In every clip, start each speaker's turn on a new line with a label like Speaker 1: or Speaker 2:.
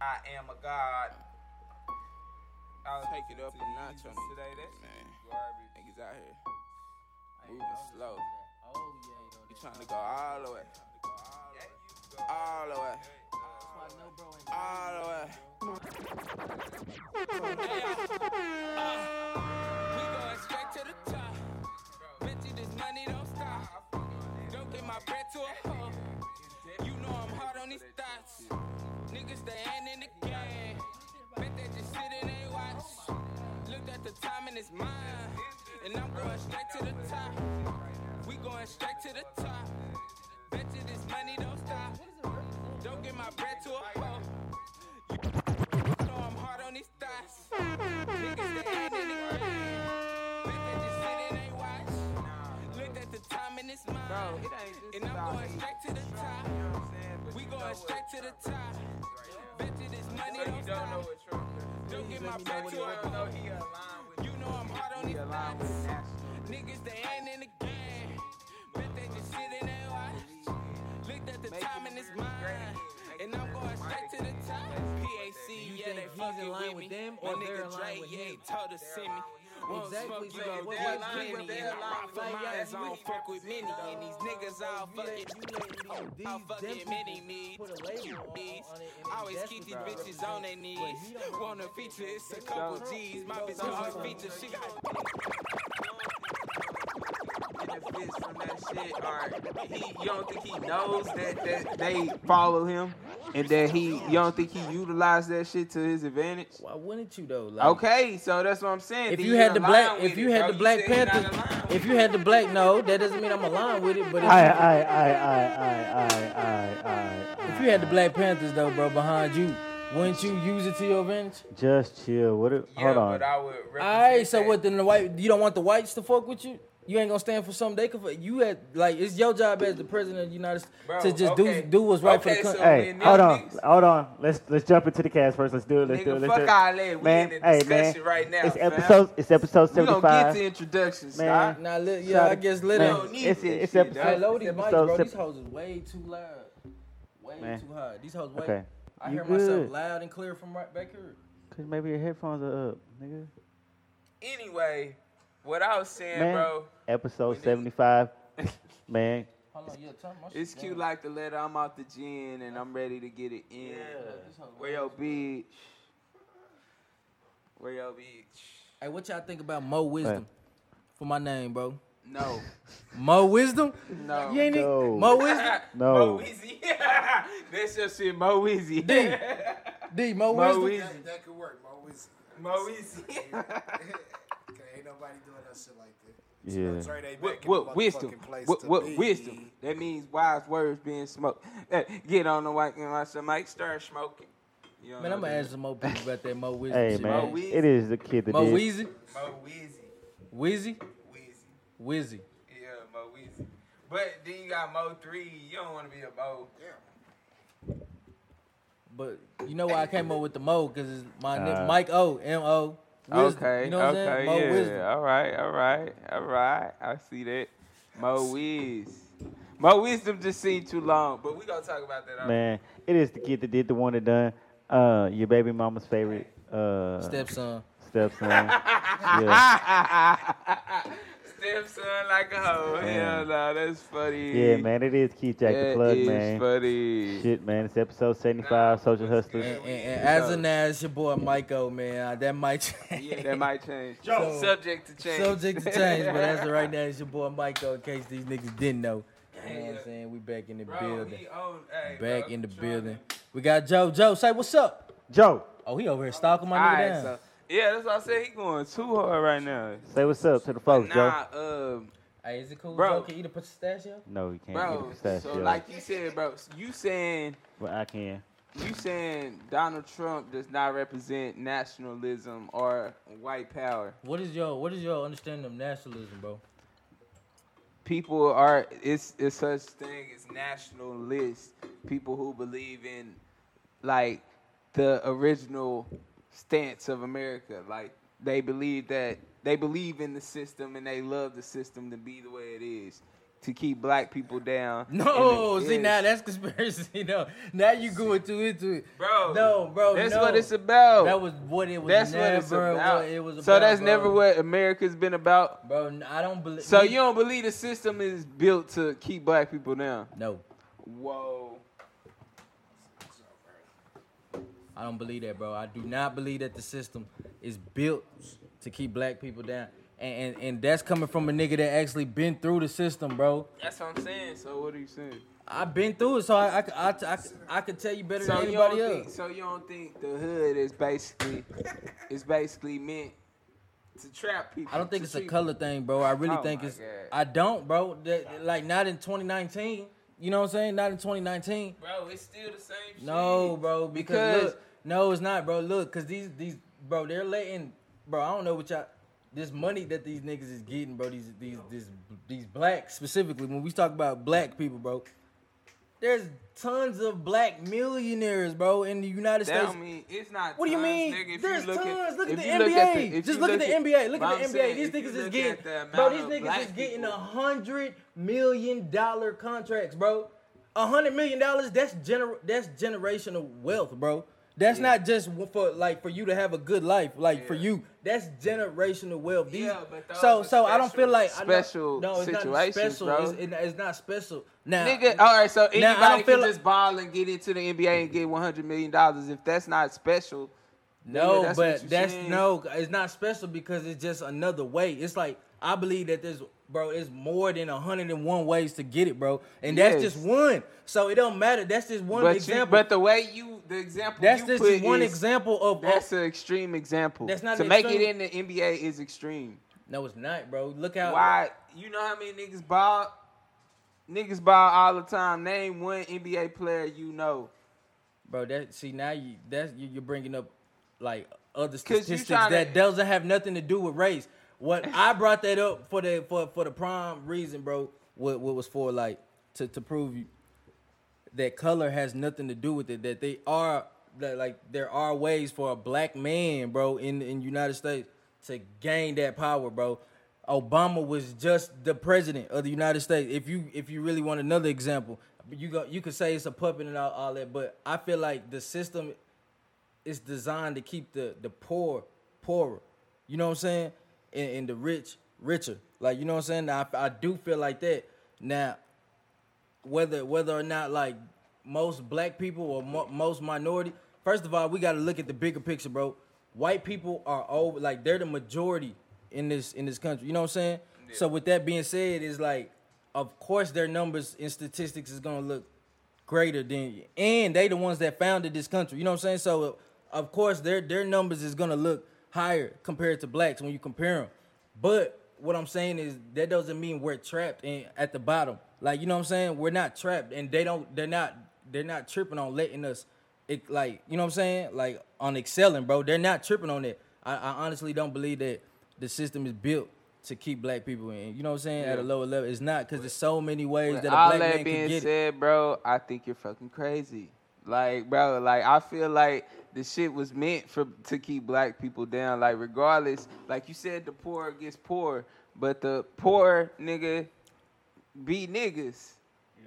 Speaker 1: I am a god. I was
Speaker 2: Take it up a
Speaker 1: listening to
Speaker 2: notch
Speaker 1: Jesus
Speaker 2: on it,
Speaker 1: today. That's
Speaker 2: man.
Speaker 1: garbage.
Speaker 2: Niggas out here.
Speaker 3: Hey,
Speaker 2: Moving
Speaker 3: don't listen
Speaker 2: slow.
Speaker 3: to that. Oh yeah, though.
Speaker 2: You trying to go all the way.
Speaker 1: Yeah, you
Speaker 2: All the way.
Speaker 3: That's why no bro ain't
Speaker 2: All the way.
Speaker 4: We going straight to the top. Bitches, this money don't stop. Don't give my bread to a hoe. You know I'm hard on these thoughts. Niggas, they ain't in the game. Bet they just sit and they watch. Looked at the time and it's mine. And I'm going straight to the top. We going straight to the top. Bitches, this money don't stop. Don't give my bread to a hoe. You know I'm hard on these thoughts. Niggas, they ain't in the game. Bet they just sit and they watch. Looked at the time and it's mine.
Speaker 3: Bro, it ain't just
Speaker 4: and I'm
Speaker 3: about
Speaker 4: going
Speaker 3: me.
Speaker 4: straight to the top.
Speaker 1: know what I'm saying? But
Speaker 4: We
Speaker 1: you know
Speaker 4: going
Speaker 1: what
Speaker 4: straight to the
Speaker 1: Trump is
Speaker 4: top.
Speaker 1: right now.
Speaker 4: Bitch, it is
Speaker 1: So
Speaker 4: money
Speaker 1: you
Speaker 4: don't
Speaker 1: don't know
Speaker 4: stop.
Speaker 1: what Trump is.
Speaker 4: Don't get my
Speaker 3: Let me know
Speaker 4: back
Speaker 3: what
Speaker 4: to a
Speaker 3: you want.
Speaker 1: Although
Speaker 4: hoe.
Speaker 1: he aligned with
Speaker 4: You know I'm hard on these
Speaker 1: he aligned with
Speaker 4: thoughts.
Speaker 1: nationalism.
Speaker 4: Niggas, they ain't in the game. Bet they just sit in their watch. Looked at the time and it's mine. And I'm going straight to the top. PAC, yeah, they
Speaker 3: think he's
Speaker 4: fucking
Speaker 3: in line
Speaker 4: with
Speaker 3: with
Speaker 4: me.
Speaker 3: them
Speaker 4: My
Speaker 3: or they're in
Speaker 4: nigga
Speaker 3: line
Speaker 4: Drake,
Speaker 3: with
Speaker 4: yeah, he
Speaker 3: him?
Speaker 4: told us send me. Won't smoke
Speaker 3: Exactly, so
Speaker 4: you if
Speaker 3: what-
Speaker 4: they're
Speaker 3: what
Speaker 4: lying with
Speaker 3: you
Speaker 4: me.
Speaker 3: really-
Speaker 4: And I rock for
Speaker 3: like,
Speaker 4: mines,
Speaker 3: yeah,
Speaker 4: I
Speaker 3: you-
Speaker 4: don't fuck with many. And these niggas all
Speaker 3: You let-
Speaker 4: fucking
Speaker 3: you let these-
Speaker 4: I'll
Speaker 3: these
Speaker 4: fucking mini
Speaker 3: definitions
Speaker 4: me.
Speaker 3: put a label on- on it and
Speaker 4: I always
Speaker 3: that's
Speaker 4: keep
Speaker 3: what
Speaker 4: these
Speaker 3: you
Speaker 4: bitches
Speaker 3: represent.
Speaker 4: on their
Speaker 3: But
Speaker 4: knees.
Speaker 3: he don't
Speaker 4: Want a
Speaker 3: represent
Speaker 4: feature,
Speaker 3: that.
Speaker 4: it's a
Speaker 3: That's
Speaker 4: couple
Speaker 3: what-
Speaker 4: G's. My
Speaker 3: Yo,
Speaker 4: bitch
Speaker 3: so-
Speaker 4: got her
Speaker 3: so-
Speaker 4: feature. She got
Speaker 1: benefits from that shit are he you don't think he knows that, that they follow him and that he you don't think he utilized that shit to his advantage?
Speaker 3: Why wouldn't you though? Like,
Speaker 1: Okay, so that's what I'm saying.
Speaker 3: If
Speaker 1: Then
Speaker 3: you
Speaker 1: he
Speaker 3: had the
Speaker 1: in line
Speaker 3: black,
Speaker 1: with
Speaker 3: if
Speaker 1: it,
Speaker 3: you had
Speaker 1: bro.
Speaker 3: the Black
Speaker 1: said he not
Speaker 3: Panther,
Speaker 1: in line with
Speaker 3: if
Speaker 1: it.
Speaker 3: you had the black, no, that doesn't mean I'm aligned with it. But if,
Speaker 5: Aye, aye, aye, aye, aye, aye, aye, aye.
Speaker 3: if you had the Black Panthers though, bro, behind you, wouldn't you use it to your advantage?
Speaker 5: Just chill. What? It,
Speaker 1: yeah,
Speaker 5: hold on.
Speaker 1: But I would
Speaker 3: All right,
Speaker 1: represent
Speaker 3: so
Speaker 1: that.
Speaker 3: what? Then the white, you don't want the whites to fuck with you. You ain't gonna stand for something they can. Fuck. You had like it's your job as the president of the United States
Speaker 1: Bro,
Speaker 3: to just
Speaker 1: okay.
Speaker 3: do do what's right
Speaker 1: Okay,
Speaker 3: for the country.
Speaker 1: so-
Speaker 5: hey,
Speaker 1: man,
Speaker 5: hold
Speaker 1: them
Speaker 5: on,
Speaker 1: niggas-
Speaker 5: hold on. Let's let's jump into the cast first. Let's do it. Let's
Speaker 1: Nigga,
Speaker 5: do it. Let's
Speaker 1: fuck
Speaker 5: do it.
Speaker 1: all that. We in the discussion right now,
Speaker 5: It's
Speaker 1: fam.
Speaker 5: episode. It's episode
Speaker 1: we don't get
Speaker 5: seventy-five.
Speaker 1: to introductions,
Speaker 5: Man.
Speaker 1: man.
Speaker 3: now, li-
Speaker 5: Shut
Speaker 3: yeah, I
Speaker 5: it.
Speaker 3: guess let
Speaker 5: Man,
Speaker 1: don't
Speaker 3: it.
Speaker 1: need
Speaker 5: it's,
Speaker 1: this
Speaker 5: it's
Speaker 1: shit,
Speaker 5: episode.
Speaker 1: dog.
Speaker 3: Hey, low these
Speaker 5: it's
Speaker 3: mics,
Speaker 5: episode
Speaker 3: bro. These
Speaker 5: sep-
Speaker 3: hoes is way too loud. Way
Speaker 5: Man.
Speaker 3: too high. These hoes way.
Speaker 5: Okay.
Speaker 3: I
Speaker 5: You
Speaker 3: hear myself
Speaker 5: good.
Speaker 3: loud and clear from right back here.
Speaker 5: Cause maybe your headphones are up, nigga.
Speaker 1: Anyway, what I was saying,
Speaker 5: Man.
Speaker 1: bro,
Speaker 5: Episode
Speaker 1: nigga-
Speaker 5: seventy-five. Man,
Speaker 3: Hold on, yeah, turn my shit
Speaker 1: it's cute
Speaker 3: down.
Speaker 1: like the letter. I'm out the gin and I'm ready to get it in.
Speaker 3: Like, this hoe
Speaker 1: Where
Speaker 3: way-
Speaker 1: your bitch? Where your bitch?
Speaker 3: Hey, what y'all think about Mo Wisdom for my name, bro?
Speaker 1: No,
Speaker 3: Mo Wisdom?
Speaker 1: no.
Speaker 3: You ain't
Speaker 5: No.
Speaker 3: even Mo Wisdom.
Speaker 5: no.
Speaker 1: Mo Weezy. That's your shit, Mo Weezy.
Speaker 3: D. D. Mo,
Speaker 1: Mo
Speaker 3: Wisdom.
Speaker 1: Weezy.
Speaker 6: That, that could work, Mo. Is,
Speaker 1: Mo Weezy.
Speaker 6: ain't nobody doing that shit like that.
Speaker 5: Yeah.
Speaker 6: Dre, they back in
Speaker 1: What,
Speaker 6: the
Speaker 1: what wisdom?
Speaker 6: motherfucking place
Speaker 1: What,
Speaker 6: to
Speaker 1: what
Speaker 6: be.
Speaker 1: wisdom? That means wise words being smoked. Uh, get on the white and watch the mic start smoking. You know
Speaker 3: Man, I'm
Speaker 1: what
Speaker 3: gonna
Speaker 1: I'm
Speaker 3: ask some more people about that Mo Wisdom
Speaker 5: Hey
Speaker 3: shit.
Speaker 5: man,
Speaker 1: Weezy.
Speaker 5: it is the kid that
Speaker 3: Mo
Speaker 5: did.
Speaker 3: Weezy,
Speaker 1: saying? Mo Weezy.
Speaker 3: Weezy,
Speaker 1: Weezy.
Speaker 3: Wizzy.
Speaker 1: Yeah, Mo Weezy. But then you got Mo 3. You don't want to be a Mo.
Speaker 3: But you know why I came up with the Mo? Cause it's my name
Speaker 5: Uh,
Speaker 3: Mike O M O. Wisdom.
Speaker 1: Okay,
Speaker 3: you know what
Speaker 1: okay,
Speaker 3: I'm saying? Mo
Speaker 1: yeah.
Speaker 3: Wisdom.
Speaker 1: All right, all right, all right. I see that. Mo Wiz. Mo Wisdom just seemed too long, but we gonna talk about that. Man.
Speaker 5: Man, it is the kid that did the one and done. Uh, your baby mama's favorite. Uh,
Speaker 3: Stepson.
Speaker 5: stepson. yeah.
Speaker 1: Stepson like a hoe. Hell
Speaker 5: Man.
Speaker 1: no, that's funny.
Speaker 5: yeah, man, it is Keith Jack
Speaker 1: That
Speaker 5: the plug,
Speaker 1: is
Speaker 5: man.
Speaker 1: funny.
Speaker 5: Shit, man, it's episode
Speaker 1: Nah,
Speaker 5: seventy-five. Social
Speaker 1: what's
Speaker 3: And,
Speaker 5: hustlers.
Speaker 3: and, and as of now, it's your boy Mike O, man. Uh, That might
Speaker 1: Yeah, that might change.
Speaker 3: So-
Speaker 1: Subject to change.
Speaker 3: subject to change, but as of right now, it's your boy Mike O. In case these niggas didn't know, you know what I'm saying? We back in the
Speaker 1: Bro,
Speaker 3: building.
Speaker 1: he own, hey,
Speaker 3: Back
Speaker 1: bro,
Speaker 3: in the
Speaker 1: Trump.
Speaker 3: building. We got Joe. Joe, say what's up.
Speaker 5: Joe,
Speaker 3: Oh, he over here stalking my
Speaker 1: All
Speaker 3: nigga
Speaker 1: right,
Speaker 3: down.
Speaker 1: so yeah, that's what I said. He going too hard right now.
Speaker 5: say what's up to the folks, Joe.
Speaker 1: Nah,
Speaker 2: uh,
Speaker 1: um,
Speaker 3: Hey, is it cool
Speaker 1: Bro.
Speaker 3: Joe can eat a pistachio?
Speaker 5: No, you can't eat a
Speaker 1: bro.
Speaker 5: pistachio,
Speaker 1: So like you said, bro, you saying
Speaker 5: but I can.
Speaker 1: you saying Donald Trump does not represent nationalism or white power.
Speaker 3: What is your what is your understanding of nationalism, bro?
Speaker 1: People are it's it's such thing as nationalists. People who believe in like the original stance of America. Like they believe that they believe in the system and they love the system to be the way it is. to keep black people down.
Speaker 3: No,
Speaker 1: And it
Speaker 3: see
Speaker 1: is-
Speaker 3: now that's conspiracy. No, now you going too into it,
Speaker 1: Bro,
Speaker 3: No, bro,
Speaker 1: That's
Speaker 3: no.
Speaker 1: what it's about.
Speaker 3: That was what it was.
Speaker 1: that's
Speaker 3: never
Speaker 1: what it's about.
Speaker 3: What it was
Speaker 1: so
Speaker 3: about,
Speaker 1: that's
Speaker 3: bro.
Speaker 1: never what America's been about.
Speaker 3: Bro, n- I don't believe.
Speaker 1: So you don't believe the system is built to keep black people down?
Speaker 3: No,
Speaker 1: Whoa.
Speaker 3: I don't believe that, bro. I do not believe that the system is built to keep black people down, and and, and that's coming from a nigga that actually been through the system, bro.
Speaker 1: That's what I'm saying. So what are you saying?
Speaker 3: I've been through it, so I I c- I, c- I, c- I could tell you better
Speaker 1: So
Speaker 3: than
Speaker 1: you don't
Speaker 3: anybody
Speaker 1: think?
Speaker 3: else.
Speaker 1: So you don't think the hood is basically is basically meant to trap people?
Speaker 3: I don't think
Speaker 1: to
Speaker 3: it's a
Speaker 1: treat-
Speaker 3: color thing, bro. I really
Speaker 1: Oh
Speaker 3: think
Speaker 1: my
Speaker 3: it's.
Speaker 1: God.
Speaker 3: I don't, bro. That, like not in 2019. You know what I'm saying? Not in 2019.
Speaker 1: Bro, it's still the same.
Speaker 3: No,
Speaker 1: shit.
Speaker 3: bro, because,
Speaker 1: Because-
Speaker 3: look, no, it's not, bro. Look, cause these these bro, they're letting bro. I don't know what y'all this money that these niggas is getting, bro. These these these these blacks specifically. When we talk about black people, bro, there's tons of black millionaires, bro, in the United
Speaker 1: That
Speaker 3: States.
Speaker 1: don't mean it's not.
Speaker 3: What do you
Speaker 1: tons,
Speaker 3: mean?
Speaker 1: Nigga, if
Speaker 3: There's
Speaker 1: you look
Speaker 3: tons.
Speaker 1: At,
Speaker 3: Look at
Speaker 1: if
Speaker 3: the
Speaker 1: you look at
Speaker 3: NBA.
Speaker 1: the- if
Speaker 3: Just
Speaker 1: you
Speaker 3: look at the NBA. Look
Speaker 1: but
Speaker 3: at
Speaker 1: I'm
Speaker 3: the NBA.
Speaker 1: saying,
Speaker 3: These
Speaker 1: if you
Speaker 3: niggas is
Speaker 1: look
Speaker 3: getting,
Speaker 1: at the
Speaker 3: bro.
Speaker 1: amount
Speaker 3: These
Speaker 1: of
Speaker 3: niggas is
Speaker 1: black
Speaker 3: getting a
Speaker 1: people-
Speaker 3: hundred million dollar contracts, bro. A hundred million dollars. That's gener. That's generational wealth, bro. That's not just w- for like for you to have a good life, like for you. That's generational wealth. These,
Speaker 1: Yeah, but those
Speaker 3: so
Speaker 1: are
Speaker 3: so I don't feel
Speaker 1: special-
Speaker 3: like I don't-
Speaker 1: special
Speaker 3: no, it's not
Speaker 1: situations,
Speaker 3: special.
Speaker 1: bro.
Speaker 3: It's, it- it's not special. Now,
Speaker 1: Nigga, all right. So
Speaker 3: Now, I don't
Speaker 1: anybody
Speaker 3: feel
Speaker 1: can
Speaker 3: like-
Speaker 1: just ball and get into the NBA and get 100 million dollars. If that's not special,
Speaker 3: No,
Speaker 1: nigga, that's what
Speaker 3: but
Speaker 1: you
Speaker 3: that's
Speaker 1: saying.
Speaker 3: no. It's not special because it's just another way. It's like I believe that there's, bro. It's more than 101 ways to get it, bro, and that's
Speaker 1: Yes.
Speaker 3: just one. So it don't matter. That's just one
Speaker 1: But you,
Speaker 3: example.
Speaker 1: but the way you the example
Speaker 3: that's
Speaker 1: you
Speaker 3: just
Speaker 1: put
Speaker 3: one
Speaker 1: is-
Speaker 3: example of. oh,
Speaker 1: That's an extreme example.
Speaker 3: That's not
Speaker 1: to
Speaker 3: an
Speaker 1: make it in
Speaker 3: extreme-
Speaker 1: the NBA is extreme.
Speaker 3: no, it's not, bro. Look how
Speaker 1: Why? You know how many niggas ball? Niggas ball all the time. Name one NBA player you know.
Speaker 3: bro. That see now you that's you, you're bringing up like other
Speaker 1: you
Speaker 3: statistics
Speaker 1: tryna-
Speaker 3: that doesn't have nothing to do with race. What I brought that up for the for for the prime reason, bro. What what was for like to to prove you that color has nothing to do with it. That they are that like there are ways for a black man, bro, in in United States to gain that power, bro. Obama was just the president of the United States. If you if you really want another example, you go you could say it's a puppet and all, all that, but I feel like the system is designed to keep the the poor poorer. You know what I'm saying? And, and the rich richer. Like you know what I'm saying? Now, I, I do feel like that. Now whether whether or not like most black people or mo- most minority. First of all, we got to look at the bigger picture, bro. White people are over like they're the majority in this in this country. You know what I'm saying? So with that being said, is like of course their numbers and statistics is gonna look greater than and they the ones that founded this country. You know what I'm saying? So of course their their numbers is gonna look higher compared to blacks when you compare them. But what I'm saying is that doesn't mean we're trapped in at the bottom. Like you know what I'm saying? We're not trapped, and they don't. They're not. They're not tripping on letting us. It like you know what I'm saying? Like on excelling, bro. They're not tripping on that. I, I honestly don't believe that the system is built to keep black people in. You know what I'm saying? At a lower level, it's not because there's so many ways that a
Speaker 1: With all
Speaker 3: black man
Speaker 1: that
Speaker 3: can
Speaker 1: being
Speaker 3: get it.
Speaker 1: said, bro, I think you're fucking crazy. Like, bro, like I feel like the shit was meant for to keep black people down. Like, regardless, like you said, the poor gets poor, but the poor nigga be niggas.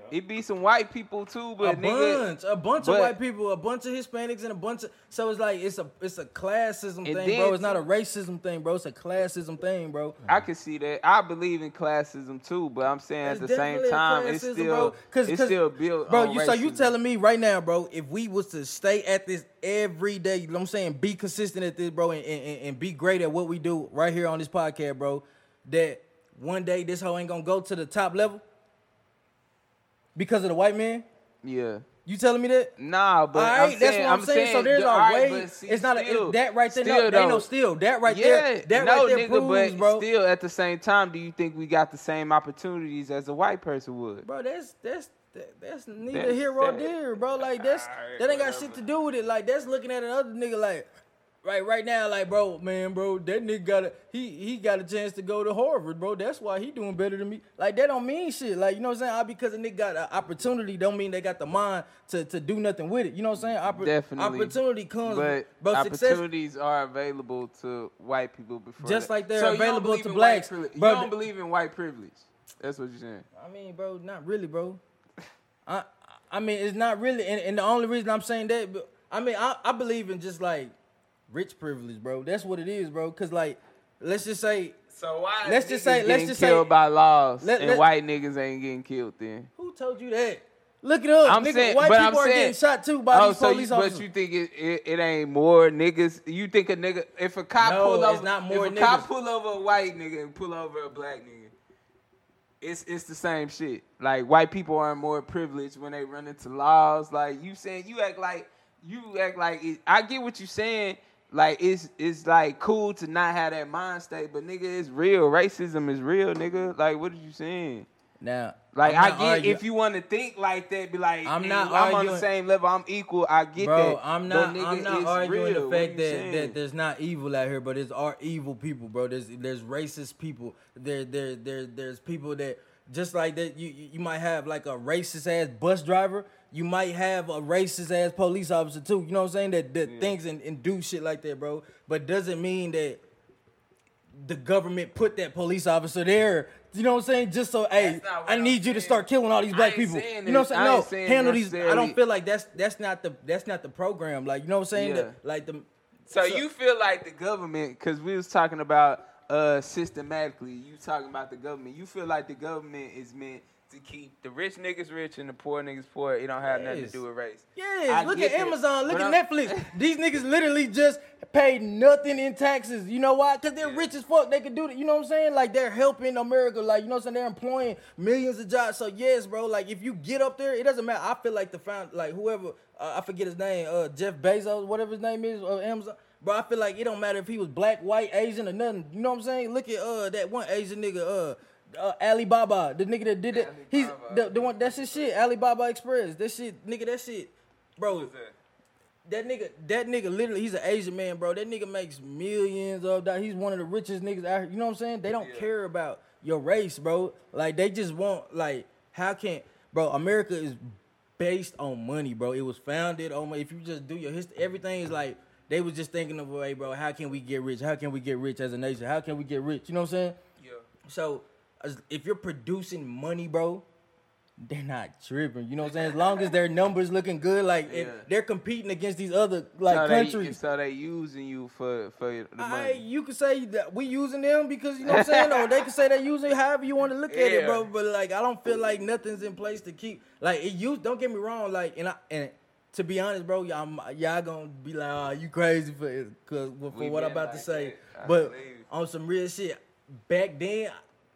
Speaker 1: It be some white people too,
Speaker 3: a
Speaker 1: but nigga,
Speaker 3: bunch, a bunch
Speaker 1: but-
Speaker 3: of white people, a bunch of Hispanics, and a bunch of so it's like it's a it's a classism
Speaker 1: And
Speaker 3: thing, bro.
Speaker 1: then
Speaker 3: It's not a
Speaker 1: too-
Speaker 3: racism thing, bro. It's a classism thing, bro.
Speaker 1: I can see that. I believe in classism too, but I'm saying at
Speaker 3: It's
Speaker 1: the same
Speaker 3: definitely a
Speaker 1: time, it's
Speaker 3: classism,
Speaker 1: still
Speaker 3: bro.
Speaker 1: it's still built.
Speaker 3: Bro,
Speaker 1: on
Speaker 3: you so you
Speaker 1: racism.
Speaker 3: telling me right now, bro, if we was to stay at this every day, you know what I'm saying, be consistent at this, bro, and, and, and- and be great at what we do right here on this podcast, bro, that one day this hoe ain't gonna go to the top level because of the white man?
Speaker 1: yeah.
Speaker 3: You telling me that?
Speaker 1: Nah, but
Speaker 3: all
Speaker 1: I'm
Speaker 3: right,
Speaker 1: saying,
Speaker 3: that's what I'm, saying. So there's
Speaker 1: the-
Speaker 3: our
Speaker 1: all right,
Speaker 3: way.
Speaker 1: but see,
Speaker 3: it's not a,
Speaker 1: still-
Speaker 3: it, that right there.
Speaker 1: still
Speaker 3: No, they
Speaker 1: though.
Speaker 3: know still that right
Speaker 1: yeah,
Speaker 3: there. That
Speaker 1: no,
Speaker 3: right there
Speaker 1: nigga,
Speaker 3: proves,
Speaker 1: but
Speaker 3: bro.
Speaker 1: still at the same time, do you think we got the same opportunities as a white person would?
Speaker 3: bro. That's that's that- that's neither
Speaker 1: That's
Speaker 3: here or
Speaker 1: that.
Speaker 3: there, bro. Like that's that ain't got shit to do with it. Like that's looking at another nigga like. Right, right now, like bro, man, bro, that nigga got a he he got a chance to go to Harvard, bro. That's why he doing better than me. Like that don't mean shit. Like you know what I'm saying? All because a nigga got an opportunity don't mean they got the mind to, to do nothing with it. You know what I'm saying? Oppor-
Speaker 1: Definitely.
Speaker 3: opportunity comes,
Speaker 1: But
Speaker 3: bro. Success
Speaker 1: opportunities are available to white people before
Speaker 3: Just
Speaker 1: that.
Speaker 3: like they're
Speaker 1: So you don't
Speaker 3: available
Speaker 1: believe
Speaker 3: to
Speaker 1: in white
Speaker 3: blacks,
Speaker 1: privilege- You
Speaker 3: bro.
Speaker 1: don't believe in white privilege. That's what you're saying.
Speaker 3: I mean, bro, not really, bro. I I mean, it's not really, and, and the only reason I'm saying that, but I mean, I, I believe in just like rich privilege, bro. That's what it is, bro. Cause like, let's just say,
Speaker 1: So why?
Speaker 3: Let's just say- let's
Speaker 1: getting
Speaker 3: just
Speaker 1: killed
Speaker 3: say-
Speaker 1: by laws,
Speaker 3: Let-
Speaker 1: and
Speaker 3: let-
Speaker 1: white niggas ain't getting killed then.
Speaker 3: who told you that? Look it up.
Speaker 1: I'm
Speaker 3: nigga,
Speaker 1: saying,
Speaker 3: white
Speaker 1: but
Speaker 3: people
Speaker 1: I'm
Speaker 3: are
Speaker 1: saying,
Speaker 3: getting shot too by
Speaker 1: oh,
Speaker 3: these
Speaker 1: so
Speaker 3: police
Speaker 1: you,
Speaker 3: officers.
Speaker 1: But you think it, it, it ain't more niggas? You think a nigga if a cop
Speaker 3: No,
Speaker 1: pull over,
Speaker 3: it's not more
Speaker 1: if a cop
Speaker 3: niggas.
Speaker 1: pull over a white nigga and pull over a black nigga, it's it's the same shit. Like white people aren't more privileged when they run into laws. Like you saying, you act like you act like it, I get what you saying. Like it's it's like cool to not have that mind state, but nigga, it's real. Racism is real, nigga. Like what are you saying?
Speaker 3: now,
Speaker 1: Like
Speaker 3: I'm
Speaker 1: I
Speaker 3: not
Speaker 1: get
Speaker 3: argu-
Speaker 1: if you want to think like that, be like,
Speaker 3: I'm
Speaker 1: I'm
Speaker 3: not
Speaker 1: not. I'm on
Speaker 3: arguing-
Speaker 1: the same level. I'm equal. I get
Speaker 3: bro,
Speaker 1: that.
Speaker 3: I'm
Speaker 1: But
Speaker 3: not.
Speaker 1: nigga,
Speaker 3: I'm not
Speaker 1: it's
Speaker 3: arguing
Speaker 1: real.
Speaker 3: the
Speaker 1: What
Speaker 3: fact
Speaker 1: you
Speaker 3: that,
Speaker 1: saying?
Speaker 3: that there's not evil out here, but there's are evil people, bro. There's there's racist people. There there there there's people that just like that. You you you might have like a racist ass bus driver. You might have a racist ass police officer too. You know what I'm saying? That that things and, and do shit like that, bro. But doesn't mean that the government put that police officer there. You know what I'm saying? Just so, hey,
Speaker 1: That's not what
Speaker 3: I
Speaker 1: I'm
Speaker 3: need you to
Speaker 1: saying.
Speaker 3: start killing all these
Speaker 1: I
Speaker 3: black
Speaker 1: ain't
Speaker 3: people.
Speaker 1: saying
Speaker 3: You know what
Speaker 1: this. I
Speaker 3: I'm
Speaker 1: ain't
Speaker 3: saying? No,
Speaker 1: saying
Speaker 3: handle these. I don't
Speaker 1: necessarily-
Speaker 3: feel like that's that's not the that's not the program. Like you know what I'm saying?
Speaker 1: Yeah.
Speaker 3: The- like the
Speaker 1: So you feel like the government? Because we was talking about uh systematically. You talking about the government? You feel like the government is meant to keep the rich niggas rich and the poor niggas poor. It don't have nothing
Speaker 3: Yes.
Speaker 1: to do with race.
Speaker 3: Yeah,
Speaker 1: I
Speaker 3: look at
Speaker 1: get that.
Speaker 3: Amazon, look
Speaker 1: But
Speaker 3: at
Speaker 1: I'm-
Speaker 3: Netflix. These niggas literally just paid nothing in taxes. You know why? Cause they're rich as fuck. They could do that. You know what I'm saying? Like they're helping America. Like you know what I'm saying? They're employing millions of jobs. So yes, bro. Like if you get up there, it doesn't matter. I feel like the found like whoever uh, I forget his name, uh, Jeff Bezos, whatever his name is, uh, Amazon. Bro, I feel like it don't matter if he was black, white, Asian, or nothing. You know what I'm saying? Look at uh that one Asian nigga, uh, uh Alibaba, the nigga that did that. He's the, the one. That's his shit. Alibaba Express. That shit, nigga. That shit, bro. That nigga, that nigga literally, he's an Asian man, bro. That nigga makes millions of dollars. He's one of the richest niggas out here. You know what I'm saying? They don't care about your race, bro. Like they just want, like, how can, bro? America is based on money, bro. It was founded on. money. If you just do your history, everything is like they was just thinking of, hey, bro, how can we get rich? How can we get rich as a nation? How can we get rich? You know what I'm saying? Yeah. So as- if you're producing money, bro, they're not tripping. You know what I'm saying? As long as their numbers looking good, like and
Speaker 1: Yeah.
Speaker 3: they're competing against these other like
Speaker 1: so They,
Speaker 3: countries.
Speaker 1: so they using you for for the
Speaker 3: I,
Speaker 1: money.
Speaker 3: you could say that we using them because you know what I'm saying, or they could say they using it however you want to look at it,
Speaker 1: Yeah.
Speaker 3: bro. But like, I don't feel like nothing's in place to keep like it. Used don't get me wrong, like and I and to be honest, bro, y'all y'all gonna be like, oh, you crazy for it, cause for
Speaker 1: We
Speaker 3: what I'm
Speaker 1: been
Speaker 3: about to
Speaker 1: like
Speaker 3: say.
Speaker 1: that. I
Speaker 3: But
Speaker 1: believe.
Speaker 3: on some real shit, back then,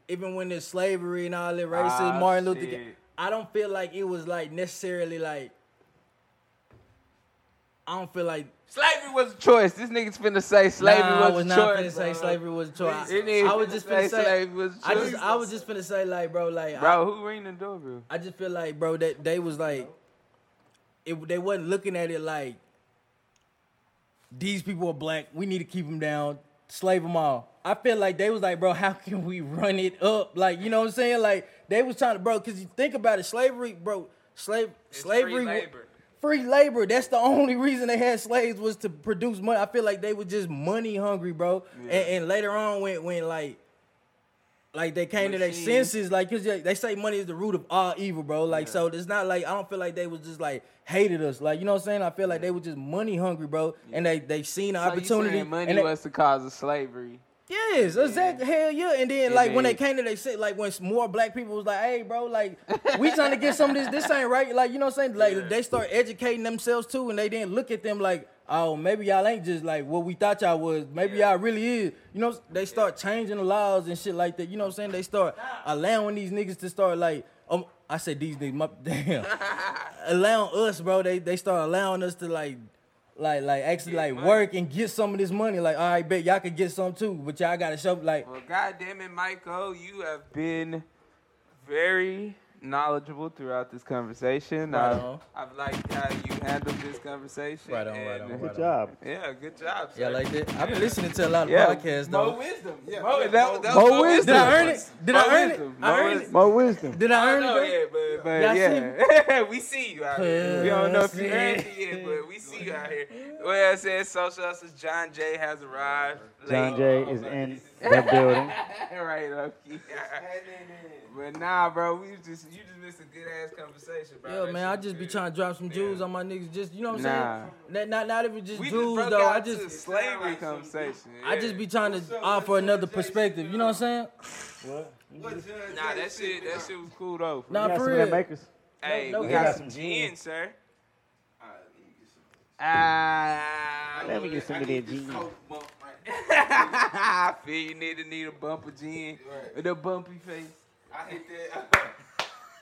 Speaker 3: even when there's slavery and all that racism,
Speaker 1: Ah,
Speaker 3: Martin Luther
Speaker 1: shit.
Speaker 3: King, I don't feel like it was like necessarily like. I don't feel like
Speaker 1: slavery was a choice. This nigga's finna say slavery
Speaker 3: Nah, I
Speaker 1: was,
Speaker 3: was
Speaker 1: a
Speaker 3: not
Speaker 1: choice.
Speaker 3: finna say
Speaker 1: bro.
Speaker 3: slavery was a choice.
Speaker 1: It is
Speaker 3: I, I was just
Speaker 1: finna
Speaker 3: finna say,
Speaker 1: say slavery was a
Speaker 3: I just
Speaker 1: choice.
Speaker 3: I was just finna say like, bro, like,
Speaker 1: Bro, who ring the doorbell?
Speaker 3: I, I just feel like, bro, that they was like, it, they wasn't looking at it like these people are black. We need to keep them down, slave them all. I feel like they was like, bro, how can we run it up? Like, you know what I'm saying? Like they was trying to, bro, because you think about it, slavery, bro, slave, slavery. wa- free labor. That's the only reason they had slaves was to produce money. I feel like they were just money hungry, bro. And, and later on, when when like like they came to their
Speaker 1: Machines.
Speaker 3: senses, like 'cause they they say money is the root of all evil, bro. Like so, it's not like I don't feel like they was just like hated us, like you know what I'm saying. I feel like they were just money hungry, bro, and they they seen an
Speaker 1: So you
Speaker 3: opportunity.
Speaker 1: saying money
Speaker 3: and they-
Speaker 1: was the cause of slavery.
Speaker 3: Yes, exactly. Hell yeah. And then
Speaker 1: And
Speaker 3: like when they
Speaker 1: then-
Speaker 3: came to they said like when more black people was like, hey bro, like we trying to get some of this this ain't right. Like, you know what I'm saying? Like they start educating themselves too and they didn't look at them like, oh, maybe y'all ain't just like what we thought y'all was. Maybe y'all really is. You know, they start changing the laws and shit like that. You know what I'm saying? They start allowing these niggas to start like um I said these niggas my damn allowing us, bro. They they start allowing us to like, like, like actually like work and get some of this money. Like, all right, bet y'all could get some too, but y'all gotta show like,
Speaker 1: Well, goddamn it, Michael, you have been very knowledgeable throughout this conversation.
Speaker 3: Right
Speaker 1: I've,
Speaker 3: on.
Speaker 1: I've liked how you handled this conversation.
Speaker 3: Right on, right
Speaker 1: and-
Speaker 3: on, right
Speaker 5: Good job.
Speaker 1: Yeah, good job.
Speaker 3: yeah,
Speaker 1: sir.
Speaker 3: like that. I've been listening to a lot of
Speaker 1: yeah.
Speaker 3: podcasts
Speaker 1: More
Speaker 3: though.
Speaker 1: wisdom. Yeah,
Speaker 6: Mo-
Speaker 1: that, that
Speaker 5: Mo
Speaker 1: was Mo
Speaker 5: wisdom.
Speaker 3: Did I earn it? Did I
Speaker 1: Mo
Speaker 3: earn it?
Speaker 1: wisdom.
Speaker 3: I
Speaker 1: Mo
Speaker 3: earned it.
Speaker 1: wisdom.
Speaker 5: More wisdom.
Speaker 3: Did I
Speaker 1: I
Speaker 3: earn it?
Speaker 1: know,
Speaker 3: though?
Speaker 1: Oh, yeah, but But
Speaker 3: Y'all see
Speaker 1: yeah, we see you out here. We don't know if you
Speaker 3: Pussy.
Speaker 1: heard it yet, but we see you out here. Well, it says social justice. John Jay has arrived.
Speaker 5: John
Speaker 1: Late.
Speaker 5: Jay is in the building.
Speaker 1: right, Loki. but nah, bro, we just you just missed a good ass conversation, bro.
Speaker 3: Yeah,
Speaker 1: That
Speaker 3: man,
Speaker 1: shit
Speaker 3: I
Speaker 1: was
Speaker 3: just be
Speaker 1: good.
Speaker 3: trying to drop some Jews
Speaker 1: Yeah.
Speaker 3: on my niggas. Just you know what I'm
Speaker 1: Nah.
Speaker 3: saying? Not not not even just
Speaker 1: We just
Speaker 3: Jews
Speaker 1: broke
Speaker 3: though. I
Speaker 1: out to a
Speaker 3: just
Speaker 1: slavery conversation.
Speaker 3: I just be trying to offer another perspective. You know what I'm saying?
Speaker 1: yeah. nah, that shit that shit was cool though.
Speaker 3: Nah,
Speaker 5: Got
Speaker 3: for
Speaker 5: some of that
Speaker 3: real.
Speaker 5: makers.
Speaker 1: hey,
Speaker 3: no,
Speaker 1: we
Speaker 3: we
Speaker 1: got,
Speaker 5: got
Speaker 1: some
Speaker 5: some
Speaker 1: gin,
Speaker 5: gin.
Speaker 1: sir. Ah,
Speaker 5: Let me get some of that gin.
Speaker 1: I feel you need to need a bump of gin with a bumpy face.
Speaker 2: I hit that.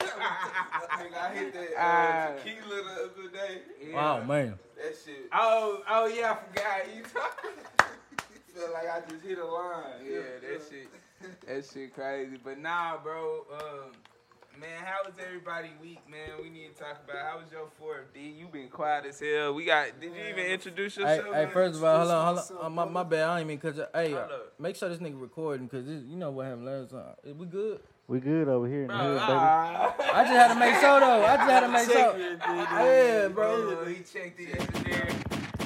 Speaker 2: I hit that uh,
Speaker 1: Ah.
Speaker 2: tequila the other day.
Speaker 3: Wow, man.
Speaker 2: That shit
Speaker 1: Oh, oh yeah, I forgot you talking.
Speaker 2: felt like I just hit a line.
Speaker 1: Yeah, that shit, that shit crazy. But nah, bro, um, man, how was everybody week, man? We need to talk about how was your fourth D. You been quiet as hell. We got. Did you even introduce
Speaker 3: Hey,
Speaker 1: yourself?
Speaker 3: hey,
Speaker 1: man?
Speaker 3: first of all, hold on,
Speaker 6: Excuse
Speaker 3: hold on.
Speaker 6: myself,
Speaker 3: Uh, my, my bad, I ain't mean cause hey, uh,
Speaker 1: Hold up.
Speaker 3: make sure this nigga recording cause this, you know what happened last time. Is We good?
Speaker 5: We good over here in the hood, baby.
Speaker 1: Ah,
Speaker 3: I just had to make sure though. I just had to make sure. Yeah,
Speaker 1: bro,
Speaker 3: bro.
Speaker 1: he checked the engineer.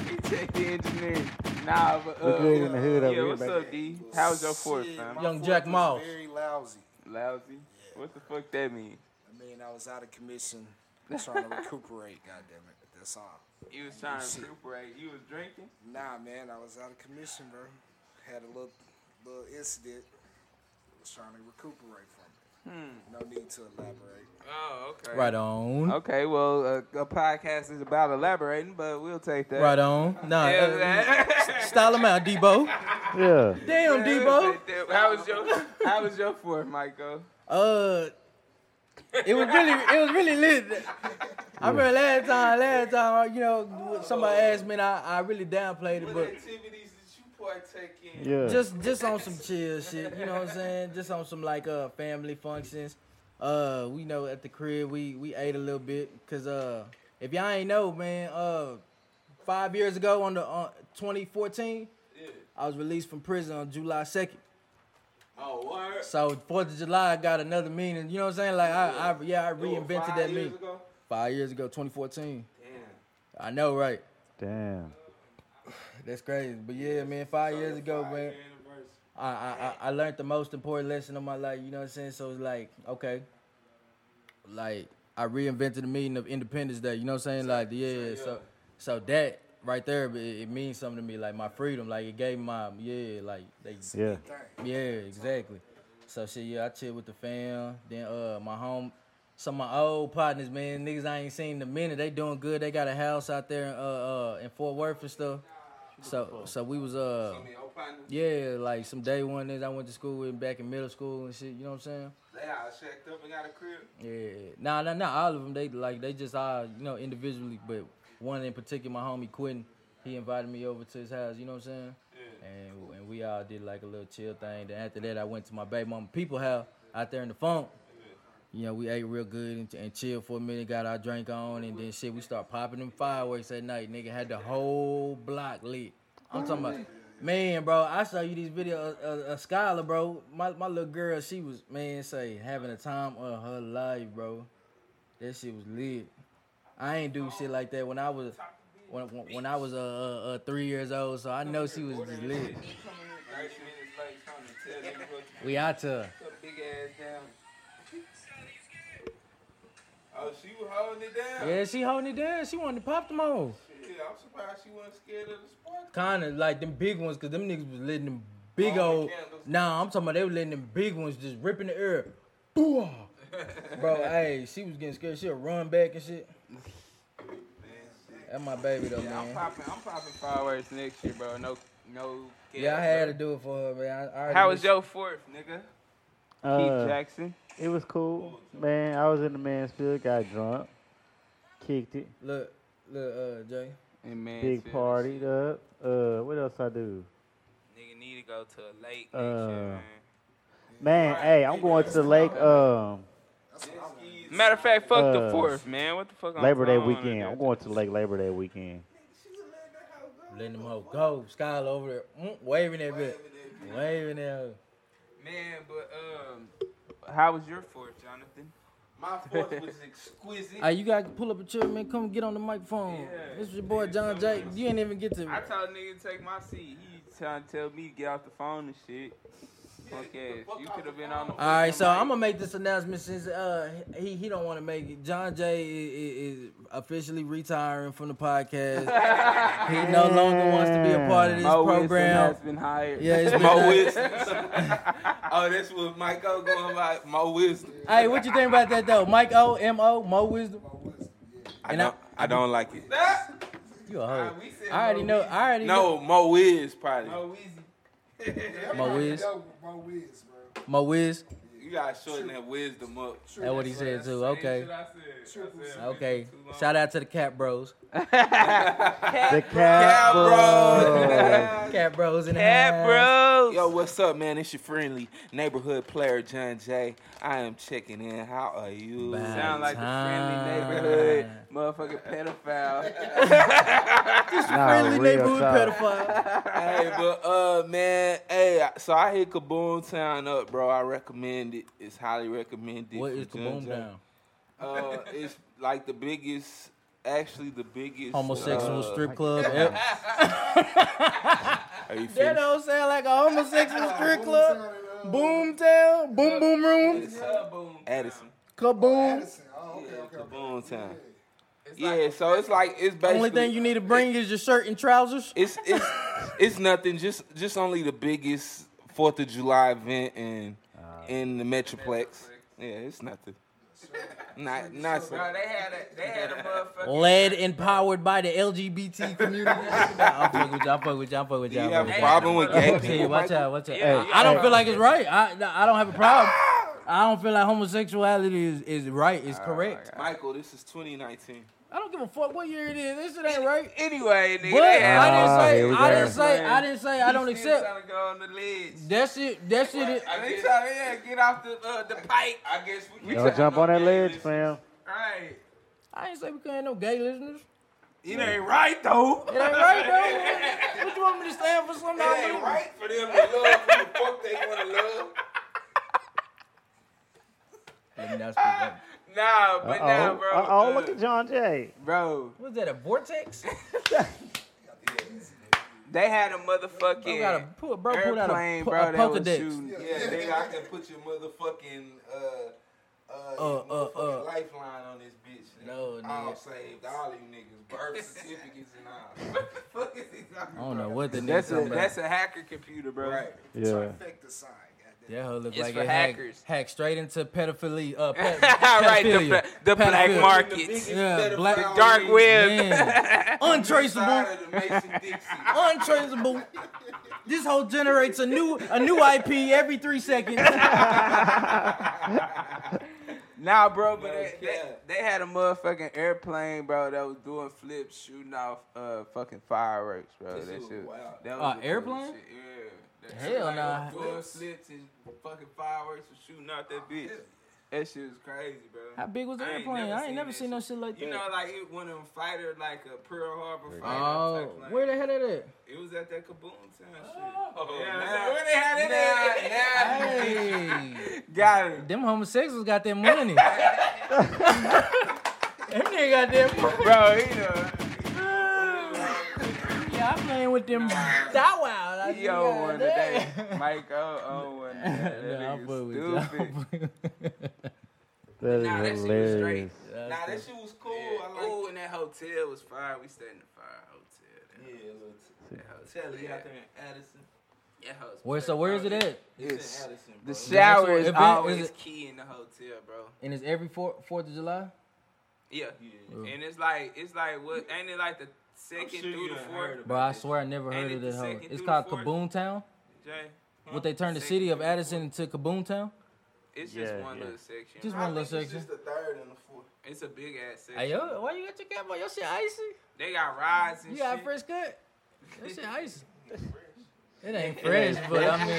Speaker 1: He checked the engineer. Nah, but
Speaker 5: We
Speaker 1: uh,
Speaker 5: good in the hood
Speaker 1: yeah,
Speaker 5: over here,
Speaker 1: what's
Speaker 5: baby.
Speaker 1: up, D? How was your fourth,
Speaker 6: Shit,
Speaker 1: man?
Speaker 6: my
Speaker 3: Young
Speaker 6: fourth
Speaker 3: Jack
Speaker 6: was
Speaker 3: Moss.
Speaker 6: Very lousy.
Speaker 1: Lousy. What the fuck that mean?
Speaker 6: I mean, I was out of commission, trying to recuperate. God damn it, that's all.
Speaker 1: You was trying to
Speaker 6: Shit.
Speaker 1: recuperate. You was drinking.
Speaker 6: Nah, man, I was out of commission, bro. Had a little little incident. Was trying to recuperate from it.
Speaker 2: Hmm.
Speaker 6: No need to elaborate.
Speaker 1: Oh, okay.
Speaker 3: Right on.
Speaker 1: Okay, well, uh, a podcast is about elaborating, but we'll take that.
Speaker 3: Right on. Nah.
Speaker 1: Yeah,
Speaker 3: Uh,
Speaker 1: that-
Speaker 3: style him out, Debo.
Speaker 5: Yeah.
Speaker 3: Damn, Debo.
Speaker 1: How was your How was your fourth, Michael?
Speaker 3: Uh, it was really, it was really lit. I remember last time, last time, you know, somebody asked me, and I, I really downplayed it, but
Speaker 1: activities did you partake in?
Speaker 5: Yeah.
Speaker 3: just, just on some chill shit, you know what I'm saying? Just on some like uh family functions. Uh, we know at the crib we we ate a little bit, cause uh, if y'all ain't know, man, uh, five years ago on the on 2014, I was released from prison on July 2nd.
Speaker 1: Oh, word.
Speaker 3: So Fourth of July got another meaning. You know what I'm saying? Like I, I yeah, I reinvented that meaning five years ago, 2014. I know, right?
Speaker 5: Damn.
Speaker 3: That's crazy. But yeah, man, five years ago, man, I, I I I learned the most important lesson of my life. You know what I'm saying? So it's like, okay, like I reinvented the meaning of Independence Day. You know what I'm saying? Like, yeah, so so that right there, it, it means something to me. Like my freedom, like it gave my yeah, like they
Speaker 5: Yeah.
Speaker 3: yeah, exactly. So shit, yeah, I chill with the fam. Then uh my home some of my old partners, man, niggas I ain't seen in a minute. They doing good. They got a house out there in, uh uh in Fort Worth and stuff. So so we was uh yeah, like some day one niggas I went to school with back in middle school and shit, you know what I'm saying?
Speaker 1: They all shacked up and got a crib.
Speaker 3: Yeah. Nah, nah, nah. All of them, they like they just all you know individually, but one in particular, my homie Quentin, he invited me over to his house. You know what I'm saying? And and we all did like a little chill thing. Then after that, I went to my baby mama people house out there in the funk. You know, we ate real good and, and chilled for a minute, got our drink on, and then shit, we start popping them fireworks at night. Nigga had the whole block lit. I'm talking about, man, bro, I saw you these videos. A uh, uh, scholar, bro, my, my little girl, she was, man, say, having a time of her life, bro. That shit was lit. I ain't do shit like that when I was. When, when, when I was uh, uh, uh three years old, so I know she was just
Speaker 1: Thirty
Speaker 3: lit.
Speaker 1: minutes late, trying to tell them what
Speaker 3: We out to her.
Speaker 1: to put big ass down. Oh, she was holding it down.
Speaker 3: Yeah, she holding it down. She wanted to pop them all.
Speaker 1: Yeah, I'm surprised she wasn't scared of the spark.
Speaker 3: kind of like them big ones because them niggas was letting them big
Speaker 1: All the
Speaker 3: old.
Speaker 1: candles.
Speaker 3: Nah, I'm talking about they were letting them big ones just ripping the air. Boom. Bro, hey, she was getting scared. She'll run back and shit. That's my baby though,
Speaker 1: Yeah, I'm
Speaker 3: man.
Speaker 1: popping. I'm popping fireworks next year, bro. No, no.
Speaker 3: Yeah, I
Speaker 1: gas,
Speaker 3: had
Speaker 1: bro.
Speaker 3: to do it for her, man. I, I already
Speaker 1: How
Speaker 3: knew
Speaker 1: was your fourth, nigga? Keith
Speaker 5: Uh,
Speaker 1: Jackson.
Speaker 5: it was cool. Man, I was in the Mansfield, got drunk, kicked it,
Speaker 3: she- Look, look, uh, Jay.
Speaker 1: And man,
Speaker 5: big partied up. Uh, what else I do?
Speaker 1: Nigga need to go to a lake
Speaker 5: Uh,
Speaker 1: next year,
Speaker 5: Man, hey, I'm going to the lake um
Speaker 1: man. Matter of fact, fuck the
Speaker 5: uh,
Speaker 1: fourth, man. What the fuck? I'm
Speaker 5: Labor Day
Speaker 1: throwing on
Speaker 5: weekend.
Speaker 1: there?
Speaker 5: I'm going to the lake Labor Day weekend.
Speaker 3: Letting them hoe go. Skylar over there mm, waving that bit. Waving that. hoe.
Speaker 1: Man, but um, how was your fourth, Jonathan?
Speaker 2: My fourth was exquisite.
Speaker 3: Hey, you got to pull up a chair, man. Come get on the microphone.
Speaker 1: Yeah.
Speaker 3: This is your boy John Jake. You ain't even get to.
Speaker 1: I told nigga to take my seat. He trying to tell me to get off the phone and shit. Fuck ass. You could have been on the.
Speaker 3: All right, so I'm gonna make this announcement since uh he he don't want to make it. John Jay is, is officially retiring from the podcast. he no longer wants to be a part of this
Speaker 1: Mo Winston
Speaker 3: program.
Speaker 1: has been hired.
Speaker 3: Yeah, it's been
Speaker 2: Mo
Speaker 3: uh,
Speaker 2: Wisdom. oh, that's what Mike O going by. Mo Wisdom.
Speaker 3: Hey, what you think about that though? Mike O, M O, Mo Wisdom.
Speaker 2: I
Speaker 3: And I-
Speaker 2: don't, I don't like it.
Speaker 3: You a hoe.
Speaker 1: Nah, we said
Speaker 3: I already
Speaker 1: Mo
Speaker 3: know.
Speaker 1: Wisdom.
Speaker 3: I already know.
Speaker 2: No, Mo Wiz probably.
Speaker 1: Mo Weezy.
Speaker 3: Mo Wiz.
Speaker 6: Mo Wiz, bro.
Speaker 3: Mo Wiz.
Speaker 2: You gotta shorten that wisdom up.
Speaker 3: That's what he said too. Okay. Okay.
Speaker 1: Too long.
Speaker 3: Shout out to the Cat Bros.
Speaker 5: The cat,
Speaker 2: bro.
Speaker 3: Cat Bros in the
Speaker 1: Cat
Speaker 3: house.
Speaker 1: bros.
Speaker 2: Yo, what's up, man? It's your friendly neighborhood player, John Jay. I am checking in. How are you?
Speaker 3: Bye.
Speaker 1: Sound like
Speaker 3: Time.
Speaker 1: the friendly neighborhood motherfucking pedophile.
Speaker 5: Nah,
Speaker 3: Friendly
Speaker 5: real
Speaker 3: neighborhood
Speaker 5: talk.
Speaker 3: pedophile.
Speaker 2: hey, but uh, man, hey, I- so I hit Kaboom Town up, bro. I recommend it. It's highly recommended.
Speaker 3: What
Speaker 2: from
Speaker 3: is the
Speaker 2: John
Speaker 3: boom
Speaker 2: Jay.
Speaker 3: down?
Speaker 2: Uh, it's like the biggest, actually the biggest
Speaker 3: Homosexual
Speaker 2: uh,
Speaker 3: strip club. eh, ever.
Speaker 2: Are you
Speaker 3: That
Speaker 2: finished?
Speaker 3: don't sound like a homosexual strip club. Boomtown, boom boom room,
Speaker 2: It's
Speaker 1: Boom.
Speaker 2: Addison.
Speaker 3: kaboom.
Speaker 6: Oh, okay, okay. okay.
Speaker 2: Kaboom Town. Yeah, so it's like it's basically
Speaker 3: Only thing you need to bring is your shirt and trousers.
Speaker 2: it's it's it's nothing. Just just only the biggest Fourth of July event in in the Uh, Metroplex. Yeah, it's nothing. Not not
Speaker 1: Bro,
Speaker 2: so.
Speaker 1: they had a they had a motherfucking
Speaker 3: Led and powered by the LGBT community. I'm fucking with y'all. I'm fucking with y'all. I'm fucking with
Speaker 2: Do you
Speaker 3: y'all.
Speaker 2: have
Speaker 3: I'm
Speaker 2: a
Speaker 3: fucking with y'all.
Speaker 2: problem with gay
Speaker 3: Hey,
Speaker 2: people?
Speaker 3: watch
Speaker 2: Michael?
Speaker 3: out, watch out.
Speaker 1: Yeah,
Speaker 3: I, I don't
Speaker 1: yeah.
Speaker 3: feel like it's right. I no, I don't have a problem. I don't feel like homosexuality is, is right. Is correct.
Speaker 2: Michael, this is 2019.
Speaker 3: I don't give a fuck what year it is. This shit ain't right.
Speaker 1: Anyway, nigga,
Speaker 3: But
Speaker 1: they had a-
Speaker 5: Ah,
Speaker 3: I
Speaker 5: here
Speaker 3: didn't
Speaker 5: we
Speaker 3: say. I
Speaker 5: go.
Speaker 3: didn't say. I didn't say. I don't
Speaker 1: He still
Speaker 3: accept.
Speaker 1: trying to go on the ledge.
Speaker 3: That shit. That shit. Is,
Speaker 1: I mean, trying to yeah, get off the uh, the pike.
Speaker 2: I guess we
Speaker 5: Y'all jump on that ledge, fam.
Speaker 1: Right.
Speaker 3: I ain't say we couldn't have no gay listeners.
Speaker 2: It ain't right though.
Speaker 3: It ain't right though. What you want me to stand for something? I believe?
Speaker 2: for them to love who the fuck they want to love.
Speaker 3: Let me not speak up.
Speaker 1: Nah, but nah,
Speaker 5: Uh
Speaker 1: bro.
Speaker 5: oh, look
Speaker 1: uh,
Speaker 5: at John Jay.
Speaker 1: bro.
Speaker 3: What's that? A vortex?
Speaker 1: They had a
Speaker 3: You
Speaker 1: motherfucking
Speaker 3: gotta put bro put out a,
Speaker 1: airplane,
Speaker 3: pu-
Speaker 1: bro.
Speaker 3: a
Speaker 1: that was
Speaker 3: Pokedex.
Speaker 1: shooting.
Speaker 2: Yeah, nigga, I can put your motherfucking uh uh,
Speaker 3: Uh,
Speaker 2: your
Speaker 3: uh,
Speaker 2: motherfucking
Speaker 3: uh.
Speaker 2: lifeline on this bitch.
Speaker 3: No,
Speaker 2: All
Speaker 3: nigga.
Speaker 2: saved, all you niggas, birth certificates and all.
Speaker 1: Fuck is he talking
Speaker 3: I don't know what the
Speaker 1: That's
Speaker 3: nigga
Speaker 1: a
Speaker 3: talking about.
Speaker 1: that's a hacker computer, bro.
Speaker 2: Right.
Speaker 5: Yeah.
Speaker 6: Perfect aside. goddamn.
Speaker 3: That hoe look
Speaker 1: It's
Speaker 3: like
Speaker 1: for
Speaker 3: it hacked,
Speaker 1: hackers.
Speaker 3: hacked straight into pedophilia. Uh, pe-
Speaker 1: right,
Speaker 3: pedophilia.
Speaker 1: the, the black
Speaker 3: Pedophilia.
Speaker 1: markets,
Speaker 3: Yeah,
Speaker 2: Pedophile
Speaker 3: black
Speaker 1: the dark web.
Speaker 3: Man. untraceable,
Speaker 2: Side of the Mason Dixon.
Speaker 3: untraceable. This hoe generates a new a new IP every three seconds.
Speaker 1: Nah, bro, but they, they,
Speaker 2: cap.
Speaker 1: they had a motherfucking airplane, bro, that was doing flips, shooting off uh fucking fireworks, bro.
Speaker 2: This
Speaker 1: that
Speaker 2: is
Speaker 1: shit.
Speaker 2: wild.
Speaker 1: That
Speaker 3: Uh,
Speaker 1: was the coolest
Speaker 3: airplane?
Speaker 1: shit, Yeah. That
Speaker 3: Hell
Speaker 1: shit, like,
Speaker 3: nah.
Speaker 1: was Doing flips and fucking fireworks and shooting out that bitch. That shit was crazy, bro.
Speaker 3: How big was the
Speaker 1: I ain't
Speaker 3: airplane?
Speaker 1: never
Speaker 3: I ain't
Speaker 1: seen
Speaker 3: never
Speaker 1: that
Speaker 3: seen no
Speaker 1: shit.
Speaker 3: shit like that.
Speaker 1: You know, like it one of them fighter, like a Pearl Harbor fighter.
Speaker 3: oh,
Speaker 1: type plane.
Speaker 3: where the hell that at?
Speaker 1: It was at that Kaboom Town shit.
Speaker 2: Oh,
Speaker 1: yeah,
Speaker 2: now-
Speaker 1: so where they had it at?
Speaker 3: Hey,
Speaker 1: Got it.
Speaker 3: them homosexuals got that money. them nigga got that money.
Speaker 1: Bro, you know.
Speaker 3: Yeah, I'm playing with them. That wild. I
Speaker 1: He on one today.
Speaker 3: that.
Speaker 1: Mike O on one today. That
Speaker 3: Nah, I'm fucking with
Speaker 1: nigga
Speaker 3: y'all.
Speaker 1: stupid.
Speaker 5: That is
Speaker 2: Nah, that shit was
Speaker 5: hilarious.
Speaker 2: Nah, that shit was cool. I like.
Speaker 3: Oh.
Speaker 1: Ooh, and that hotel was fire. We stayed in the fire hotel. That,
Speaker 2: Yeah, look.
Speaker 1: that hotel.
Speaker 2: Tell you
Speaker 1: yeah.
Speaker 2: out there in Addison.
Speaker 1: That hotel.
Speaker 3: Where? So where is it at?
Speaker 2: It's
Speaker 1: It's-
Speaker 2: in Addison,
Speaker 1: The
Speaker 2: bro.
Speaker 1: shower
Speaker 3: what
Speaker 1: is
Speaker 3: event is
Speaker 1: always
Speaker 3: it?
Speaker 1: key in the hotel, bro.
Speaker 3: And it's every four, Fourth of July.
Speaker 1: Yeah.
Speaker 2: Yeah.
Speaker 1: And it's like it's like what ain't it like the second
Speaker 2: I'm sure
Speaker 1: through
Speaker 2: you
Speaker 1: the
Speaker 2: done
Speaker 1: fourth?
Speaker 2: heard about
Speaker 3: Bro, I swear I never
Speaker 1: Ain't
Speaker 3: heard
Speaker 1: it
Speaker 3: of
Speaker 1: the
Speaker 3: that hoe.
Speaker 1: second
Speaker 3: It's
Speaker 1: through
Speaker 3: called
Speaker 1: the fourth?
Speaker 3: Kaboom Town.
Speaker 1: Jay. Huh?
Speaker 3: What they turned the
Speaker 1: Second
Speaker 3: city of
Speaker 1: through the
Speaker 3: Addison into Kaboom
Speaker 1: fourth.
Speaker 3: Town?
Speaker 1: It's just
Speaker 5: Yeah,
Speaker 1: one
Speaker 5: yeah.
Speaker 1: little section.
Speaker 3: Just
Speaker 1: bro.
Speaker 3: one little
Speaker 2: I think it's
Speaker 3: section.
Speaker 2: just the third and the fourth.
Speaker 1: It's a big ass section.
Speaker 3: Hey yo, why you got your cap on? Your shit icy.
Speaker 1: They got rides and
Speaker 3: You got
Speaker 1: shit.
Speaker 3: fresh cut. Your shit icy. It ain't fresh, but I mean,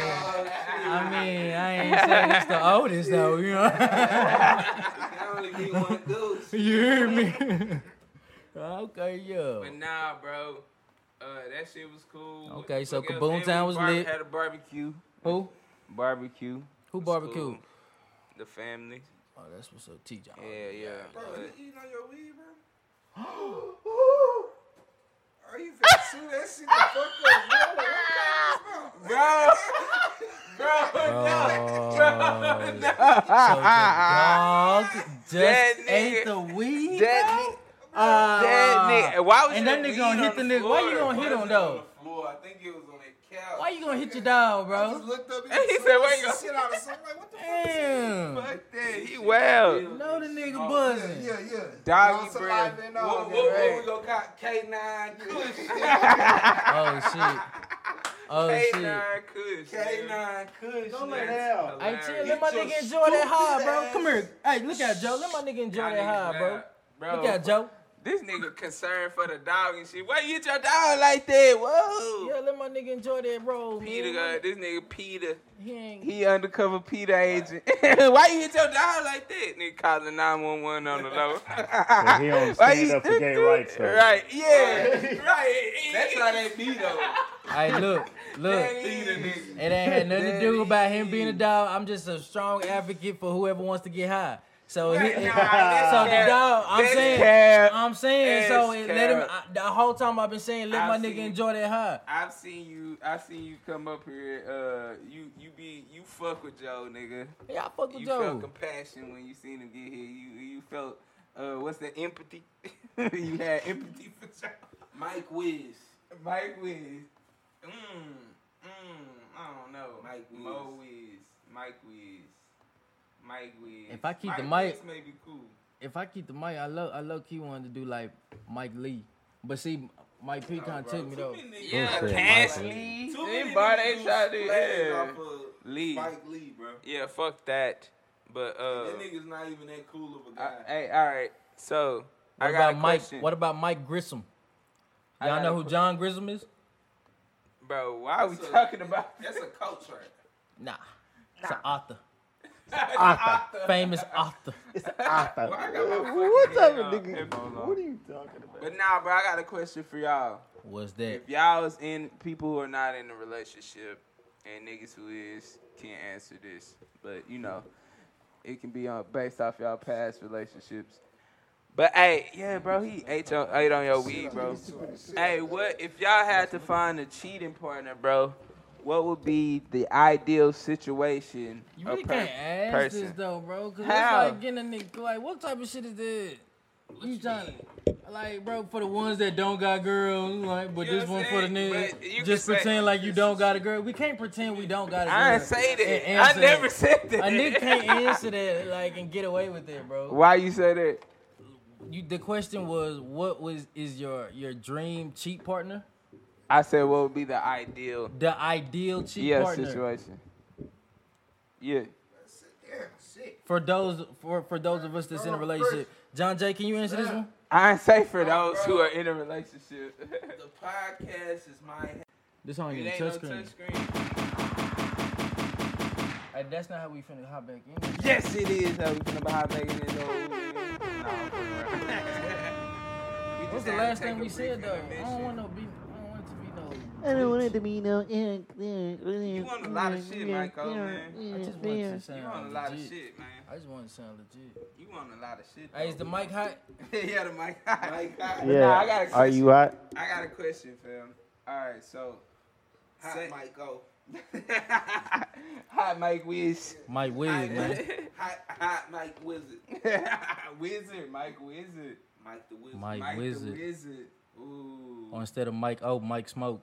Speaker 3: I mean, I ain't saying it's the oldest though. You know.
Speaker 2: I only need one dude.
Speaker 3: you hear me? okay, yo.
Speaker 1: But nah, bro. Uh, that shit was cool. What
Speaker 3: Okay,
Speaker 1: the
Speaker 3: so
Speaker 1: fuck else?
Speaker 3: Kaboom
Speaker 1: And we
Speaker 3: Town was
Speaker 1: barbe-
Speaker 3: lit.
Speaker 1: Had a barbecue.
Speaker 3: Who?
Speaker 1: Barbecue.
Speaker 3: Who
Speaker 1: was
Speaker 3: barbecued?
Speaker 1: cool. The family.
Speaker 3: Oh, that's what's up, T. John.
Speaker 2: Yeah, yeah.
Speaker 7: Bro,
Speaker 2: but-
Speaker 7: you eating on your weed, bro? Are you finna sue that shit the fuck up, bro? Like, what the
Speaker 2: Bro, bro,
Speaker 3: dog just
Speaker 2: That nigga-
Speaker 3: ate the weed.
Speaker 2: that nigga.
Speaker 3: bro? Uh,
Speaker 2: that nigga- why was
Speaker 3: Ah. and
Speaker 2: your
Speaker 3: that nigga
Speaker 2: weed
Speaker 3: gonna
Speaker 2: on
Speaker 3: hit the
Speaker 2: the
Speaker 3: nigga. Why you
Speaker 2: floor?
Speaker 3: gonna hit him though?
Speaker 1: Floor, I think it was on that couch.
Speaker 3: Why you gonna hit your dog,
Speaker 7: I just
Speaker 3: bro?
Speaker 7: looked up
Speaker 2: And he
Speaker 7: sue
Speaker 2: said,
Speaker 7: that
Speaker 2: "Where you go?"
Speaker 7: shit out of something. Like, what the fuck?
Speaker 3: Damn. No,
Speaker 2: Fuck that, he wild.
Speaker 3: the
Speaker 2: Oh,
Speaker 3: nigga buzzing.
Speaker 7: Yeah, yeah.
Speaker 2: Doggy
Speaker 7: Lots of
Speaker 2: breath.
Speaker 7: life and all
Speaker 1: What, what,
Speaker 7: that,
Speaker 1: what
Speaker 7: right?
Speaker 1: we gonna call K9 Kush?
Speaker 3: Oh shit. Oh
Speaker 2: Hey,
Speaker 3: shit.
Speaker 2: nine Kush.
Speaker 1: K9 Kush.
Speaker 5: Don't let
Speaker 1: man.
Speaker 5: hell.
Speaker 2: Hey,
Speaker 3: Hey,
Speaker 2: chill,
Speaker 3: chill.
Speaker 2: let
Speaker 3: Let my nigga enjoy that high, bro. Come here. Hey, look at Joe. Let my nigga enjoy
Speaker 2: Y'all
Speaker 3: that
Speaker 2: niggas
Speaker 3: high, bro.
Speaker 2: wild. Bro,
Speaker 3: Look at Joe.
Speaker 2: this nigga concerned for the dog and shit. Why you hit your dog like that? Whoa.
Speaker 3: Yeah, let my nigga enjoy that roll,
Speaker 2: Peter,
Speaker 3: man.
Speaker 2: got this nigga Peter,
Speaker 3: He ain't.
Speaker 2: he undercover Peter agent. Why you hit your dog like that? Nigga calling 911 on the low.
Speaker 5: But he don't
Speaker 2: Why
Speaker 5: stand
Speaker 2: you
Speaker 5: up for gay rights. though.
Speaker 2: Right, yeah, right.
Speaker 1: That's how they be though.
Speaker 3: Hey, look, look.
Speaker 1: Peter nigga.
Speaker 3: It ain't had nothing to do about him being a dog. I'm just a strong advocate for whoever wants to get high. So, he, so the dog, I'm
Speaker 2: That's
Speaker 3: saying,
Speaker 2: cap.
Speaker 3: I'm saying, so
Speaker 2: That's
Speaker 3: it let him. I,
Speaker 2: cap.
Speaker 3: the whole time I've been saying, let
Speaker 2: I've
Speaker 3: my nigga
Speaker 2: seen-
Speaker 3: enjoy that high.
Speaker 2: I've seen you. I've seen you come up here. Uh, you you be you fuck with Joe, nigga.
Speaker 3: Yeah, I fuck with
Speaker 2: You
Speaker 3: Joe.
Speaker 2: felt compassion when you seen him get here. You you felt uh, what's that empathy? you had empathy for Joe.
Speaker 1: Mike Wiz.
Speaker 2: Mike Wiz. Mmm. Mmm. I don't know.
Speaker 1: Mike Wiz.
Speaker 2: Mo Wiz. Mike Wiz. Mike Wiz.
Speaker 3: If I keep the
Speaker 2: Mike
Speaker 3: mic-
Speaker 2: Wiz may be cool.
Speaker 3: if I keep the mic, I love, I love. Key wanted to do like Mike Lee, but see, Mike Pecan took me though.
Speaker 2: Yeah,
Speaker 5: said
Speaker 2: Cass
Speaker 5: Mike
Speaker 2: Lee.
Speaker 1: Too many
Speaker 2: Anybody
Speaker 1: niggas
Speaker 2: try to
Speaker 1: do splays
Speaker 2: yeah.
Speaker 1: off of
Speaker 2: Lee.
Speaker 1: Mike Lee, bro.
Speaker 2: Yeah, fuck that. But uh,
Speaker 1: That nigga's not even that cool of a
Speaker 2: I,
Speaker 1: guy.
Speaker 2: hey, all right. So
Speaker 3: What
Speaker 2: I got
Speaker 3: about
Speaker 2: a
Speaker 3: Mike?
Speaker 2: question.
Speaker 3: What about Mike Grissom?
Speaker 2: I
Speaker 3: Y'all
Speaker 2: got a
Speaker 3: know who
Speaker 2: que-
Speaker 3: John Grissom is?
Speaker 2: bro? Why are we
Speaker 1: That's a-
Speaker 2: talking about?
Speaker 1: That's a coach right.
Speaker 3: Nah, it's an author,
Speaker 5: Arthur.
Speaker 3: famous author.
Speaker 5: Arthur.
Speaker 2: I got my fucking
Speaker 5: What type
Speaker 2: head
Speaker 5: of
Speaker 2: on.
Speaker 5: nigga? What are you talking about?
Speaker 2: But nah, bro. I got a question for y'all.
Speaker 3: What's that?
Speaker 2: If y'all is in people who are not in a relationship, and niggas who is can't answer this, but you know, it can be on based off y'all past relationships. But hey, yeah, bro, he ate on ate on your weed, bro. Hey, what if y'all had to find a cheating partner, bro? What would be the ideal situation?
Speaker 3: You
Speaker 2: a
Speaker 3: really
Speaker 2: per-
Speaker 3: can't ask
Speaker 2: person?
Speaker 3: this though, bro. Cause
Speaker 2: How?
Speaker 3: it's like getting a nigga. Like, what type of shit is that? you trying to, like, bro? For the ones that don't got girls, like, but
Speaker 2: You
Speaker 3: this
Speaker 2: know
Speaker 3: one
Speaker 2: what
Speaker 3: for the
Speaker 2: I'm saying? But you
Speaker 3: nigga.
Speaker 2: can
Speaker 3: Just
Speaker 2: say-
Speaker 3: pretend like you don't got a girl. We can't pretend we don't got a girl.
Speaker 2: I didn't say
Speaker 3: and
Speaker 2: that.
Speaker 3: answer
Speaker 2: I never said that.
Speaker 3: A nigga can't answer that, like, and get away with it, bro.
Speaker 2: Why you say that?
Speaker 3: You, the question was, what was is your your dream cheat partner?
Speaker 2: I said what would be the ideal
Speaker 3: The ideal cheat
Speaker 2: yeah
Speaker 3: partner
Speaker 2: situation? Yeah.
Speaker 3: for those for for those of us that's in a relationship. John Jay, can you answer this one?
Speaker 2: I ain't say for those who are in a relationship.
Speaker 1: The podcast is my.
Speaker 3: This one
Speaker 2: it
Speaker 3: ain't
Speaker 2: ain't
Speaker 3: even
Speaker 2: no
Speaker 3: touch screen.
Speaker 2: touchscreen.
Speaker 3: Hey, that's not how we finna hop back in.
Speaker 2: Yes, it is. How we finna buy bacon and old. Nah, we
Speaker 3: What's
Speaker 2: just
Speaker 3: the
Speaker 2: had to
Speaker 3: last
Speaker 2: take a
Speaker 3: thing we
Speaker 2: brief
Speaker 3: said though? I don't
Speaker 2: intermission.
Speaker 3: want no be. I don't want it to be no.
Speaker 5: I don't want it to be no. You
Speaker 2: You want a lot of shit, Michael, man.
Speaker 3: I just want it to sound
Speaker 2: You want a lot of
Speaker 3: legit.
Speaker 2: shit, man.
Speaker 3: I just want it to sound legit.
Speaker 2: You want a lot of shit.
Speaker 3: Hey, is the
Speaker 2: though.
Speaker 3: mic hot?
Speaker 2: yeah, the mic. Mike hot.
Speaker 5: Yeah.
Speaker 2: Nah, I got a
Speaker 5: Are
Speaker 2: question.
Speaker 5: you hot?
Speaker 2: I got a question, fam. All right, so
Speaker 1: Hot
Speaker 2: Say-
Speaker 1: Mike Go.
Speaker 2: hot Mike Wiz.
Speaker 3: Mike Wiz, man.
Speaker 1: Hot, hot Mike Wizard.
Speaker 2: Wizard, Mike Wizard.
Speaker 1: Mike the Wizard.
Speaker 3: Mike,
Speaker 2: Mike the
Speaker 3: Wizard.
Speaker 2: Wizard. Ooh.
Speaker 3: Or instead of Mike O, Mike Smoke.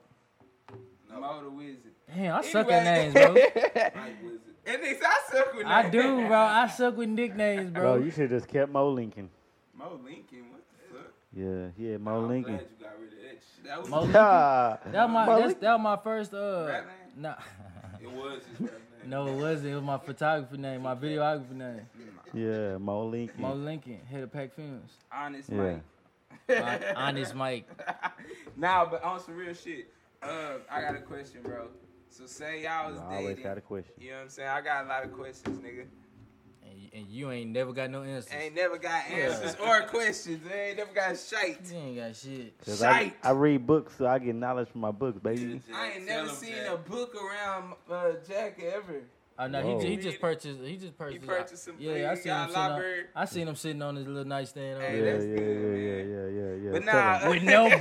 Speaker 2: Mo the Wizard.
Speaker 3: Damn, I suck at
Speaker 2: Anyway.
Speaker 3: names, bro.
Speaker 1: Mike Wizard.
Speaker 2: And they I suck with
Speaker 3: I
Speaker 2: that.
Speaker 3: do, bro. I suck with nicknames,
Speaker 5: Bro,
Speaker 3: bro.
Speaker 5: you should just kept Mo Lincoln.
Speaker 2: Mo Lincoln, what the fuck?
Speaker 5: Yeah, yeah, Mo
Speaker 1: I'm
Speaker 5: Lincoln.
Speaker 1: glad you got rid of that shit. That was,
Speaker 3: Mo-
Speaker 5: Ah,
Speaker 3: That was my
Speaker 5: Mo
Speaker 3: that's,
Speaker 5: Lincoln.
Speaker 3: that was my first uh.
Speaker 2: Rap name?
Speaker 3: Nah,
Speaker 1: it was his rap name.
Speaker 3: no, it wasn't. It was my photography name, my videography name.
Speaker 5: Yeah, Mo Lincoln.
Speaker 3: Mo Lincoln, head of Pack Films.
Speaker 2: Honest
Speaker 5: Yeah.
Speaker 2: Mike.
Speaker 3: Hon- Honest Mike.
Speaker 2: Now, but on some real shit. Uh, I got a question, bro. So say y'all was
Speaker 5: I always
Speaker 2: dating.
Speaker 5: got a question.
Speaker 2: You know what I'm saying? I got a lot of questions, nigga.
Speaker 3: And you, and you ain't never got no answers.
Speaker 2: Ain't never got answers or questions. Ain't never got shite.
Speaker 3: You ain't got shit.
Speaker 5: 'Cause I,
Speaker 2: Shite.
Speaker 5: I read books, so I get knowledge from my books, baby.
Speaker 2: I ain't
Speaker 1: Tell
Speaker 2: never
Speaker 1: him,
Speaker 2: seen
Speaker 1: Jack.
Speaker 2: a book around uh, Jack ever.
Speaker 3: Oh no, he, he
Speaker 5: Whoa.
Speaker 3: just purchased. He just purchased.
Speaker 2: purchased some
Speaker 3: Yeah, I
Speaker 2: food,
Speaker 3: seen
Speaker 2: got
Speaker 3: him sitting. On,
Speaker 2: library.
Speaker 3: I seen him sitting on his little nightstand. over
Speaker 2: Hey,
Speaker 5: yeah,
Speaker 3: there.
Speaker 5: yeah,
Speaker 2: that's good,
Speaker 5: yeah,
Speaker 2: man.
Speaker 5: yeah, yeah, yeah.
Speaker 2: But
Speaker 5: Tell 'em.
Speaker 2: nah,
Speaker 3: with no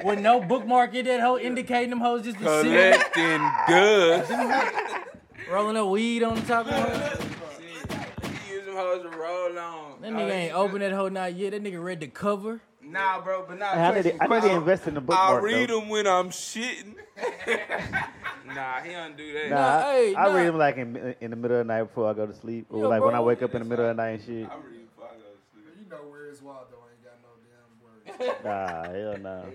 Speaker 3: book, with no bookmark in that hole, indicating them hoes just to sit,
Speaker 1: Collecting dust.
Speaker 3: rolling a weed on the top of it.
Speaker 2: you use them hoes to roll on.
Speaker 3: That
Speaker 2: Oh,
Speaker 3: nigga ain't
Speaker 2: you-
Speaker 3: open that whole night yet. That nigga read the cover.
Speaker 2: Nah, bro, but nah.
Speaker 5: I need
Speaker 2: question,
Speaker 5: to, I need to
Speaker 2: question.
Speaker 5: invest in the
Speaker 1: I
Speaker 5: bookmark.
Speaker 1: read
Speaker 5: though.
Speaker 1: them when I'm shitting.
Speaker 2: Nah, he don't do that.
Speaker 5: Nah,
Speaker 3: Nah,
Speaker 5: I,
Speaker 3: hey,
Speaker 5: I read
Speaker 3: nah.
Speaker 5: them like in, in the middle of the night before I go to sleep, or
Speaker 3: Yeah,
Speaker 5: like when I
Speaker 3: bro.
Speaker 5: wake up in the middle of the night and shit.
Speaker 7: You know where is Waldo ain't got no damn words.
Speaker 5: Nah, hell no.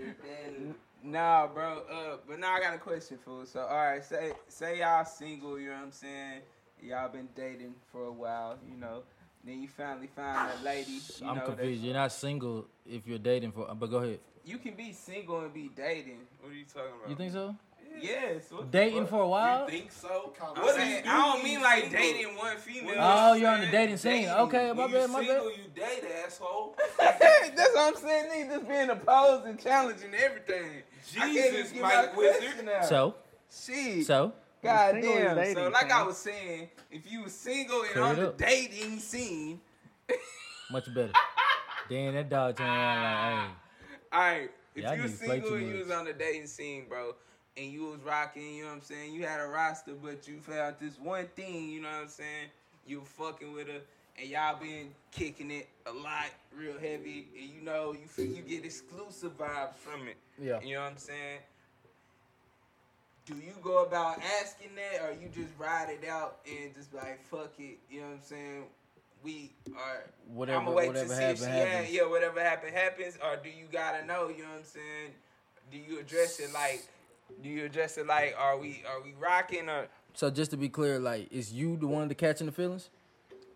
Speaker 2: Nah, bro. Uh, but now I got a question, fool. So, all right, say say y'all single. You know what I'm saying? Y'all been dating for a while. You know. Then you finally find a lady. You
Speaker 3: I'm
Speaker 2: know, that-
Speaker 3: confused. You're not single if you're dating for. But go ahead.
Speaker 2: you can be single and be dating.
Speaker 1: What are you talking about?
Speaker 3: You think so?
Speaker 2: Yes. what the
Speaker 3: Dating
Speaker 2: fuck?
Speaker 3: for a while.
Speaker 1: think so?
Speaker 2: What
Speaker 7: What
Speaker 2: do
Speaker 7: is
Speaker 2: you-
Speaker 1: Saying,
Speaker 2: I don't mean like dating one female.
Speaker 3: Oh, you're on the dating scene. Okay, my
Speaker 1: When you
Speaker 3: bad, my bad.
Speaker 1: single, you date, asshole.
Speaker 2: That's what I'm saying. Niggas just being opposed and challenging everything. I can't even
Speaker 1: Jesus,
Speaker 2: get
Speaker 1: Mike
Speaker 2: my
Speaker 1: Wizard.
Speaker 2: question out.
Speaker 3: So,
Speaker 2: Shit.
Speaker 3: so
Speaker 2: God
Speaker 5: Single is
Speaker 2: damn. so
Speaker 5: dating,
Speaker 2: like I
Speaker 5: fam.
Speaker 2: was saying, if you was single and
Speaker 3: Clear
Speaker 2: on
Speaker 3: it
Speaker 2: the
Speaker 3: up.
Speaker 2: dating scene,
Speaker 3: much better. Damn, that dog turned around like, hey.
Speaker 2: alright, if
Speaker 3: Y'all
Speaker 2: you was
Speaker 3: niggas play
Speaker 2: single
Speaker 3: too
Speaker 2: and you
Speaker 3: much.
Speaker 2: was on the dating scene, bro, and you was rocking, you know what I'm saying? You had a roster, but you found this one thing, you know what I'm saying? You fucking with her and y'all been kicking it a lot, real heavy, and you know, you feel you get exclusive vibes from it.
Speaker 3: Yeah.
Speaker 2: You know what I'm saying? Do you go about asking that, or you just ride it out and just be like fuck it? You know what I'm saying? We are
Speaker 3: Whatever-
Speaker 2: I'ma wait
Speaker 3: whatever
Speaker 2: to see if
Speaker 3: happen,
Speaker 2: she
Speaker 3: happens.
Speaker 2: Had, yeah, whatever happen happens. Or do you gotta know? You know what I'm saying? Do you address it like? Do you address it like? Are we are we rocking or?
Speaker 3: So just to be clear, like, is you the one that catching the feelings?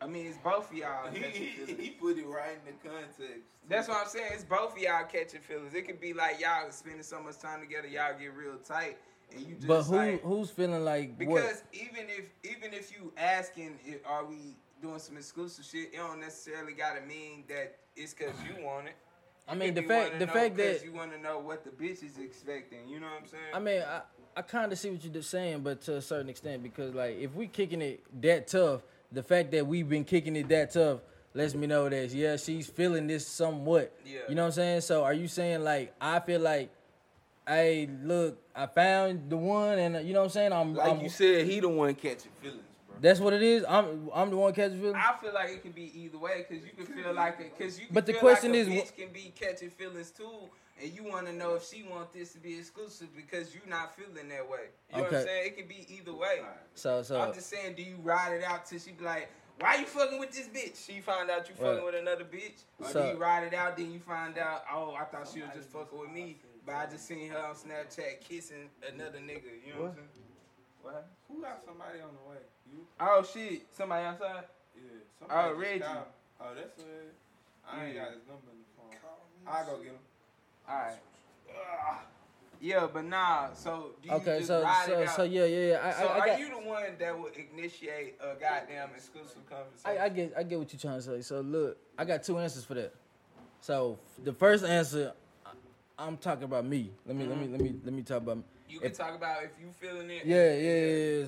Speaker 2: I mean, it's both of y'all.
Speaker 1: He,
Speaker 2: catching
Speaker 1: he,
Speaker 2: feelings.
Speaker 1: he put it right in the context.
Speaker 2: That's what I'm saying. It's both of y'all catching feelings. It could be like y'all spending so much time together, y'all get real tight, and you just
Speaker 3: But who
Speaker 2: like,
Speaker 3: who's feeling like
Speaker 2: Because
Speaker 3: what?
Speaker 2: even if even if you asking, if, are we doing some exclusive shit? It don't necessarily gotta mean that it's cause you want it.
Speaker 3: I mean,
Speaker 2: If
Speaker 3: the
Speaker 2: you
Speaker 3: fact
Speaker 2: wanna
Speaker 3: the
Speaker 2: know
Speaker 3: fact
Speaker 2: 'cause
Speaker 3: that
Speaker 2: you want to know what the bitch is expecting. You know what I'm saying?
Speaker 3: I mean, I, I kind of see what you're saying, but to a certain extent, because like if we kicking it that tough, the fact that we've been kicking it that tough lets me know that yeah, she's feeling this somewhat.
Speaker 2: Yeah.
Speaker 3: You know what I'm saying? So are you saying like I feel like, hey, look, I found the one, and you know what I'm saying? I'm,
Speaker 1: Like
Speaker 3: I'm-
Speaker 1: you said, he the one catching feelings, bro.
Speaker 3: that's what it is. I'm I'm the one catching feelings.
Speaker 2: I feel like it can be either way because you can feel like it. Because you. Can
Speaker 3: But the
Speaker 2: feel
Speaker 3: question
Speaker 2: like
Speaker 3: is,
Speaker 2: a
Speaker 3: wh-
Speaker 2: bitch can be catching feelings too, and you want to know if she want this to be exclusive because you not feeling that way. You know what I'm
Speaker 3: Okay.
Speaker 2: saying? It can be either way.
Speaker 3: So so
Speaker 2: I'm just saying, do you ride it out till she be like, why you fucking with this bitch? She find out you fucking
Speaker 3: Right.
Speaker 2: with another bitch, or
Speaker 3: So-
Speaker 2: do you ride it out? Then you find out, oh, I thought she was just fucking with me, but I just seen her on Snapchat kissing another nigga. You know what, I'm saying? What? happened?
Speaker 1: Who got somebody on the way? You?
Speaker 2: Oh shit! Somebody outside.
Speaker 1: Yeah.
Speaker 2: Oh,
Speaker 1: just
Speaker 2: Reggie.
Speaker 1: dialed. Oh, that's it. I ain't
Speaker 2: Yeah.
Speaker 1: got his number in the phone. I'll go get him.
Speaker 2: All right. Yeah, but nah. So do you
Speaker 3: okay,
Speaker 2: just
Speaker 3: so
Speaker 2: ride
Speaker 3: so
Speaker 2: it out?
Speaker 3: so yeah yeah yeah. I,
Speaker 2: So
Speaker 3: I, I
Speaker 2: are
Speaker 3: got,
Speaker 2: you the one that will initiate a goddamn exclusive conversation?
Speaker 3: I, I get I get what you're trying to say. So look, I got two answers for that. So f- the first answer, I- I'm talking about me. Let me let me let me let me talk about me.
Speaker 2: you can
Speaker 3: If-
Speaker 2: talk about if you feeling it.
Speaker 3: Yeah, yeah, yeah. yeah,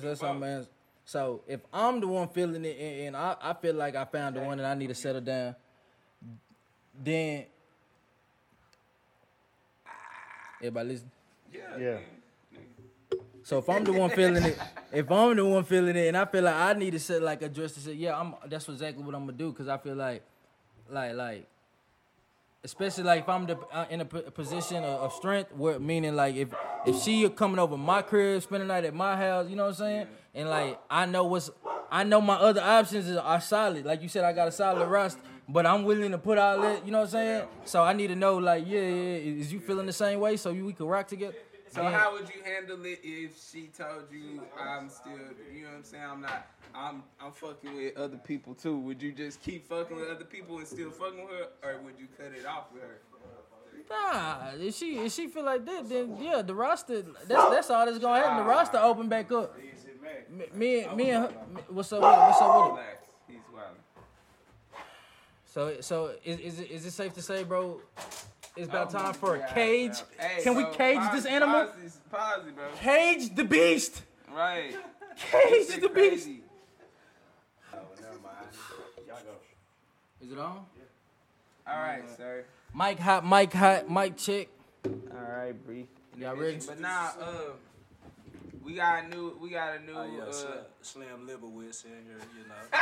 Speaker 2: do
Speaker 3: That's how I'm
Speaker 2: both.
Speaker 3: answering. So if I'm the one feeling it, and, and I, I feel like I found the one that I need to settle down, then everybody listen.
Speaker 5: Yeah.
Speaker 3: So if I'm the one feeling it, if I'm the one feeling it, and I feel like I need to set like address to say, yeah, I'm. That's exactly what I'm gonna do because I feel like, like, like, especially like if I'm the, uh, in a p- position of, of strength, where meaning like if if she coming over my crib, spending the night at my house, you know what I'm saying? And like I know what's, I know my other options is, are solid. Like you said, I got a solid roster, but I'm willing to put all that. You know what I'm saying? So I need to know like, yeah, yeah, yeah, is you feeling the same way? So you, we can rock together.
Speaker 2: So
Speaker 3: Then-
Speaker 2: how would you handle it if she told you I'm still, you know what I'm saying? I'm not, I'm, I'm fucking with other people too. Would you just keep fucking with other people and still fucking with her, or would you cut it off with her?
Speaker 3: Nah, if she if she feel like that, then yeah, the roster that's that's all that's gonna happen. The roster open back up. Me, me, and- me and her, me- what's up? With it? What's up with it?
Speaker 2: Relax, he's wild.
Speaker 3: So so is is it, is it safe to say, bro? It's about
Speaker 2: Oh my
Speaker 3: time for a
Speaker 2: God,
Speaker 3: cage.
Speaker 2: bro. Hey,
Speaker 3: Can we
Speaker 2: bro,
Speaker 3: cage
Speaker 2: pause-
Speaker 3: this animal?
Speaker 2: Pause, this, pause it, bro.
Speaker 3: Cage the beast.
Speaker 2: Right.
Speaker 3: Cage
Speaker 2: Shit
Speaker 3: the beast.
Speaker 2: crazy.
Speaker 3: Is it on?
Speaker 2: All right, sir.
Speaker 3: Mike hot, Mike hot, Mike check.
Speaker 8: All right, Bree.
Speaker 3: Y'all ready?
Speaker 2: But nah, uh, we got a new, we got a new.
Speaker 4: Oh, yeah,
Speaker 2: uh,
Speaker 4: Sl- Slim Libowitz in here, you know.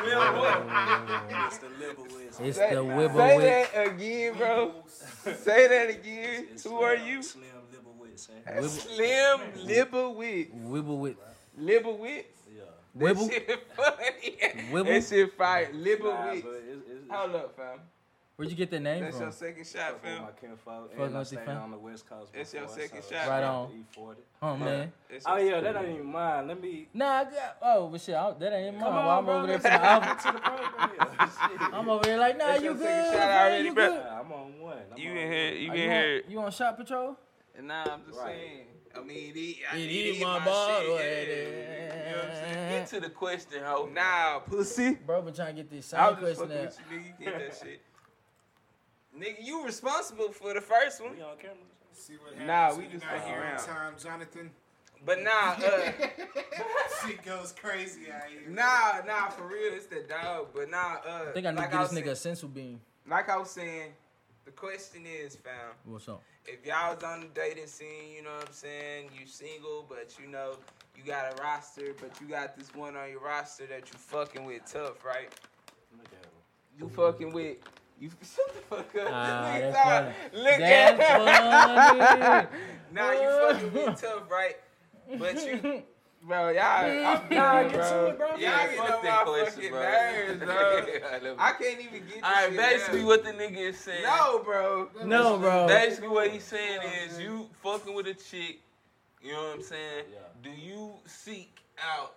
Speaker 4: Slim Libowitz. Mr. Libowitz.
Speaker 3: It's the
Speaker 2: say
Speaker 3: Wibble Wick.
Speaker 2: that again, bro. say that again.
Speaker 4: It's
Speaker 2: Who are
Speaker 4: Slim-
Speaker 2: you?
Speaker 4: Slim Libowitz in here.
Speaker 2: Slim Libowitz.
Speaker 3: Wibble Wick.
Speaker 2: Libowitz.
Speaker 4: Yeah.
Speaker 2: That
Speaker 3: Wibble?
Speaker 2: shit funny.
Speaker 3: Wibble?
Speaker 2: That shit fire.
Speaker 4: Nah,
Speaker 2: Libowitz.
Speaker 4: but it's- it's- it's-
Speaker 2: Hold up, fam.
Speaker 3: Where'd you get that name
Speaker 2: That's your
Speaker 3: from?
Speaker 2: second shot,
Speaker 4: with
Speaker 2: fam.
Speaker 4: my kinfolk,
Speaker 3: Fuck
Speaker 4: and I
Speaker 3: with you,
Speaker 4: stayed
Speaker 3: fam.
Speaker 4: on the West Coast.
Speaker 2: It's your
Speaker 4: before,
Speaker 2: second
Speaker 4: so
Speaker 2: shot,
Speaker 3: Right
Speaker 4: I
Speaker 3: on.
Speaker 4: got the E40.
Speaker 3: Oh man.
Speaker 2: That's
Speaker 4: Oh
Speaker 2: your-
Speaker 4: yeah, that ain't even mine. Let me
Speaker 3: Nah, I got, oh but shit, I, that ain't mine.
Speaker 4: come
Speaker 3: Well,
Speaker 4: on,
Speaker 3: I'm
Speaker 4: bro.
Speaker 3: over there
Speaker 4: Let's
Speaker 3: to the
Speaker 4: get
Speaker 3: album.
Speaker 4: to the
Speaker 2: Oh,
Speaker 4: program. Shit.
Speaker 3: I'm over there like, nah,
Speaker 2: That's
Speaker 3: you
Speaker 2: your
Speaker 3: good?
Speaker 2: second shot
Speaker 3: man,
Speaker 2: already,
Speaker 3: you
Speaker 2: bro.
Speaker 3: good?
Speaker 4: I'm on one. I'm
Speaker 2: You
Speaker 4: on
Speaker 2: in here? You
Speaker 3: Are
Speaker 2: in
Speaker 3: you,
Speaker 2: here?
Speaker 3: on, you on shot patrol?
Speaker 2: Nah, I'm just
Speaker 4: Right.
Speaker 2: saying. I mean, it, eat- I
Speaker 3: It
Speaker 2: need
Speaker 3: eat
Speaker 2: to eat
Speaker 3: my
Speaker 2: shit,
Speaker 3: bottle,
Speaker 2: yeah.
Speaker 3: it
Speaker 2: You know what I'm saying?
Speaker 3: eat.
Speaker 2: Get to the question, ho. Nah, pussy.
Speaker 3: Bro, been trying to get this
Speaker 2: I
Speaker 3: same
Speaker 2: was just
Speaker 3: question
Speaker 2: fucking with
Speaker 3: out.
Speaker 2: you, nigga. You get that shit. Nigga, you responsible for the first one.
Speaker 4: We on camera.
Speaker 7: See what happens.
Speaker 2: Nah, we
Speaker 7: when
Speaker 2: just
Speaker 7: you're not
Speaker 2: fucking
Speaker 7: here on
Speaker 2: around.
Speaker 7: Time, Jonathan.
Speaker 2: But nah, uh,
Speaker 7: Shit goes crazy out here.
Speaker 2: nah, nah, for real, it's the dog. But nah, uh,
Speaker 3: I think I need
Speaker 2: like
Speaker 3: to
Speaker 2: I
Speaker 3: get
Speaker 2: was
Speaker 3: this nigga a
Speaker 2: saying-
Speaker 3: sensu bean.
Speaker 2: like I was saying, the question is, fam.
Speaker 3: What's up?
Speaker 2: if y'all was on the dating scene, you know what I'm saying? You single, but you know, you got a roster, but you got this one on your roster that you fucking with tough, right?
Speaker 4: Look at him.
Speaker 2: You fucking with you shut the fuck up.
Speaker 3: Ah,
Speaker 2: Nigga,
Speaker 3: that's
Speaker 2: stop.
Speaker 3: funny.
Speaker 2: Look
Speaker 3: That's
Speaker 2: at
Speaker 3: funny.
Speaker 2: Nah, you fucking with tough, right? But you Bro, y'all, I'm
Speaker 3: Nah,
Speaker 2: done,
Speaker 3: get
Speaker 2: bro.
Speaker 3: to it, bro.
Speaker 2: Y'all
Speaker 3: Yeah,
Speaker 2: get
Speaker 1: fuck
Speaker 2: on
Speaker 1: that
Speaker 2: my
Speaker 1: question,
Speaker 2: fucking
Speaker 1: bro.
Speaker 2: nerves, bro. I
Speaker 1: All
Speaker 2: can't even get this
Speaker 1: right,
Speaker 2: shit
Speaker 1: basically
Speaker 2: done.
Speaker 1: what the nigga is saying.
Speaker 2: No, bro.
Speaker 3: No, bro.
Speaker 1: Basically, what he's saying is you fucking with a chick. You know what I'm saying?
Speaker 4: Yeah.
Speaker 1: Do you seek out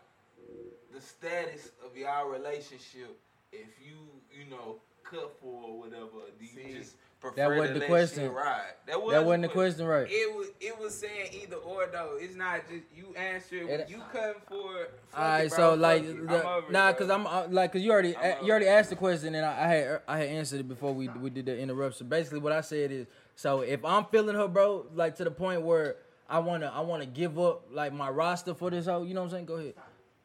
Speaker 1: the status of y'all relationship if you, you know, couple or whatever? Do you
Speaker 2: See,
Speaker 1: just prefer
Speaker 3: that wasn't
Speaker 1: to
Speaker 3: the
Speaker 1: let
Speaker 3: question.
Speaker 1: shit ride? That, was
Speaker 3: That wasn't the question, right?
Speaker 2: It was it was saying either or though. It's not just you answer. When
Speaker 3: It-
Speaker 2: you come for. fuck
Speaker 3: All right,
Speaker 2: it,
Speaker 3: so
Speaker 2: bro,
Speaker 3: like,
Speaker 2: fuck it.
Speaker 3: the-
Speaker 2: I'm over it,
Speaker 3: nah,
Speaker 2: bro.
Speaker 3: cause I'm uh, like, cause you already
Speaker 2: I'm
Speaker 3: a-
Speaker 2: over
Speaker 3: you already
Speaker 2: it.
Speaker 3: asked the question and I, I had I had answered it before we we did the interruption. Basically, what I said is, so if I'm feeling her, bro, like to the point where I wanna I wanna give up like my roster for this hoe, you know what I'm saying? Go ahead.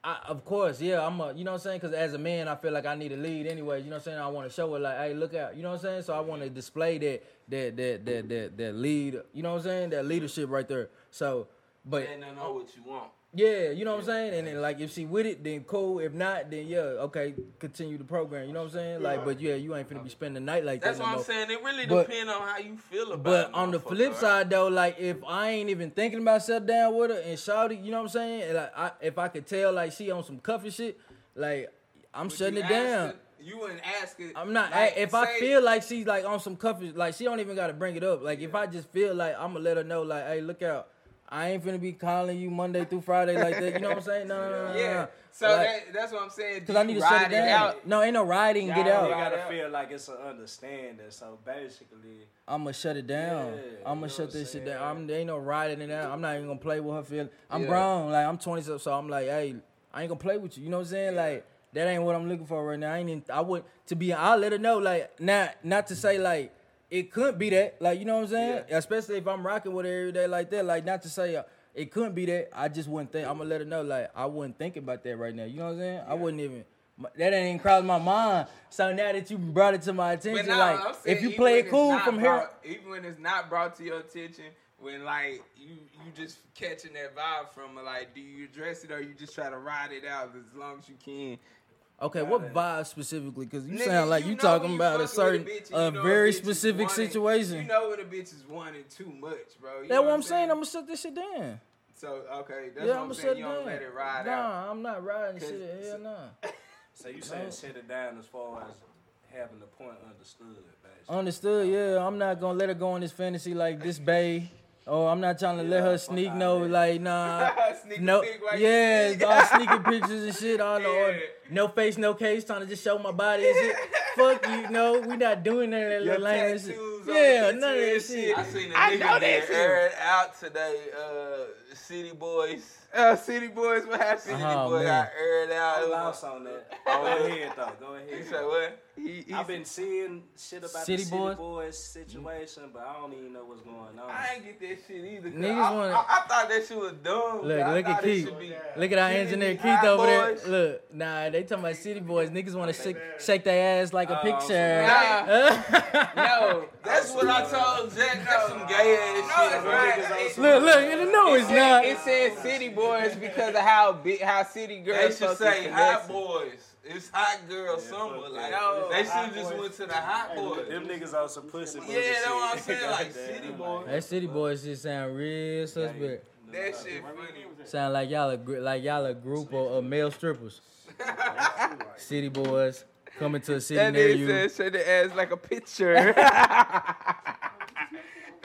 Speaker 3: I, of course, yeah, I'm a, you know what I'm saying? Cause as a man, I feel like I need a lead anyway. You know what I'm saying? I want to show it like, hey, look out, you know what I'm saying? So I want to display that that that that that that lead, you know what I'm saying? That leadership right there. So, but
Speaker 1: And I know what you want.
Speaker 3: yeah, you know what I'm saying? And then like if she with it, then cool. If not, then yeah, okay, continue the program. You know what I'm saying? Like, but yeah, you ain't finna be spending the night like
Speaker 1: That's
Speaker 3: that.
Speaker 1: what
Speaker 3: no
Speaker 1: I'm
Speaker 3: more.
Speaker 1: saying. It really
Speaker 3: But-
Speaker 1: depends on how you feel about it.
Speaker 3: But on the
Speaker 1: motherfucker,
Speaker 3: flip
Speaker 1: right?
Speaker 3: side though, like if I ain't even thinking about sitting down with her and shouting, you know what I'm saying? And like I, if I could tell like she on some cuffing shit, like I'm
Speaker 2: But
Speaker 3: shutting
Speaker 2: you
Speaker 3: it
Speaker 2: asked
Speaker 3: down.
Speaker 2: her- You wouldn't ask it.
Speaker 3: I'm not.
Speaker 2: like,
Speaker 3: I, if I
Speaker 2: say-
Speaker 3: feel like she's like on some cuffing, like she don't even gotta bring it up. Like if I just feel like I'm gonna let her know, like, hey, look out, I ain't finna be calling you Monday through Friday like that. You know what I'm saying? No, no, no, no, no.
Speaker 2: Yeah. So
Speaker 3: Like,
Speaker 2: that, that's what I'm saying.
Speaker 3: Cause I
Speaker 2: Do
Speaker 3: need
Speaker 2: you
Speaker 3: to shut it
Speaker 2: ride
Speaker 3: down.
Speaker 2: out?
Speaker 3: No, ain't no riding. Get
Speaker 2: Y'all
Speaker 4: You
Speaker 2: got-
Speaker 3: out.
Speaker 4: gotta
Speaker 2: out.
Speaker 4: feel like it's an understanding. So basically,
Speaker 3: I'ma shut it down.
Speaker 4: Yeah, you know
Speaker 3: I'ma
Speaker 4: what
Speaker 3: shut
Speaker 4: I'm
Speaker 3: this
Speaker 4: saying?
Speaker 3: shit down. I'm, there ain't no riding it out. I'm not even gonna play with her feeling. I'm
Speaker 2: Yeah.
Speaker 3: grown. Like I'm 27, so I'm like, hey, I ain't gonna play with you. You know what I'm saying? Like that ain't what I'm looking for right now. I ain't. Even, I would to be. I'll let her know. Like not not to say like it could be that. Like you know what I'm saying? Especially if I'm rocking with her every day like that. Like not to say. Uh, it couldn't be that. I just wouldn't think. I'm gonna let her know. Like I wouldn't think about that right now. You know what I'm saying? I wouldn't even. my- That ain't even crossed my mind. So now that you brought it to my attention,
Speaker 2: But nah, I'm
Speaker 3: like
Speaker 2: saying
Speaker 3: if you
Speaker 2: even
Speaker 3: play
Speaker 2: when
Speaker 3: it
Speaker 2: it's
Speaker 3: cool
Speaker 2: not
Speaker 3: from here,
Speaker 2: brought- even when it's not brought to your attention, when like you you just catching that vibe from her, like, do you address it or you just try to ride it out as long as you can?
Speaker 3: Okay, what vibe specifically? Because you
Speaker 2: Nigga,
Speaker 3: sound like you,
Speaker 2: know
Speaker 3: talking
Speaker 2: when
Speaker 3: about a
Speaker 2: fucking
Speaker 3: certain,
Speaker 2: with bitch and
Speaker 3: a
Speaker 2: you know
Speaker 3: very
Speaker 2: bitch is
Speaker 3: specific
Speaker 2: wanting-
Speaker 3: situation.
Speaker 2: You know when a bitch is wanting too much, bro. You
Speaker 3: that's
Speaker 2: know
Speaker 3: what I'm saying. I'm gonna shut this shit down.
Speaker 2: so okay, that's
Speaker 3: yeah,
Speaker 2: what I'm
Speaker 3: I'm gonna
Speaker 2: saying.
Speaker 3: shut
Speaker 2: You
Speaker 3: it
Speaker 2: don't
Speaker 3: down.
Speaker 2: let it ride
Speaker 3: nah,
Speaker 2: out.
Speaker 3: I'm not riding
Speaker 2: Cause-
Speaker 3: shit. Hell nah.
Speaker 4: so you saying sit it down as far as having the point understood. Basically.
Speaker 3: Understood. Yeah, I'm not gonna let her go on this fantasy like this, babe. Oh, I'm not trying to let
Speaker 4: Yeah,
Speaker 3: her
Speaker 4: fuck
Speaker 3: sneak
Speaker 4: outta
Speaker 3: no
Speaker 4: here.
Speaker 3: like nah.
Speaker 2: Sneak a
Speaker 3: No,
Speaker 2: peek while you
Speaker 3: yeah,
Speaker 2: sneak.
Speaker 3: all sneaking pictures and shit. All the
Speaker 2: Yeah.
Speaker 3: no face, no case, trying to just show my body and shit. Fuck you, no, we not doing none of that
Speaker 2: Your
Speaker 3: little lame shit.
Speaker 2: tattoos on
Speaker 3: Yeah,
Speaker 2: the
Speaker 3: none of
Speaker 2: tattoo
Speaker 3: that
Speaker 2: and shit.
Speaker 3: shit.
Speaker 1: I seen a
Speaker 2: I know
Speaker 1: nigga
Speaker 2: that
Speaker 1: that
Speaker 2: shit.
Speaker 1: aired out today, uh, City Boys.
Speaker 2: Uh, City boys, what happened?
Speaker 1: City
Speaker 3: Oh,
Speaker 1: Boys
Speaker 3: man.
Speaker 1: got aired out.
Speaker 4: I
Speaker 1: It was-
Speaker 4: lost on that. Go ahead though. Go
Speaker 1: You
Speaker 4: ahead.
Speaker 1: said what? He, he's-
Speaker 9: I've been seeing shit about
Speaker 3: City
Speaker 9: the City
Speaker 3: Boys?
Speaker 9: Boys, situation, but I don't even know what's going on.
Speaker 1: I ain't get that shit either. 'cause
Speaker 3: Niggas
Speaker 1: I,
Speaker 3: wanna-
Speaker 1: I, I thought that shit was dumb.
Speaker 3: Look,
Speaker 1: I
Speaker 3: look at
Speaker 1: thought it
Speaker 3: Keith.
Speaker 1: should be-
Speaker 3: Look at our
Speaker 1: City
Speaker 3: engineer
Speaker 1: High
Speaker 3: Keith over there.
Speaker 1: Boys.
Speaker 3: Look, nah, they talking about city boys. Niggas want to shake shake their ass like a
Speaker 9: Oh,
Speaker 3: picture.
Speaker 1: Nah, no, that's what I told Jack. That's some gay ass shit. bro. It-
Speaker 3: look, look, no, it's
Speaker 1: said-
Speaker 3: not.
Speaker 1: It says city boys because of how big, how city
Speaker 2: They
Speaker 1: girls.
Speaker 2: should
Speaker 1: supposed to
Speaker 2: say
Speaker 1: dress.
Speaker 2: hot boys. It's hot girl summer. Like
Speaker 1: No.
Speaker 2: they should just went to the hot boys.
Speaker 9: Them niggas are some pussy.
Speaker 2: Yeah, that's what I'm saying. Like city boys.
Speaker 3: That city boys just sound real suspect.
Speaker 2: That shit funny.
Speaker 3: Sound like y'all a gr- like y'all a group of, of male strippers. city boys coming to a city
Speaker 1: That
Speaker 3: near
Speaker 1: nigga
Speaker 3: you.
Speaker 1: said shake their ass like a picture. What did he,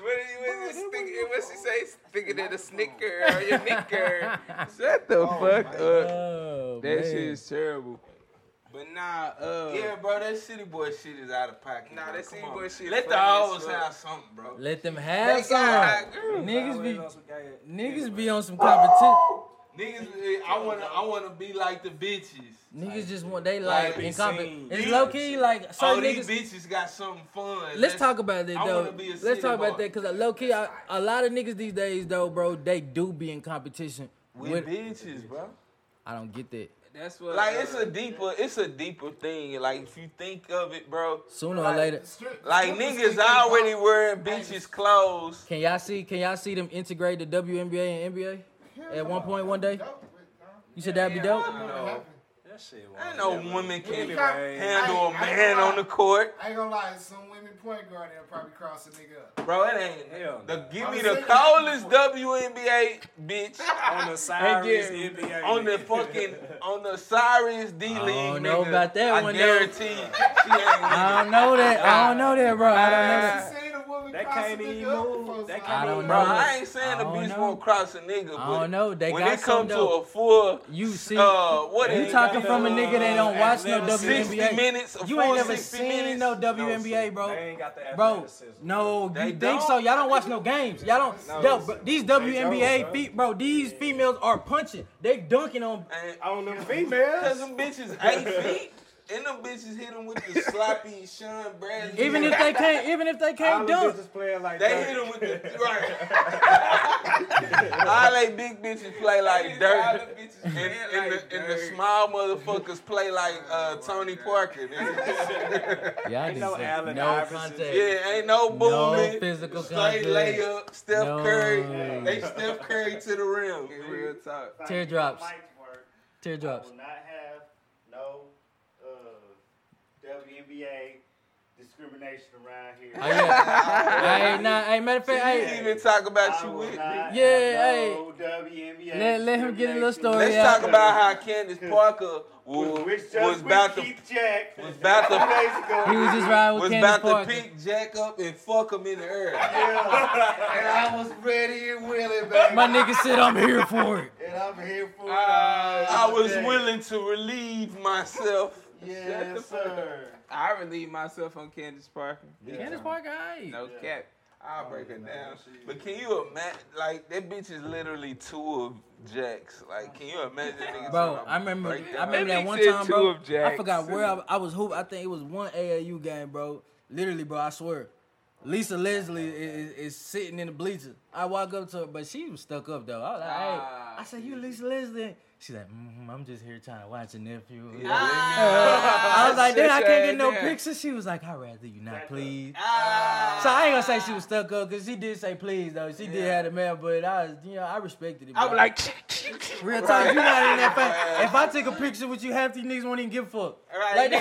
Speaker 1: what did he stick, what's he say? Sticking in a snicker or your knicker. Shut the fuck up.
Speaker 3: Oh,
Speaker 1: That
Speaker 3: man.
Speaker 1: shit is terrible. But nah, uh,
Speaker 2: Yeah, bro, that city boy shit is out of pocket.
Speaker 1: Nah,
Speaker 2: bro.
Speaker 1: that
Speaker 2: Come
Speaker 1: city
Speaker 2: on,
Speaker 1: boy
Speaker 2: man.
Speaker 1: shit
Speaker 2: Let the
Speaker 1: funny as
Speaker 2: hoes
Speaker 1: fuck.
Speaker 2: have something, bro.
Speaker 3: Let them have
Speaker 1: got
Speaker 3: some.
Speaker 1: hot girls.
Speaker 3: Niggas be niggas
Speaker 9: be.
Speaker 3: be on some competition.
Speaker 2: Niggas, eh, I wanna, I wanna be like the bitches.
Speaker 3: Niggas just want they like
Speaker 2: be
Speaker 3: incompetent.
Speaker 9: seen.
Speaker 3: It's
Speaker 2: These-
Speaker 3: low key like
Speaker 2: All
Speaker 3: certain
Speaker 2: these
Speaker 3: niggas.
Speaker 2: bitches got something fun.
Speaker 3: Let's talk about that
Speaker 2: I
Speaker 3: though.
Speaker 2: wanna be a
Speaker 3: Let's
Speaker 2: city
Speaker 3: talk about
Speaker 2: boy.
Speaker 3: that because low key, I, a lot of niggas these days though, bro, they do be in competition.
Speaker 2: with,
Speaker 3: with-
Speaker 2: bitches, bro.
Speaker 3: I don't get that.
Speaker 1: that's what.
Speaker 2: Like it's a deeper, it's a deeper thing. Like if you think of it, bro.
Speaker 3: Sooner or later,
Speaker 2: Like niggas already wearing bitches clothes.
Speaker 3: can y'all see? Can y'all see them integrate the WNBA and NBA at one point one day? You said that'd be dope.
Speaker 2: No,
Speaker 9: That shit.
Speaker 2: ain't
Speaker 9: won't-
Speaker 2: no woman can
Speaker 9: Anyway.
Speaker 2: handle a
Speaker 7: I- I-
Speaker 2: man on the court,
Speaker 7: I ain't gonna lie, some women point guard that'll probably cross a nigga up.
Speaker 2: bro. It ain't.
Speaker 9: Hell
Speaker 2: The, give
Speaker 7: I'm
Speaker 2: me the
Speaker 7: saying-
Speaker 2: coldest WNBA bitch
Speaker 9: On the Cyrus
Speaker 1: Gary,
Speaker 9: NBA.
Speaker 2: on the
Speaker 9: nigga.
Speaker 2: fucking on the Cyrus D League.
Speaker 3: don't know
Speaker 2: nigga.
Speaker 3: about that
Speaker 2: I
Speaker 3: one, though.
Speaker 2: guarantee she ain't.
Speaker 3: I don't know that. I don't know that, bro. I don't know that.
Speaker 7: Seen a woman
Speaker 9: That
Speaker 7: cross a
Speaker 9: can't
Speaker 7: nigga
Speaker 9: even
Speaker 7: up
Speaker 9: move.
Speaker 7: before,
Speaker 9: That
Speaker 7: so
Speaker 9: can't
Speaker 7: I
Speaker 3: even
Speaker 7: know
Speaker 2: Bro, I
Speaker 3: know.
Speaker 2: ain't saying
Speaker 3: I
Speaker 2: the
Speaker 3: don't
Speaker 2: bitch
Speaker 3: know.
Speaker 2: won't cross a nigga.
Speaker 3: I
Speaker 2: but
Speaker 3: don't know. They
Speaker 2: when
Speaker 3: got
Speaker 2: it come
Speaker 3: some,
Speaker 2: to
Speaker 3: though.
Speaker 2: a full,
Speaker 3: You see,
Speaker 2: uh, what
Speaker 3: you
Speaker 2: is it?
Speaker 3: talking from a nigga that don't watch no
Speaker 2: Sixty
Speaker 3: WNBA.
Speaker 2: minutes. a
Speaker 3: You
Speaker 2: full
Speaker 3: ain't never
Speaker 2: 60
Speaker 3: seen
Speaker 2: minutes?
Speaker 3: no
Speaker 9: No, sir.
Speaker 3: WNBA, bro.
Speaker 9: They ain't got the
Speaker 3: Bro,
Speaker 9: athleticism.
Speaker 3: no,
Speaker 2: They
Speaker 3: you think
Speaker 2: don't.
Speaker 3: so? Y'all don't watch no games. Y'all don't. yo,
Speaker 9: they-
Speaker 3: bro, these
Speaker 9: don't,
Speaker 3: WNBA
Speaker 9: bro.
Speaker 3: feet, bro. These females are punching. They dunking on.
Speaker 2: And-
Speaker 9: On them females.
Speaker 2: Cause them bitches eight feet, and them bitches hit them with the sloppy Sean Bradley.
Speaker 3: Even if they can't, even if they
Speaker 9: All
Speaker 3: can't
Speaker 9: them
Speaker 3: dunk,
Speaker 9: bitches playing like
Speaker 2: they
Speaker 9: that.
Speaker 2: hit them with the right, all they big bitches play like dirt, and, and, the, and the small motherfuckers play like
Speaker 7: Oh,
Speaker 2: uh, Tony Parker. nigga.
Speaker 3: y'all
Speaker 9: no Allen
Speaker 3: no
Speaker 9: Iverson.
Speaker 3: contact.
Speaker 2: Yeah, ain't no
Speaker 3: No
Speaker 2: booming.
Speaker 3: physical
Speaker 2: Straight
Speaker 3: contact.
Speaker 2: layup, Steph
Speaker 3: No.
Speaker 2: Curry. They Steph Curry to the rim.
Speaker 1: in real talk.
Speaker 3: Teardrops.
Speaker 7: Mike's work.
Speaker 3: Teardrops.
Speaker 7: will not have no uh, WNBA discrimination around here.
Speaker 3: Oh yeah. hey, nah. Hey, matter of fact,
Speaker 2: You
Speaker 3: hey,
Speaker 2: didn't even talk about
Speaker 7: I
Speaker 2: you
Speaker 7: will
Speaker 2: with.
Speaker 7: not
Speaker 3: Oh,
Speaker 7: have
Speaker 3: Yeah,
Speaker 7: no WNBA
Speaker 3: Let- let him get a little story
Speaker 2: Let's
Speaker 3: Yeah.
Speaker 2: talk about how Candace Parker was,
Speaker 7: Which just
Speaker 2: was
Speaker 7: was
Speaker 2: about to
Speaker 7: Keith Jack
Speaker 2: was about
Speaker 7: two
Speaker 2: to
Speaker 7: days ago.
Speaker 3: he was just riding with
Speaker 2: was
Speaker 3: Candace
Speaker 2: about to
Speaker 3: Parker.
Speaker 2: pick Jack up and fuck him in the air.
Speaker 7: Yeah. and I was ready and willing, baby.
Speaker 3: My nigga said I'm here for it.
Speaker 7: and I'm here for it.
Speaker 2: I was willing to relieve myself.
Speaker 7: Yes, sir.
Speaker 1: I relieve myself on Candace Parker.
Speaker 3: Candace Parker, hey.
Speaker 1: No cap.
Speaker 2: I'll break it down. But can you imagine? Like that bitch is literally two of Jack's. Like, can you imagine? niggas
Speaker 3: Bro,
Speaker 2: trying to
Speaker 3: I remember,
Speaker 2: break
Speaker 3: I
Speaker 2: down?
Speaker 3: remember that
Speaker 1: That
Speaker 3: one
Speaker 1: nigga said
Speaker 3: time,
Speaker 1: two
Speaker 3: bro.
Speaker 1: of
Speaker 3: I
Speaker 1: Jack's.
Speaker 3: forgot where I, I was hoop. I think it was one AAU game, bro. Literally, bro, I swear. Lisa Leslie is, is sitting in the bleachers. I walk up to her, but she was stuck up though. I was like, hey. I said, you Lisa Leslie? She's like, mm I'm just here trying to watch your nephew. I was like,
Speaker 1: Sit
Speaker 3: dude, I
Speaker 1: your
Speaker 3: can't
Speaker 1: ass
Speaker 3: get no
Speaker 1: down.
Speaker 3: picture. She was like, I'd rather you not, please.
Speaker 1: Ah.
Speaker 3: So I ain't gonna say she was stuck up because she did say please though. She did have the man, but I was, you know, I respected it.
Speaker 1: I was
Speaker 3: bro.
Speaker 1: like,
Speaker 3: Real talk, you not in that fight. If I take a picture with you, half these niggas won't even give a fuck.
Speaker 1: right,
Speaker 3: Like,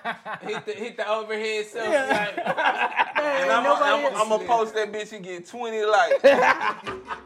Speaker 1: nigga. hit the hit the overhead selfie.
Speaker 3: Yeah.
Speaker 1: like,
Speaker 3: Hey,
Speaker 2: And I'm
Speaker 3: nobody
Speaker 2: gonna I'm
Speaker 3: else-
Speaker 2: gonna post that bitch and get 20 likes.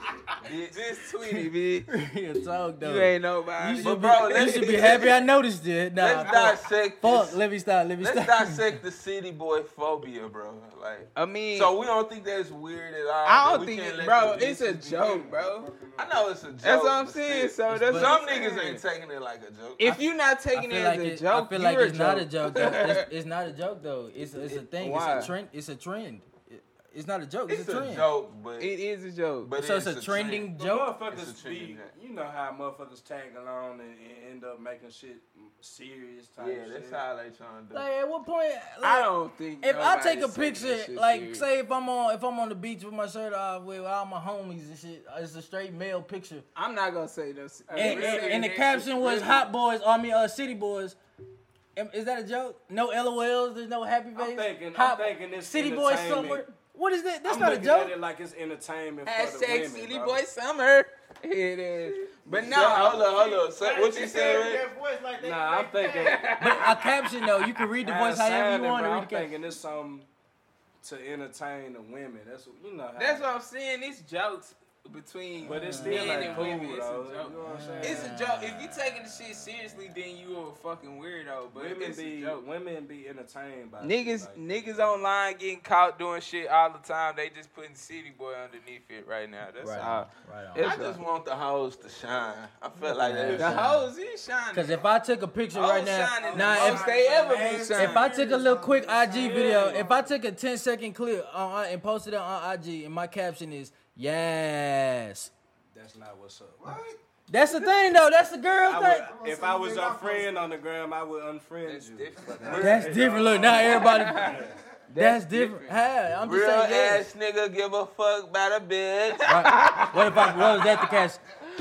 Speaker 1: Just tweet it, bitch.
Speaker 3: Real talk, though.
Speaker 1: You ain't nobody.
Speaker 3: You
Speaker 2: But
Speaker 3: should,
Speaker 2: bro,
Speaker 3: be, you
Speaker 2: let's-
Speaker 3: should be happy I noticed it. Nah,
Speaker 2: Let's
Speaker 3: fuck.
Speaker 2: dissect.
Speaker 3: Fuck,
Speaker 2: this.
Speaker 3: let me stop. Let me
Speaker 2: Let's
Speaker 3: stop.
Speaker 2: dissect the city boy phobia, bro. Like,
Speaker 1: I mean,
Speaker 2: so we don't think that's weird at all.
Speaker 1: I
Speaker 2: but
Speaker 1: don't
Speaker 2: we
Speaker 1: think,
Speaker 2: can't
Speaker 1: it,
Speaker 2: let
Speaker 1: bro.
Speaker 2: the
Speaker 1: It's a
Speaker 2: bitches be-
Speaker 1: joke, bro.
Speaker 2: I know it's a joke.
Speaker 1: That's what I'm
Speaker 2: but
Speaker 1: saying.
Speaker 2: still.
Speaker 1: So that's
Speaker 2: Some
Speaker 1: what I'm
Speaker 2: niggas
Speaker 1: saying.
Speaker 2: ain't taking it like a joke.
Speaker 1: If you're not
Speaker 3: I
Speaker 1: taking it
Speaker 3: feel
Speaker 1: as
Speaker 3: like
Speaker 1: a
Speaker 3: it,
Speaker 1: joke,
Speaker 3: I feel like
Speaker 1: you're
Speaker 3: it's not a joke. Though. It's, it's not a joke though. It's, it's a thing.
Speaker 1: Why?
Speaker 3: It's a trend. It's a trend. It- It's not a joke. It's,
Speaker 2: It's
Speaker 3: a trend.
Speaker 2: a joke, but
Speaker 1: It is a joke.
Speaker 2: but
Speaker 3: So it's a
Speaker 2: trend.
Speaker 3: trending
Speaker 9: But
Speaker 3: joke.
Speaker 2: It's
Speaker 9: Motherfuckers
Speaker 2: a trend,
Speaker 9: be,
Speaker 2: yeah.
Speaker 9: you know how motherfuckers tag along and, and end up making shit serious type
Speaker 2: Yeah,
Speaker 9: shit.
Speaker 2: that's how they trying to do.
Speaker 3: Like
Speaker 2: it.
Speaker 3: at what point? Like,
Speaker 1: I don't think.
Speaker 3: If I
Speaker 1: nobody
Speaker 3: take a
Speaker 1: said this
Speaker 3: picture,
Speaker 1: shit
Speaker 3: like
Speaker 1: serious.
Speaker 3: say if I'm on if I'm on the beach with my shirt off with all my homies and shit, uh, it's a straight male picture.
Speaker 1: I'm not gonna say no. uh,
Speaker 3: And,
Speaker 1: Really?
Speaker 3: and- and the caption was "Hot Boys," I mean, uh, "City Boys." Am- Is that a joke? No LOLs. There's no happy face.
Speaker 9: thinking- I'm
Speaker 3: Hot-
Speaker 9: thinking it's
Speaker 3: City Boys
Speaker 9: entertainment.
Speaker 3: somewhere. What is that? That's
Speaker 9: I'm
Speaker 3: not a
Speaker 9: looking
Speaker 3: joke.
Speaker 9: at it like it's entertainment for the
Speaker 1: Hashtag
Speaker 9: women,
Speaker 1: City
Speaker 9: bro.
Speaker 1: Boy Summer. It is. But no,
Speaker 2: No, hold up, hold up. Say, what you
Speaker 7: said
Speaker 2: said?
Speaker 7: that voice like they,
Speaker 9: Nah, I'm
Speaker 7: they
Speaker 9: thinking.
Speaker 3: But a caption though, you can read the voice however you
Speaker 9: Outside
Speaker 3: want
Speaker 9: it,
Speaker 3: to
Speaker 9: bro,
Speaker 3: read
Speaker 9: I'm
Speaker 3: the caption.
Speaker 9: thinking it's something to entertain the women. That's what- you know. How
Speaker 1: That's what I'm saying. It's jokes between
Speaker 9: But it's
Speaker 1: men
Speaker 9: still like
Speaker 1: and
Speaker 9: cool
Speaker 1: women. It's
Speaker 9: though.
Speaker 1: a
Speaker 9: You know
Speaker 1: joke.
Speaker 9: what I'm saying?
Speaker 1: It's a joke. If you taking the shit seriously, then you a fucking weirdo. But
Speaker 9: women
Speaker 1: it's a
Speaker 9: be
Speaker 1: joke.
Speaker 9: women be entertained by
Speaker 1: Niggas,
Speaker 9: shit like
Speaker 1: niggas online getting caught doing shit all the time. They just putting City Boy underneath it right now. That's
Speaker 3: Right
Speaker 1: how.
Speaker 3: Right on.
Speaker 2: I just want the hoes to shine. I feel like
Speaker 3: Yeah.
Speaker 2: that.
Speaker 1: The hoes, he shining.
Speaker 3: Cause if I took a picture
Speaker 1: Hoes
Speaker 3: right now,
Speaker 1: shining.
Speaker 3: nah,
Speaker 1: the
Speaker 3: if,
Speaker 1: most they ever been shining.
Speaker 3: If I took a little quick IG video, if I took a 10 second clip on, and posted it on IG, and my caption is "Yes,"
Speaker 9: That's not what's up.
Speaker 7: What?
Speaker 3: that's the thing though. That's the girl
Speaker 9: I
Speaker 3: thing.
Speaker 9: would, if I was your friend on the gram, I would unfriend
Speaker 1: That's
Speaker 9: you.
Speaker 1: different.
Speaker 3: That's different. Look, now everybody. That's, different.
Speaker 1: different.
Speaker 3: Hey, I'm just
Speaker 2: Real
Speaker 3: saying. Yes.
Speaker 2: ass nigga give a fuck about a bitch.
Speaker 3: What if I what was that the cash?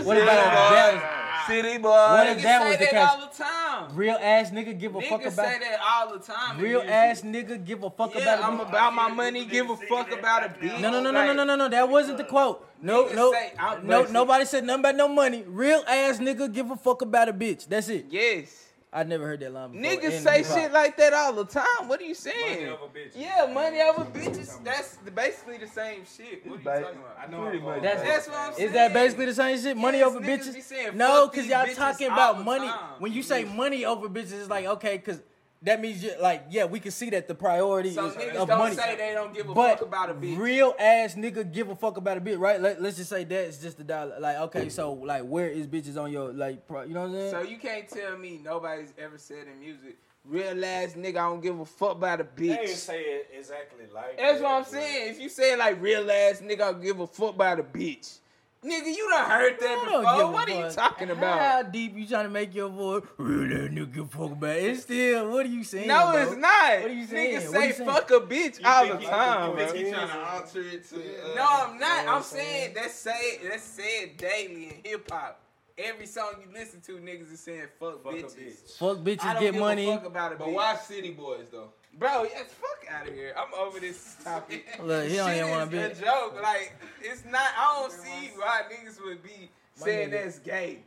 Speaker 3: What if I that
Speaker 2: City boy.
Speaker 3: was, what if
Speaker 1: Niggas
Speaker 3: that
Speaker 1: say
Speaker 3: was the
Speaker 1: that
Speaker 3: cash?
Speaker 1: all the time.
Speaker 3: Real ass nigga give a
Speaker 1: Niggas
Speaker 3: fuck
Speaker 1: say
Speaker 3: about
Speaker 1: that all the time. in
Speaker 3: real
Speaker 1: music.
Speaker 3: ass nigga give a fuck
Speaker 1: Yeah,
Speaker 3: about
Speaker 1: I'm
Speaker 3: it.
Speaker 1: about my money. Give a fuck about a bitch.
Speaker 3: No, no, no, no, no, no, no, no. That wasn't the quote. No,
Speaker 1: Niggas
Speaker 3: no,
Speaker 1: say I'm
Speaker 3: no.
Speaker 1: basic.
Speaker 3: Nobody said nothing about no money. Real ass nigga give a fuck about a bitch. That's it.
Speaker 1: Yes.
Speaker 3: I never heard that line. Before.
Speaker 1: Niggas
Speaker 3: in
Speaker 1: say
Speaker 3: hip-hop.
Speaker 1: shit like that all the time. What are you saying?
Speaker 9: Money over bitches.
Speaker 1: Yeah, money over bitches. That's the- basically the same shit. What are you talking about?
Speaker 9: I know I'm old.
Speaker 3: That's-
Speaker 1: That's what I'm saying.
Speaker 3: Is that basically the same shit? Money
Speaker 1: Yes,
Speaker 3: over
Speaker 1: niggas be
Speaker 3: bitches?
Speaker 1: saying,
Speaker 3: no,
Speaker 1: "Fuck
Speaker 3: because
Speaker 1: these
Speaker 3: y'all
Speaker 1: bitches
Speaker 3: talking
Speaker 1: all
Speaker 3: about
Speaker 1: the
Speaker 3: money.
Speaker 1: time."
Speaker 3: When you say money over bitches, it's like okay, because that means you like yeah, we can see that the priority
Speaker 1: So
Speaker 3: is
Speaker 1: niggas
Speaker 3: of
Speaker 1: don't
Speaker 3: money.
Speaker 1: say they don't give a
Speaker 3: but
Speaker 1: fuck about a bitch.
Speaker 3: real ass nigga give a fuck about a bitch, right? Let, let's just say that's just the dollar. Like okay, so like where is bitches on your like? Pro, you know what I'm saying?
Speaker 1: so you can't tell me nobody's ever said in music, real ass nigga, I don't give a fuck about a
Speaker 9: They ain't
Speaker 1: bitch.
Speaker 9: say it exactly like
Speaker 1: That's
Speaker 9: that,
Speaker 1: what I'm
Speaker 9: but-
Speaker 1: saying. If you say like real ass nigga, I don't give a fuck about a bitch. Nigga, you done heard that
Speaker 3: You don't give
Speaker 1: before.
Speaker 3: a
Speaker 1: What are you
Speaker 3: fuck
Speaker 1: talking about?
Speaker 3: How deep you trying to make your voice? Real ass nigga give a fuck about. it. It's still. What are you saying?
Speaker 1: No,
Speaker 3: bro?
Speaker 1: it's not.
Speaker 3: What are you saying?
Speaker 1: Niggas
Speaker 3: What are
Speaker 1: say
Speaker 3: you saying?
Speaker 1: fuck a bitch all
Speaker 9: think
Speaker 1: the
Speaker 9: you
Speaker 1: time,
Speaker 9: can
Speaker 1: bro.
Speaker 9: do it?
Speaker 2: He trying to alter it to. Uh,
Speaker 1: No, I'm not. I'm saying that's say that's said daily in hip hop. Every song you listen to, niggas is saying fuck,
Speaker 9: Fuck a
Speaker 1: bitches.
Speaker 9: bitch.
Speaker 3: Fuck
Speaker 1: I
Speaker 3: bitches
Speaker 1: don't
Speaker 3: get
Speaker 1: give
Speaker 3: money.
Speaker 1: a fuck about a
Speaker 2: But
Speaker 1: bitch.
Speaker 2: why City Boys though?
Speaker 1: Bro, yeah, fuck out of here. I'm over this topic.
Speaker 3: Look, he don't
Speaker 1: Shit
Speaker 3: even wanna
Speaker 1: is
Speaker 3: be-
Speaker 1: a joke. Like it's not. I don't see why niggas would be
Speaker 3: My
Speaker 1: saying
Speaker 3: nigga.
Speaker 1: that's gay.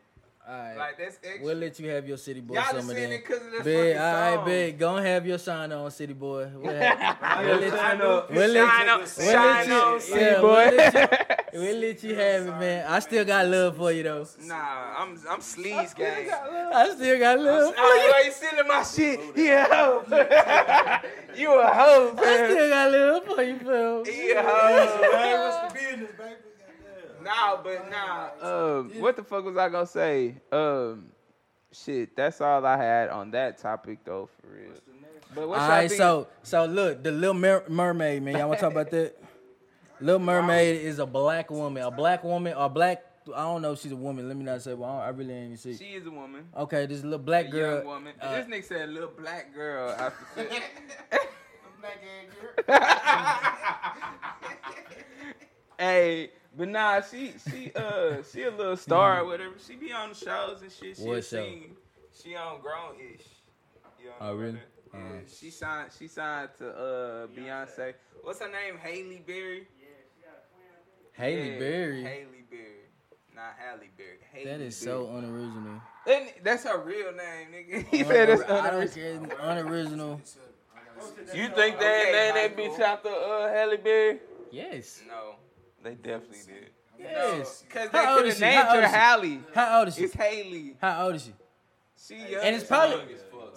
Speaker 3: All right.
Speaker 1: Like that's extra.
Speaker 3: We'll let you have your city boy
Speaker 1: Y'all just
Speaker 3: summer
Speaker 1: saying
Speaker 3: then.
Speaker 1: it because of this
Speaker 3: Big,
Speaker 1: fucking
Speaker 3: all
Speaker 1: song.
Speaker 3: right, big. Go and have your shine on, city boy. We'll, have, we'll let
Speaker 9: Shine
Speaker 3: you.
Speaker 9: up.
Speaker 3: We'll let
Speaker 1: Shine
Speaker 3: you.
Speaker 1: on,
Speaker 3: We'll let
Speaker 1: shine on,
Speaker 3: you,
Speaker 1: city
Speaker 3: yeah,
Speaker 1: boy.
Speaker 3: we'll let you, we'll let you have it, man. I still got love for you though.
Speaker 1: Nah, I'm I'm sleaze gang.
Speaker 3: I still got love. for you.
Speaker 1: Oh, you sending my shit? Yeah, you a hoe,
Speaker 3: I
Speaker 1: man.
Speaker 3: still got love for you, fool.
Speaker 1: You a hoe.
Speaker 9: Hey, what's the business, baby?
Speaker 1: Nah, but nah. Um, what the fuck was I gonna say? Um, shit, that's all I had on that topic though, for real. But what's
Speaker 3: All right, so so look, the Little Mer- Mermaid, man. Y'all want to talk about that? Little Mermaid is a black woman. A black woman, or black. I don't know if she's a woman. Let me not say. Well, I, don't- I really ain't even see.
Speaker 1: she is a woman,
Speaker 3: Okay, this little
Speaker 1: a
Speaker 3: black
Speaker 1: young
Speaker 3: girl.
Speaker 1: woman.
Speaker 3: uh,
Speaker 1: this nigga said little black girl. After six.
Speaker 7: black ass girl.
Speaker 1: hey, but nah, she she uh she a little star or whatever. She be on shows and shit. She
Speaker 3: What
Speaker 1: a
Speaker 3: show?
Speaker 1: singer. She on grown ish.
Speaker 3: Oh, really?
Speaker 1: Yeah, she signed. She signed to uh Beyonce. What's her name? Haley Berry.
Speaker 3: Haley
Speaker 1: Yeah,
Speaker 3: Berry.
Speaker 1: Haley Berry. Not Halle Berry. Haley
Speaker 3: that is so unoriginal.
Speaker 1: Berry. And that's her real name, nigga. He said
Speaker 3: Unori-
Speaker 1: that's
Speaker 3: I don't
Speaker 1: unoriginal.
Speaker 3: care, unoriginal.
Speaker 2: You think they
Speaker 1: Okay,
Speaker 2: ain't
Speaker 1: Michael.
Speaker 2: named that bitch after uh, Halle Berry?
Speaker 3: Yes.
Speaker 1: No.
Speaker 2: They definitely did.
Speaker 3: Yes.
Speaker 1: Because they
Speaker 3: How old
Speaker 1: could have
Speaker 3: is she? How
Speaker 1: named
Speaker 3: old
Speaker 1: her
Speaker 3: is she?
Speaker 1: Halle.
Speaker 3: How old is she?
Speaker 1: It's Haley.
Speaker 3: How old is she?
Speaker 1: She young.
Speaker 3: And it's
Speaker 1: as
Speaker 3: probably-
Speaker 1: fuck.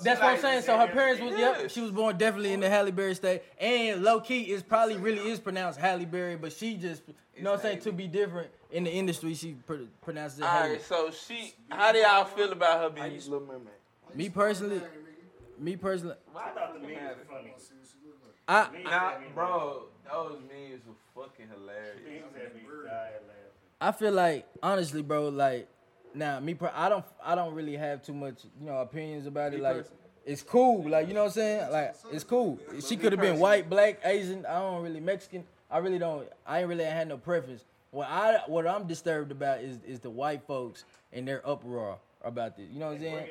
Speaker 3: That's what I'm saying. So her parents was yep.
Speaker 2: Yes.
Speaker 3: She was born definitely in the Halle Berry state, and low key is probably really is pronounced Halle Berry, but she just you know what I'm saying to be different in the industry. She pr- pronounces it
Speaker 2: All
Speaker 3: Halle.
Speaker 2: right, so she. How do y'all feel about her being Little Mermaid?
Speaker 3: Me personally, me personally,
Speaker 7: I wanna see what she look like.
Speaker 3: I
Speaker 1: Nah, bro, those memes were fucking hilarious.
Speaker 3: I feel like honestly, bro, like now me, per- I don't, I don't really have too much, you know, opinions about it. Like, it's cool, like you know what I'm saying? Like, it's cool. She could have been white, black, Asian. I don't really Mexican. I really don't. I ain't really had no preference. What I, what I'm disturbed about is, is the white folks and their uproar about this. You know what I'm saying?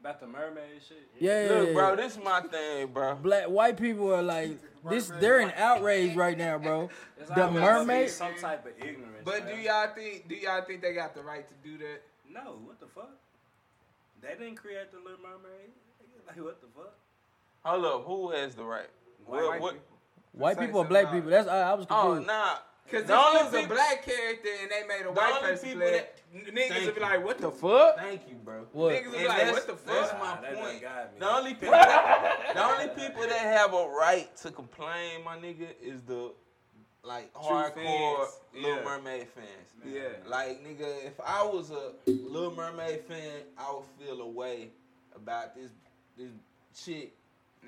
Speaker 9: About the mermaid shit.
Speaker 3: Yeah, yeah,
Speaker 2: Look,
Speaker 3: yeah,
Speaker 2: bro,
Speaker 3: yeah.
Speaker 2: this is my thing, bro.
Speaker 3: Black white people are like this. They're in outrage right now, bro.
Speaker 9: It's
Speaker 3: The
Speaker 9: always been
Speaker 3: mermaid.
Speaker 9: Some type of ignorance.
Speaker 1: But do
Speaker 9: man.
Speaker 1: y'all think do y'all think they got the right to do that?
Speaker 9: No, what the fuck? They didn't create the Little Mermaid. Like what the fuck?
Speaker 2: Hold up, who has the right?
Speaker 1: white
Speaker 2: What, what?
Speaker 1: people.
Speaker 3: White
Speaker 1: Say
Speaker 3: people are
Speaker 1: something
Speaker 3: black
Speaker 1: about
Speaker 3: people. That's I, I was
Speaker 2: Oh,
Speaker 3: confused.
Speaker 2: nah.
Speaker 1: Because
Speaker 2: The
Speaker 1: if
Speaker 2: only
Speaker 1: it was a
Speaker 2: people-
Speaker 1: black character and they made a white
Speaker 2: only
Speaker 1: person
Speaker 2: people
Speaker 1: play
Speaker 2: that-
Speaker 1: it, n- niggas would be
Speaker 2: you.
Speaker 1: like, what the fuck?
Speaker 2: Thank you, bro.
Speaker 3: What?
Speaker 1: Niggas would be
Speaker 2: And
Speaker 1: like,
Speaker 2: that's-
Speaker 1: what the
Speaker 2: That's
Speaker 1: fuck?
Speaker 2: my
Speaker 9: Nah, that done
Speaker 2: point.
Speaker 9: got me.
Speaker 2: The only people, that, the only people that have a right to complain, my nigga, is the like hardcore
Speaker 1: fans.
Speaker 2: Little
Speaker 1: Yeah.
Speaker 2: Mermaid fans.
Speaker 1: Yeah.
Speaker 2: Like nigga, if I was a Little Mermaid fan, I would feel a way about this this chick,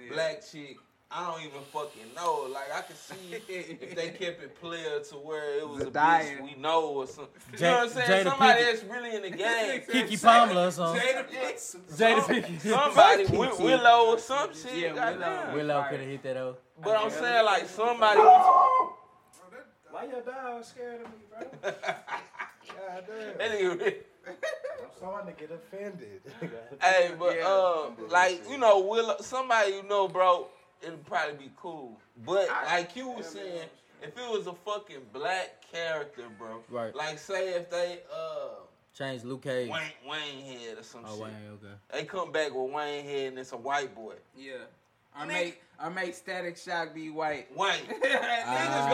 Speaker 1: Yeah.
Speaker 2: black chick. I don't even fucking know. Like I could see if they kept it player to where it was a bitch
Speaker 1: Zendaya.
Speaker 2: we know or something. You
Speaker 3: Ja-
Speaker 2: know what I'm saying?
Speaker 3: Jada
Speaker 2: Somebody
Speaker 3: Pinkett.
Speaker 2: that's really in the game.
Speaker 3: Kiki Palmer or something. Jada
Speaker 2: Some-
Speaker 3: Pinkett.
Speaker 2: Somebody, Wi- Willow or some shit.
Speaker 1: Yeah, Willow.
Speaker 2: goddamn.
Speaker 3: Willow could have hit that O.
Speaker 2: But I'm saying like somebody. That
Speaker 9: Why your dog scared of me, bro?
Speaker 2: nigga really-
Speaker 7: I'm starting to get offended.
Speaker 2: Hey, but
Speaker 1: Yeah.
Speaker 2: uh, like you know, Willow, somebody you know, bro, it'd probably be cool. But like you was saying, if it was a fucking black character, bro,
Speaker 3: Right.
Speaker 2: Like say if they uh
Speaker 3: Change Luke Cage.
Speaker 2: Wayne Wayne head or some
Speaker 3: Oh,
Speaker 2: shit,
Speaker 3: Wayne, okay.
Speaker 2: they come back with Wayne head and it's a white boy.
Speaker 1: Yeah. Or make, or make Static Shock be white.
Speaker 2: Wayne, niggas
Speaker 3: Ah,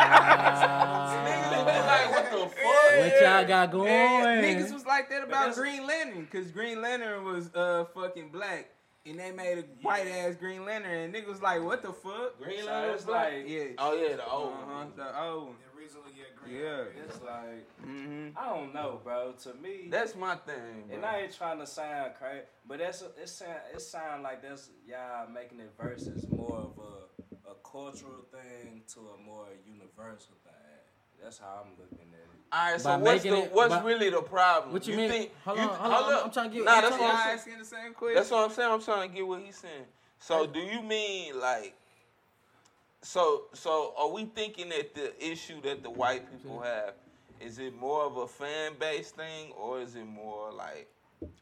Speaker 2: go, niggas be like, what the fuck?
Speaker 3: what y'all got going?
Speaker 1: Man, niggas was like that about
Speaker 9: that's-
Speaker 1: Green Lantern, cause Green Lantern was uh fucking black, and they made a white ass Green Lantern, and niggas was like, what the fuck?
Speaker 2: Green
Speaker 9: So
Speaker 2: Lantern
Speaker 9: it's
Speaker 2: was black?
Speaker 9: like-
Speaker 1: yeah,
Speaker 2: oh yeah, the old
Speaker 1: uh-huh,
Speaker 2: one.
Speaker 1: the old one.
Speaker 7: Originally, yeah, green.
Speaker 1: Yeah.
Speaker 9: It's like
Speaker 1: Mm-hmm.
Speaker 9: I don't know, bro. To me,
Speaker 2: That's my thing, bro.
Speaker 9: and I ain't trying to sound crazy, but that's it. Sound it sound like that's y'all making it versus more of a a cultural thing to a more universal thing. That's how I'm looking at it.
Speaker 2: All right, so
Speaker 3: By
Speaker 2: what's
Speaker 3: making
Speaker 2: the
Speaker 3: it-
Speaker 2: what's
Speaker 3: by-
Speaker 2: really the problem?
Speaker 3: What you mean? Hold on, hold on, I'm-
Speaker 2: up.
Speaker 3: I'm trying to get-
Speaker 2: Nah,
Speaker 3: I'm
Speaker 2: that's what I'm
Speaker 3: trying to-
Speaker 1: Y'all
Speaker 2: saying.
Speaker 1: asking the same question.
Speaker 2: That's what I'm saying. I'm trying to get what he's saying. So do you mean like so so are we thinking that the issue that the white people have is it more of a fan base thing or is it more like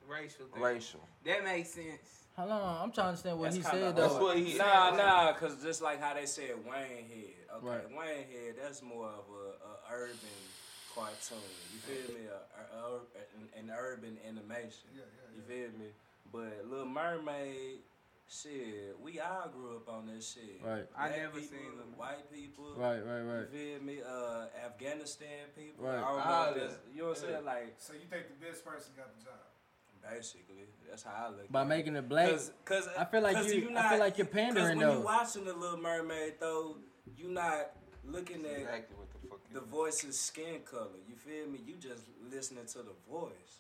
Speaker 1: racial. Thing.
Speaker 2: racial?
Speaker 1: That makes sense.
Speaker 3: Hold on, I'm trying to understand what
Speaker 9: That's
Speaker 3: he
Speaker 9: kinda
Speaker 3: said
Speaker 2: That's
Speaker 3: though.
Speaker 2: what he
Speaker 9: Nah, nah, cause just like how they said Wayne Head, okay,
Speaker 3: Right.
Speaker 9: Wayne Head, that's more of a, a urban cartoon. You feel me? A, a, ur- an, an urban animation. You feel me? But Little Mermaid, shit, we all grew up on that shit.
Speaker 3: Right.
Speaker 1: I
Speaker 9: Black
Speaker 1: never
Speaker 9: people,
Speaker 1: seen Little Mermaid.
Speaker 9: white people.
Speaker 3: Right, right,
Speaker 9: You
Speaker 3: right.
Speaker 9: feel me? Uh, Afghanistan people.
Speaker 3: Right.
Speaker 9: I don't
Speaker 2: All
Speaker 9: know if
Speaker 2: that.
Speaker 9: that's- you know what I'm saying? Like
Speaker 7: So you think the best person got the job?
Speaker 9: basically, that's how I look.
Speaker 3: By
Speaker 9: at it.
Speaker 3: making it black.
Speaker 9: Cause, cause,
Speaker 3: I feel like
Speaker 9: 'cause
Speaker 3: you- I feel like you're pandering,
Speaker 9: 'cause when
Speaker 3: though.
Speaker 9: you watching the Little Mermaid though, you not looking at
Speaker 2: Exactly what the fuck
Speaker 9: the voice's skin color. You feel me? You just listening to the voice,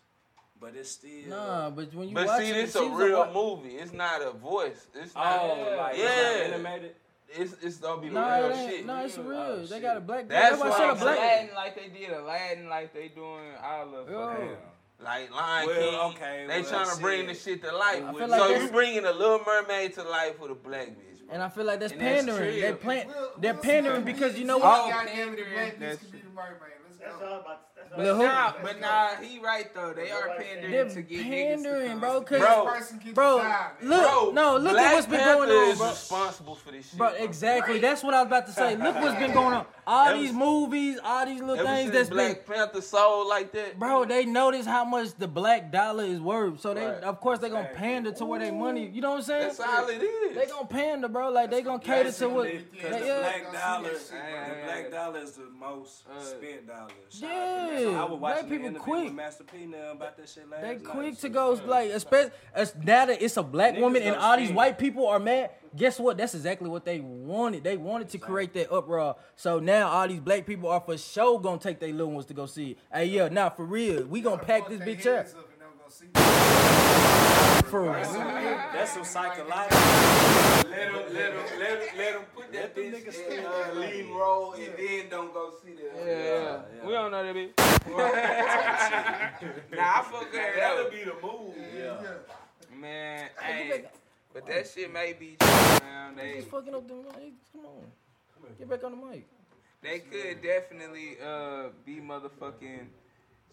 Speaker 9: but it's still
Speaker 3: Nah, but when you
Speaker 2: But
Speaker 3: watch
Speaker 2: see,
Speaker 3: it,
Speaker 2: this
Speaker 3: it
Speaker 2: a
Speaker 3: seems
Speaker 2: real
Speaker 3: like-
Speaker 2: movie. It's not a voice. It's not.
Speaker 9: Oh, like it's
Speaker 2: yeah.
Speaker 9: not animated.
Speaker 2: It's it's gonna be the
Speaker 3: Nah,
Speaker 2: real
Speaker 3: it ain't.
Speaker 2: shit.
Speaker 3: Nah, it's real.
Speaker 9: Oh,
Speaker 3: they
Speaker 9: shit.
Speaker 3: got a black.
Speaker 2: That's
Speaker 3: That's why I
Speaker 2: why
Speaker 3: said a
Speaker 2: I'm
Speaker 3: black.
Speaker 1: Aladdin like they did Aladdin like they doing all of
Speaker 3: Yo.
Speaker 1: fucking-
Speaker 2: Like Lion
Speaker 9: Well,
Speaker 2: King,
Speaker 9: okay,
Speaker 2: they
Speaker 9: well,
Speaker 2: trying to bring
Speaker 9: shit.
Speaker 2: the shit to life.
Speaker 3: I feel like
Speaker 2: so
Speaker 3: that's-
Speaker 2: you bringing the Little Mermaid to life with a black bitch. Bro.
Speaker 3: And I feel like that's
Speaker 1: And that's
Speaker 3: pandering.
Speaker 1: true.
Speaker 3: They plant.
Speaker 7: Will-
Speaker 3: They're
Speaker 7: Will
Speaker 3: pandering
Speaker 7: Smith
Speaker 3: because
Speaker 7: be-
Speaker 3: you know
Speaker 7: Oh,
Speaker 3: what?
Speaker 7: goddamn it, the black
Speaker 1: That's
Speaker 7: bitch could be
Speaker 1: true.
Speaker 7: the mermaid. Let's
Speaker 10: That's
Speaker 7: go.
Speaker 10: all about. That's all
Speaker 3: Lil
Speaker 10: about-
Speaker 3: Who?
Speaker 1: Nah, but nah, he right though. They are
Speaker 3: They're
Speaker 1: pandering to get niggas
Speaker 3: pandering,
Speaker 1: to
Speaker 3: bro.
Speaker 1: come.
Speaker 3: Cause
Speaker 7: Best
Speaker 2: Bro,
Speaker 7: person get the
Speaker 3: bro,
Speaker 7: job.
Speaker 3: look, no, look
Speaker 2: Black
Speaker 3: at what's been
Speaker 2: Panther
Speaker 3: going on,
Speaker 2: is
Speaker 3: bro.
Speaker 2: responsible for this shit.
Speaker 3: Bro, exactly. That's what I was about to say. Look what's been going on. All
Speaker 2: Ever-
Speaker 3: these movies, all these little
Speaker 2: Ever
Speaker 3: things
Speaker 2: since
Speaker 3: that's been.
Speaker 2: Black Panther sold like that,
Speaker 3: Bro, they notice how much the black dollar is worth, so they
Speaker 2: Right.
Speaker 3: of course they gonna pander to where they money. You know what I'm saying?
Speaker 2: That's all it is.
Speaker 3: They gonna pander, bro. Like they gonna cater to what?
Speaker 9: Basically, Cause
Speaker 3: yeah,
Speaker 9: the
Speaker 3: yeah.
Speaker 9: black dollar,
Speaker 7: Hey,
Speaker 9: the
Speaker 1: hey, hey.
Speaker 9: black dollar is the most spent dollar. Shout out to
Speaker 3: Yeah,
Speaker 9: Master- I was
Speaker 3: black
Speaker 9: watching the
Speaker 3: people
Speaker 9: interview
Speaker 3: quick.
Speaker 9: with Master P now about that shit last
Speaker 3: They
Speaker 9: night.
Speaker 3: quick to go like, especially as now that it's a black
Speaker 9: Niggas
Speaker 3: woman and
Speaker 9: don't
Speaker 3: all these
Speaker 9: see it.
Speaker 3: white people are mad. Guess what? That's exactly what they wanted. They wanted to create that uproar. So now all these black people are for sure gonna take their little ones to go see. it. Hey, yeah, now for real, we gonna pack
Speaker 7: Fuck
Speaker 3: this
Speaker 7: they
Speaker 3: bitch up.
Speaker 7: heads up and don't go gonna see.
Speaker 3: For real.
Speaker 9: That's some psychological.
Speaker 2: Let him, let him, let him, let him put that bitch
Speaker 1: uh,
Speaker 2: in a lean role and then don't go see
Speaker 1: Yeah,
Speaker 2: that.
Speaker 1: yeah. We don't know that bitch.
Speaker 2: Nah, I fuck her. That would be the
Speaker 7: Yeah.
Speaker 2: man. Hey, but that shit may be true, man. They,
Speaker 3: He's fucking up the mic. Come on. Get back on the mic.
Speaker 2: they could definitely uh be motherfucking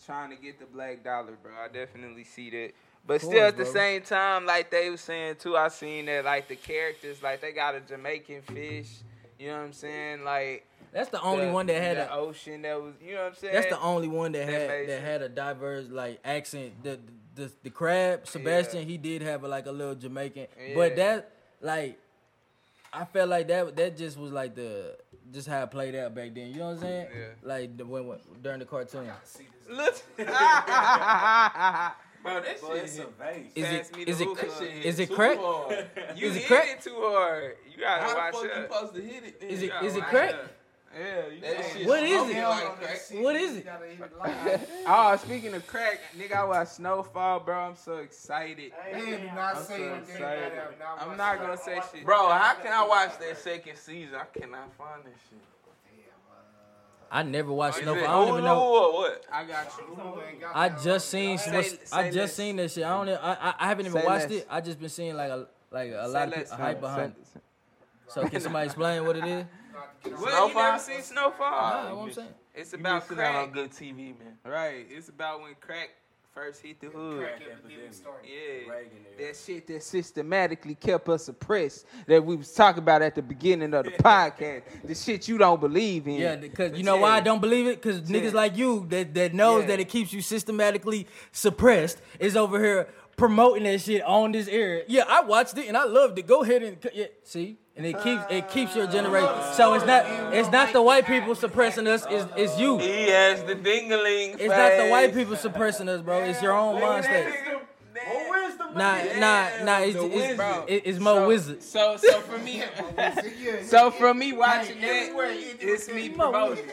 Speaker 2: trying to get the black dollar, bro. I definitely see that. But still,
Speaker 3: course,
Speaker 2: at the
Speaker 3: bro.
Speaker 2: same time, like they was saying too, I seen that like the characters, like they got a Jamaican fish. You know what I'm saying? Like
Speaker 3: That's the only
Speaker 2: the-
Speaker 3: one that had
Speaker 2: the
Speaker 3: a.
Speaker 2: ocean that was. You know what I'm saying?
Speaker 3: That's the only one
Speaker 2: that
Speaker 3: that had
Speaker 2: made
Speaker 3: that
Speaker 2: sense.
Speaker 3: had a diverse like accent. The the the crab Sebastian he did have a, like a little Jamaican,
Speaker 2: Yeah.
Speaker 3: but that like I felt like that that just was like the just how it played out back then. You know what I'm saying?
Speaker 2: Yeah.
Speaker 3: Like the, when, when during the cartoon.
Speaker 2: Look. bro, that
Speaker 9: But it's a
Speaker 2: shit.
Speaker 9: vase.
Speaker 3: Is
Speaker 2: Pass
Speaker 3: it
Speaker 2: me the
Speaker 3: is it
Speaker 2: hookah. That shit hit
Speaker 3: is it
Speaker 2: too
Speaker 3: crack?
Speaker 2: hard. You
Speaker 3: Is it
Speaker 2: hit
Speaker 3: crack?
Speaker 2: it too hard. You gotta
Speaker 4: How the
Speaker 2: watch
Speaker 4: fuck you
Speaker 2: up.
Speaker 4: supposed to hit it? Then?
Speaker 3: Is it
Speaker 2: gotta
Speaker 3: is it
Speaker 2: watch
Speaker 3: crack?
Speaker 2: out.
Speaker 1: Yeah, you
Speaker 4: That
Speaker 1: know.
Speaker 4: shit
Speaker 3: What is
Speaker 4: smoking
Speaker 3: it?
Speaker 4: Like crack.
Speaker 3: What is it?
Speaker 7: Gotta eat it live.
Speaker 1: Oh, speaking of crack, nigga, I watch Snowfall, bro. I'm so excited.
Speaker 7: Man, do not
Speaker 1: I'm
Speaker 7: say
Speaker 1: so
Speaker 7: anything
Speaker 1: excited.
Speaker 7: that I've not
Speaker 1: I'm
Speaker 7: watched.
Speaker 1: not gonna say shit.
Speaker 2: Bro, how can I watch that second season? I cannot find that shit.
Speaker 3: I never watched
Speaker 2: Is
Speaker 3: Snowfall.
Speaker 2: it
Speaker 3: I don't
Speaker 2: Hulu
Speaker 3: even know.
Speaker 2: Or what?
Speaker 1: I got you.
Speaker 7: Hulu ain't got
Speaker 3: I
Speaker 7: that
Speaker 3: just seen
Speaker 1: Say-
Speaker 3: what's- I
Speaker 1: say
Speaker 3: just
Speaker 1: less.
Speaker 3: seen that shit. I don't. Even, I, I I haven't even
Speaker 1: Say
Speaker 3: watched
Speaker 1: less.
Speaker 3: it. I just been seeing like a like a lot of
Speaker 1: Say
Speaker 3: people,
Speaker 1: less,
Speaker 3: hype
Speaker 1: son.
Speaker 3: behind.
Speaker 1: Say-
Speaker 3: it. So can somebody explain what it is?
Speaker 2: What? You
Speaker 1: Snowfall?
Speaker 2: never seen Snowfall?
Speaker 3: Nah, what I'm saying.
Speaker 2: It's
Speaker 1: You
Speaker 2: about
Speaker 1: missing out
Speaker 2: crack.
Speaker 1: on
Speaker 2: good TV, man.
Speaker 1: Right. It's about when crack first hit the hood.
Speaker 7: crack
Speaker 9: Crack
Speaker 7: epidemic
Speaker 9: epidemic.
Speaker 7: started.
Speaker 2: Yeah.
Speaker 9: Reagan era.
Speaker 1: That shit that systematically kept us oppressed that we was talking about at the beginning of the podcast. The shit you don't believe in.
Speaker 3: Yeah, because you know why I don't believe it? Because niggas like you that, that knows that it keeps you systematically suppressed is over here promoting that shit on this era. Yeah, I watched it and I loved it. Go ahead and c- yeah, see. And it keeps it keeps your generation. So it's not it's not the white people suppressing us. It's it's you.
Speaker 2: He has the dingling.
Speaker 3: It's not the white people suppressing us, bro. It's your own mind state.
Speaker 2: Well, where's the
Speaker 3: Nah, nah, nah. It's
Speaker 2: the
Speaker 3: it's,
Speaker 2: wizard.
Speaker 3: it's, it's more wizard.
Speaker 1: So so for me So for me watching
Speaker 7: everywhere
Speaker 1: that
Speaker 7: you do
Speaker 1: it's me
Speaker 3: Mo,
Speaker 1: promoting.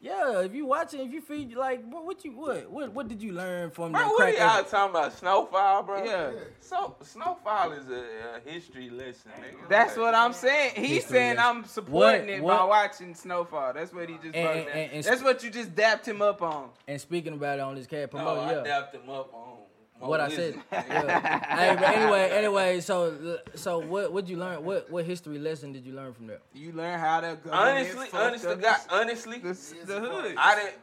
Speaker 3: Yeah, if you watching, if you feel like what, what you what what what did you learn from
Speaker 2: Bro,
Speaker 3: that
Speaker 2: what
Speaker 3: crack?
Speaker 2: are y'all talking about? Snowfall, bro?
Speaker 1: Yeah.
Speaker 2: So Snowfall is a, a history lesson, nigga.
Speaker 1: That's what I'm saying. He's
Speaker 3: History
Speaker 1: saying
Speaker 3: lesson.
Speaker 1: I'm supporting
Speaker 3: What-
Speaker 1: it by
Speaker 3: what-
Speaker 1: watching Snowfall. That's what he just
Speaker 3: And-
Speaker 1: broke
Speaker 3: and-
Speaker 1: down.
Speaker 3: and- and-
Speaker 1: That's what you just dapped him up on.
Speaker 3: And speaking about it on this cat
Speaker 2: No,
Speaker 3: promote,
Speaker 2: I
Speaker 3: yeah,
Speaker 2: dapped him up on my
Speaker 3: what I
Speaker 2: wisdom.
Speaker 3: said. Yeah. Hey, but anyway, anyway, so so what what you learn? What what history lesson did you learn from that?
Speaker 1: You learn how to go.
Speaker 2: Honestly, honest to God,
Speaker 1: uh,
Speaker 2: honestly,
Speaker 1: the, the hood.
Speaker 2: I didn't.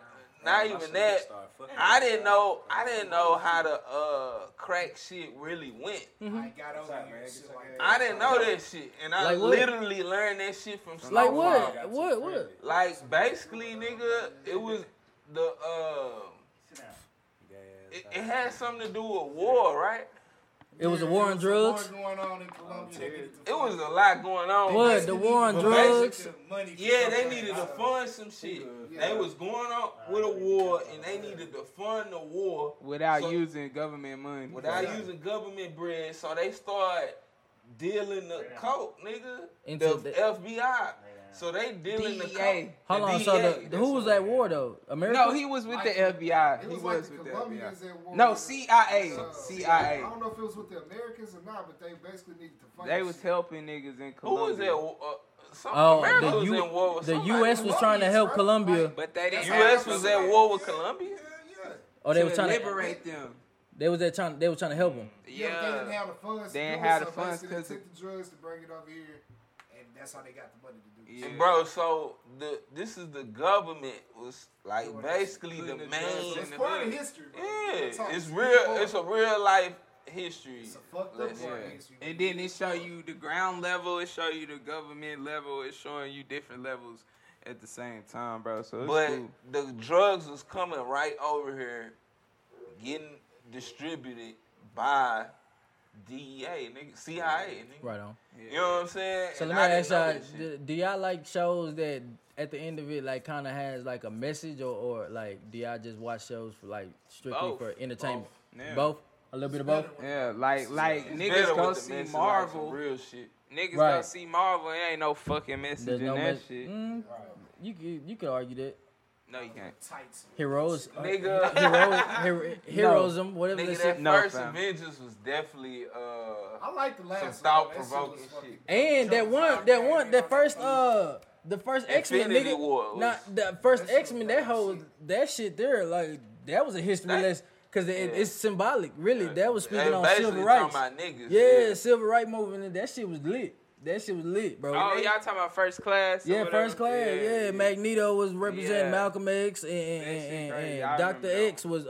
Speaker 2: Not
Speaker 9: My shit
Speaker 2: even that.
Speaker 9: started fucking
Speaker 2: I didn't know. I didn't know how the uh, crack shit really went.
Speaker 3: Hmm.
Speaker 7: I got over here. and shit like that.
Speaker 2: I didn't know that shit, and I
Speaker 3: Like what?
Speaker 2: literally learned that shit from Snowfall.
Speaker 3: Like what what what?
Speaker 2: Like basically, nigga, it was the uh,
Speaker 9: gas.
Speaker 2: it, it had something to do with war, right?
Speaker 3: It was a
Speaker 7: Yeah,
Speaker 3: war on
Speaker 7: there was
Speaker 3: drugs.
Speaker 7: a war going on in Colombia. They needed to
Speaker 2: It was
Speaker 7: fund
Speaker 2: a lot going on.
Speaker 3: What the war on
Speaker 2: But
Speaker 3: drugs?
Speaker 7: the money to
Speaker 2: Yeah,
Speaker 7: fund
Speaker 2: they
Speaker 7: that
Speaker 2: needed to
Speaker 7: stuff.
Speaker 2: fund some shit. They was going on with a war, and they needed to fund the war
Speaker 1: Without
Speaker 2: So-
Speaker 1: using government money.
Speaker 2: without using government bread. So they start dealing the coke, nigga.
Speaker 3: Into
Speaker 2: the,
Speaker 3: the- E
Speaker 2: FBI. So they dealing the E coke.
Speaker 1: DEA.
Speaker 3: Hold on, so
Speaker 2: DEA,
Speaker 3: the, who was at war though? America.
Speaker 1: No, he was with the FBI.
Speaker 7: It
Speaker 1: He
Speaker 7: was,
Speaker 1: was
Speaker 7: like the
Speaker 1: with the
Speaker 7: Colombians
Speaker 1: FBI.
Speaker 7: at war.
Speaker 1: No,
Speaker 7: with-
Speaker 1: CIA.
Speaker 7: uh, I
Speaker 1: CIA.
Speaker 7: don't know if it was with the Americans or not, but they basically needed to fund
Speaker 1: They
Speaker 7: that
Speaker 1: was
Speaker 7: shit.
Speaker 1: helping niggas in
Speaker 2: Who was
Speaker 1: Colombia.
Speaker 2: at war? Uh, some,
Speaker 3: Oh,
Speaker 2: America
Speaker 3: the,
Speaker 2: was
Speaker 3: U-
Speaker 2: in war with
Speaker 3: the
Speaker 2: somebody.
Speaker 3: U.S. was trying to help
Speaker 7: Right.
Speaker 3: Colombia.
Speaker 1: But they didn't.
Speaker 2: U.S.
Speaker 1: have
Speaker 2: was
Speaker 1: to
Speaker 2: at war with Colombia.
Speaker 7: Yeah,
Speaker 3: Oh, they were
Speaker 1: to
Speaker 3: trying to.
Speaker 1: liberate them.
Speaker 3: They was at trying. They were trying to help him.
Speaker 7: yeah. yeah. but They didn't
Speaker 1: Yeah.
Speaker 7: have the funds.
Speaker 1: They
Speaker 7: to
Speaker 1: ain't
Speaker 7: do it,
Speaker 1: had
Speaker 7: so
Speaker 1: the funds
Speaker 7: basically
Speaker 1: 'cause
Speaker 7: they
Speaker 1: it-
Speaker 7: took the drugs to bring it over here, and that's how they got the money to do. it.
Speaker 1: Yeah.
Speaker 2: And bro, so the this is the government was like basically the
Speaker 1: Putting the drugs
Speaker 2: main.
Speaker 1: in
Speaker 7: It's part of history. Bro.
Speaker 2: Yeah,
Speaker 7: Talk
Speaker 2: it's
Speaker 7: to
Speaker 2: real.
Speaker 7: people.
Speaker 2: It's a real life history.
Speaker 7: It's a fucked up
Speaker 2: lesson.
Speaker 7: part
Speaker 1: Yeah.
Speaker 7: of history.
Speaker 1: And then it show you the ground level, it show you the government level, it's showing you different levels at the same time, bro. So it's
Speaker 2: But
Speaker 1: cool.
Speaker 2: the drugs was coming right over here, getting distributed by DEA, nigga, CIA, nigga.
Speaker 3: Right on.
Speaker 2: You know what I'm saying?
Speaker 3: So
Speaker 2: And
Speaker 3: let me
Speaker 2: I
Speaker 3: ask
Speaker 2: didn't know
Speaker 3: y'all:
Speaker 2: that shit.
Speaker 3: do, do y'all like shows that at the end of it like kind of has like a message, or, or like do y'all just watch shows for like strictly
Speaker 2: Both.
Speaker 3: for entertainment?
Speaker 1: Both. Yeah.
Speaker 3: Both? a little bit of both.
Speaker 1: Yeah, like like
Speaker 2: It's
Speaker 1: niggas
Speaker 2: better
Speaker 1: go
Speaker 2: with the
Speaker 1: see
Speaker 2: message, like some
Speaker 1: Marvel.
Speaker 2: real shit.
Speaker 1: niggas go
Speaker 3: Right.
Speaker 1: see Marvel. It ain't no fucking message
Speaker 3: There's
Speaker 1: in
Speaker 3: no
Speaker 1: that
Speaker 3: mess-
Speaker 1: shit.
Speaker 3: Mm, you could you could argue that.
Speaker 2: No, you can't.
Speaker 6: Tights.
Speaker 3: Heroes, uh,
Speaker 1: Nigga.
Speaker 3: hero, hero, heroism, whatever they
Speaker 2: Nigga,
Speaker 3: say.
Speaker 2: that
Speaker 1: No,
Speaker 2: first
Speaker 1: fam.
Speaker 2: Avengers was definitely uh
Speaker 7: I like the last
Speaker 2: some
Speaker 7: one.
Speaker 2: thought
Speaker 7: That shit was
Speaker 2: provoking
Speaker 7: fucking-
Speaker 2: shit.
Speaker 3: And that one, that one, that first, uh, the first X Men,
Speaker 2: Infinity
Speaker 3: nigga,
Speaker 2: War was-
Speaker 3: not the first
Speaker 7: That shit
Speaker 3: X Men.
Speaker 7: was
Speaker 3: That whole,
Speaker 7: wild
Speaker 3: that shit there, like that was a history
Speaker 2: That-
Speaker 3: lesson because it,
Speaker 2: yeah.
Speaker 3: it's symbolic, really. That was
Speaker 2: They
Speaker 3: speaking on
Speaker 2: basically talking
Speaker 3: civil rights.
Speaker 2: about niggas,
Speaker 3: yeah,
Speaker 2: yeah.
Speaker 3: civil right movement. and That shit was lit. That shit was lit, bro.
Speaker 2: Oh,
Speaker 4: Oh, y'all talking about first class? or
Speaker 3: Yeah,
Speaker 4: whatever?
Speaker 3: first class. Yeah,
Speaker 2: yeah.
Speaker 3: Magneto was representing
Speaker 2: Yeah.
Speaker 3: Malcolm X, and,
Speaker 2: That shit
Speaker 3: and,
Speaker 2: crazy.
Speaker 3: and,
Speaker 2: I
Speaker 3: Doctor
Speaker 2: remember
Speaker 3: X was uh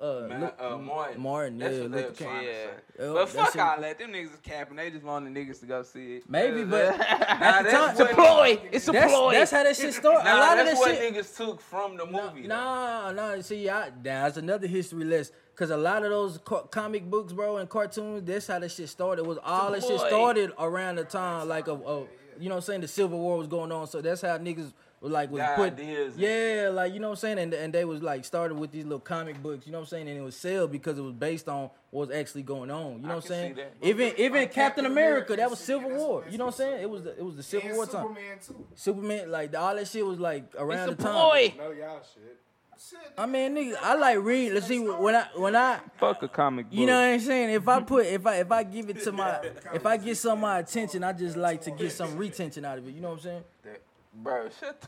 Speaker 3: uh uh,
Speaker 2: Ma-
Speaker 3: Luke-
Speaker 2: uh, Martin.
Speaker 3: Martin.
Speaker 2: That's
Speaker 3: yeah,
Speaker 2: what they
Speaker 3: Luther
Speaker 2: was
Speaker 3: King.
Speaker 2: trying to
Speaker 4: Yeah.
Speaker 2: say.
Speaker 1: but
Speaker 3: Oh, that
Speaker 1: fuck
Speaker 3: shit-
Speaker 1: all that. Them niggas is capping. They just wanted niggas to go see it.
Speaker 3: Maybe, but at the
Speaker 2: that's
Speaker 3: time,
Speaker 1: It's a ploy. It's a
Speaker 3: that's,
Speaker 1: ploy.
Speaker 3: that's how that shit started.
Speaker 2: Nah,
Speaker 3: a lot of
Speaker 2: that's
Speaker 3: that
Speaker 2: what
Speaker 3: shit.
Speaker 2: niggas took from the movie. though.
Speaker 3: Nah, nah. See, I, that's another history lesson. Cause a lot of those co- comic books, bro, and cartoons, that's how that shit started. Was all that shit
Speaker 4: boy.
Speaker 3: started around the time, like of, of you know, what I'm saying the Civil War was going on. So that's how niggas was like was
Speaker 2: The
Speaker 3: put,
Speaker 2: ideas and-
Speaker 3: yeah, like you know what I'm saying, and and they was like started with these little comic books, you know what I'm saying, and it was sell because it was based on what was actually going on. You know
Speaker 2: I
Speaker 3: what I'm
Speaker 2: can see
Speaker 3: saying?
Speaker 2: that.
Speaker 3: Even even
Speaker 7: Like
Speaker 3: Captain
Speaker 7: Captain
Speaker 3: America,
Speaker 7: America,
Speaker 3: that was
Speaker 7: that's-
Speaker 3: Civil
Speaker 7: that's-
Speaker 3: War.
Speaker 7: that's
Speaker 3: You know what I'm
Speaker 7: what
Speaker 3: saying? It was the, it was the Civil
Speaker 7: And
Speaker 3: War time.
Speaker 7: Superman too.
Speaker 3: Superman, like all that shit was like around
Speaker 1: It's a
Speaker 3: the time.
Speaker 1: ploy.
Speaker 10: No, y'all shit.
Speaker 7: Shit,
Speaker 3: I mean, nigga, I like read. Let's see when I when I
Speaker 1: Fuck a comic book.
Speaker 3: you know what I'm saying. If I put if I if I give it to my if I get some of my attention, I just like to get some retention out of it. You know what I'm saying?
Speaker 2: That- Bro, shut the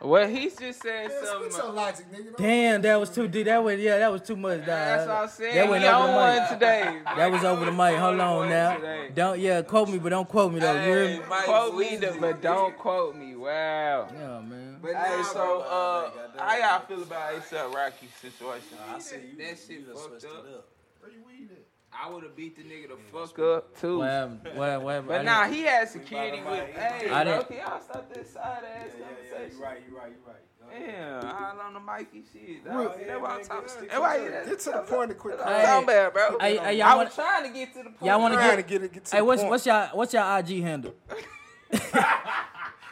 Speaker 1: well, he's just saying
Speaker 7: man, spit
Speaker 1: something.
Speaker 7: your logic, nigga. Don't-
Speaker 3: Damn, that was too deep. That was yeah, that was too much. Dog.
Speaker 1: That's what I'm saying.
Speaker 3: That went
Speaker 1: He
Speaker 3: over
Speaker 1: on
Speaker 3: the
Speaker 1: one
Speaker 3: mic.
Speaker 1: today.
Speaker 3: That was over the mic. Hold on now. Don't yeah, quote me, but don't quote me though. You hear
Speaker 2: Hey,
Speaker 3: me?
Speaker 2: Mike
Speaker 1: Quote me,
Speaker 2: Weezy.
Speaker 1: but don't quote me. Wow.
Speaker 3: Yeah, man.
Speaker 2: But hey, so uh, how y'all feel about ASAP Rocky situation?
Speaker 9: I see you.
Speaker 1: That
Speaker 9: you
Speaker 1: shit
Speaker 9: done
Speaker 1: fucked
Speaker 9: switched
Speaker 1: up.
Speaker 9: it up.
Speaker 7: Where you weed at?
Speaker 1: I would have beat the nigga the fuck up too.
Speaker 3: What happened? What happened? What happened? I
Speaker 1: But
Speaker 3: didn't-
Speaker 1: nah, he had security with. Hey,
Speaker 3: I
Speaker 1: bro,
Speaker 3: didn't-
Speaker 1: can y'all stop this side ass
Speaker 9: Yeah, yeah, yeah.
Speaker 1: conversation?
Speaker 9: You right. You right. You right. Go ahead.
Speaker 1: Damn, all on the Mikey shit.
Speaker 9: Real-
Speaker 1: dawg. See, That's why I'm
Speaker 9: Yeah,
Speaker 1: talking.
Speaker 9: man,
Speaker 1: That's why that's
Speaker 6: Get to the point and quit.
Speaker 1: what
Speaker 3: Hey,
Speaker 1: I'm talking about, bro.
Speaker 3: hey, hey, y'all
Speaker 1: I
Speaker 3: wanna-
Speaker 1: was trying to get to the point.
Speaker 3: Y'all want to
Speaker 6: Trying to
Speaker 3: get
Speaker 6: get it. Get to
Speaker 3: Hey,
Speaker 6: the
Speaker 3: what's
Speaker 6: point.
Speaker 3: what's y'all what's y'all IG handle?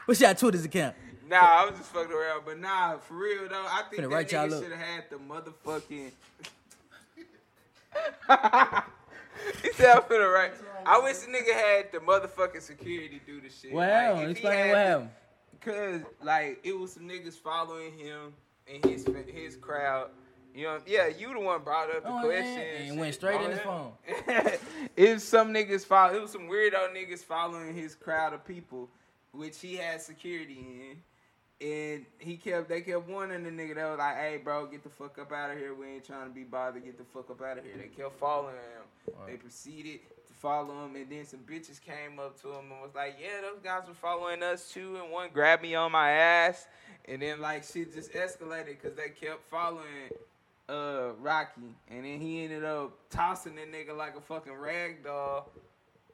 Speaker 3: what's y'all Twitter's account?
Speaker 1: Nah, I was just fucking around, but nah, for real though, I think
Speaker 3: Finna
Speaker 1: that
Speaker 3: write y'all
Speaker 1: nigga
Speaker 3: up.
Speaker 1: should have had the motherfucking. he said I'm finna write. I wish the nigga had the motherfucking security do the shit.
Speaker 3: What
Speaker 1: Like,
Speaker 3: happened?
Speaker 1: if he
Speaker 3: Explain
Speaker 1: had
Speaker 3: what
Speaker 1: the-
Speaker 3: happened.
Speaker 1: Cause like it was some niggas following him and his his crowd. You know, yeah, you the one brought up the
Speaker 3: Oh,
Speaker 1: question
Speaker 3: yeah, and
Speaker 1: shit.
Speaker 3: went straight
Speaker 1: Oh,
Speaker 3: in his
Speaker 1: yeah.
Speaker 3: phone.
Speaker 1: it was some niggas follow. It was some weirdo niggas following his crowd of people, which he had security in, and he kept. They kept warning the nigga. They was like, "Hey, bro, get the fuck up out of here. We ain't trying to be bothered. Get the fuck up out of here." They kept following him. They proceeded to follow him, and then some bitches came up to him and was like, "Yeah, those guys were following us too." And one grabbed me on my ass, and then like shit just escalated because they kept following uh Rocky, and then he ended up tossing the nigga like a fucking rag doll.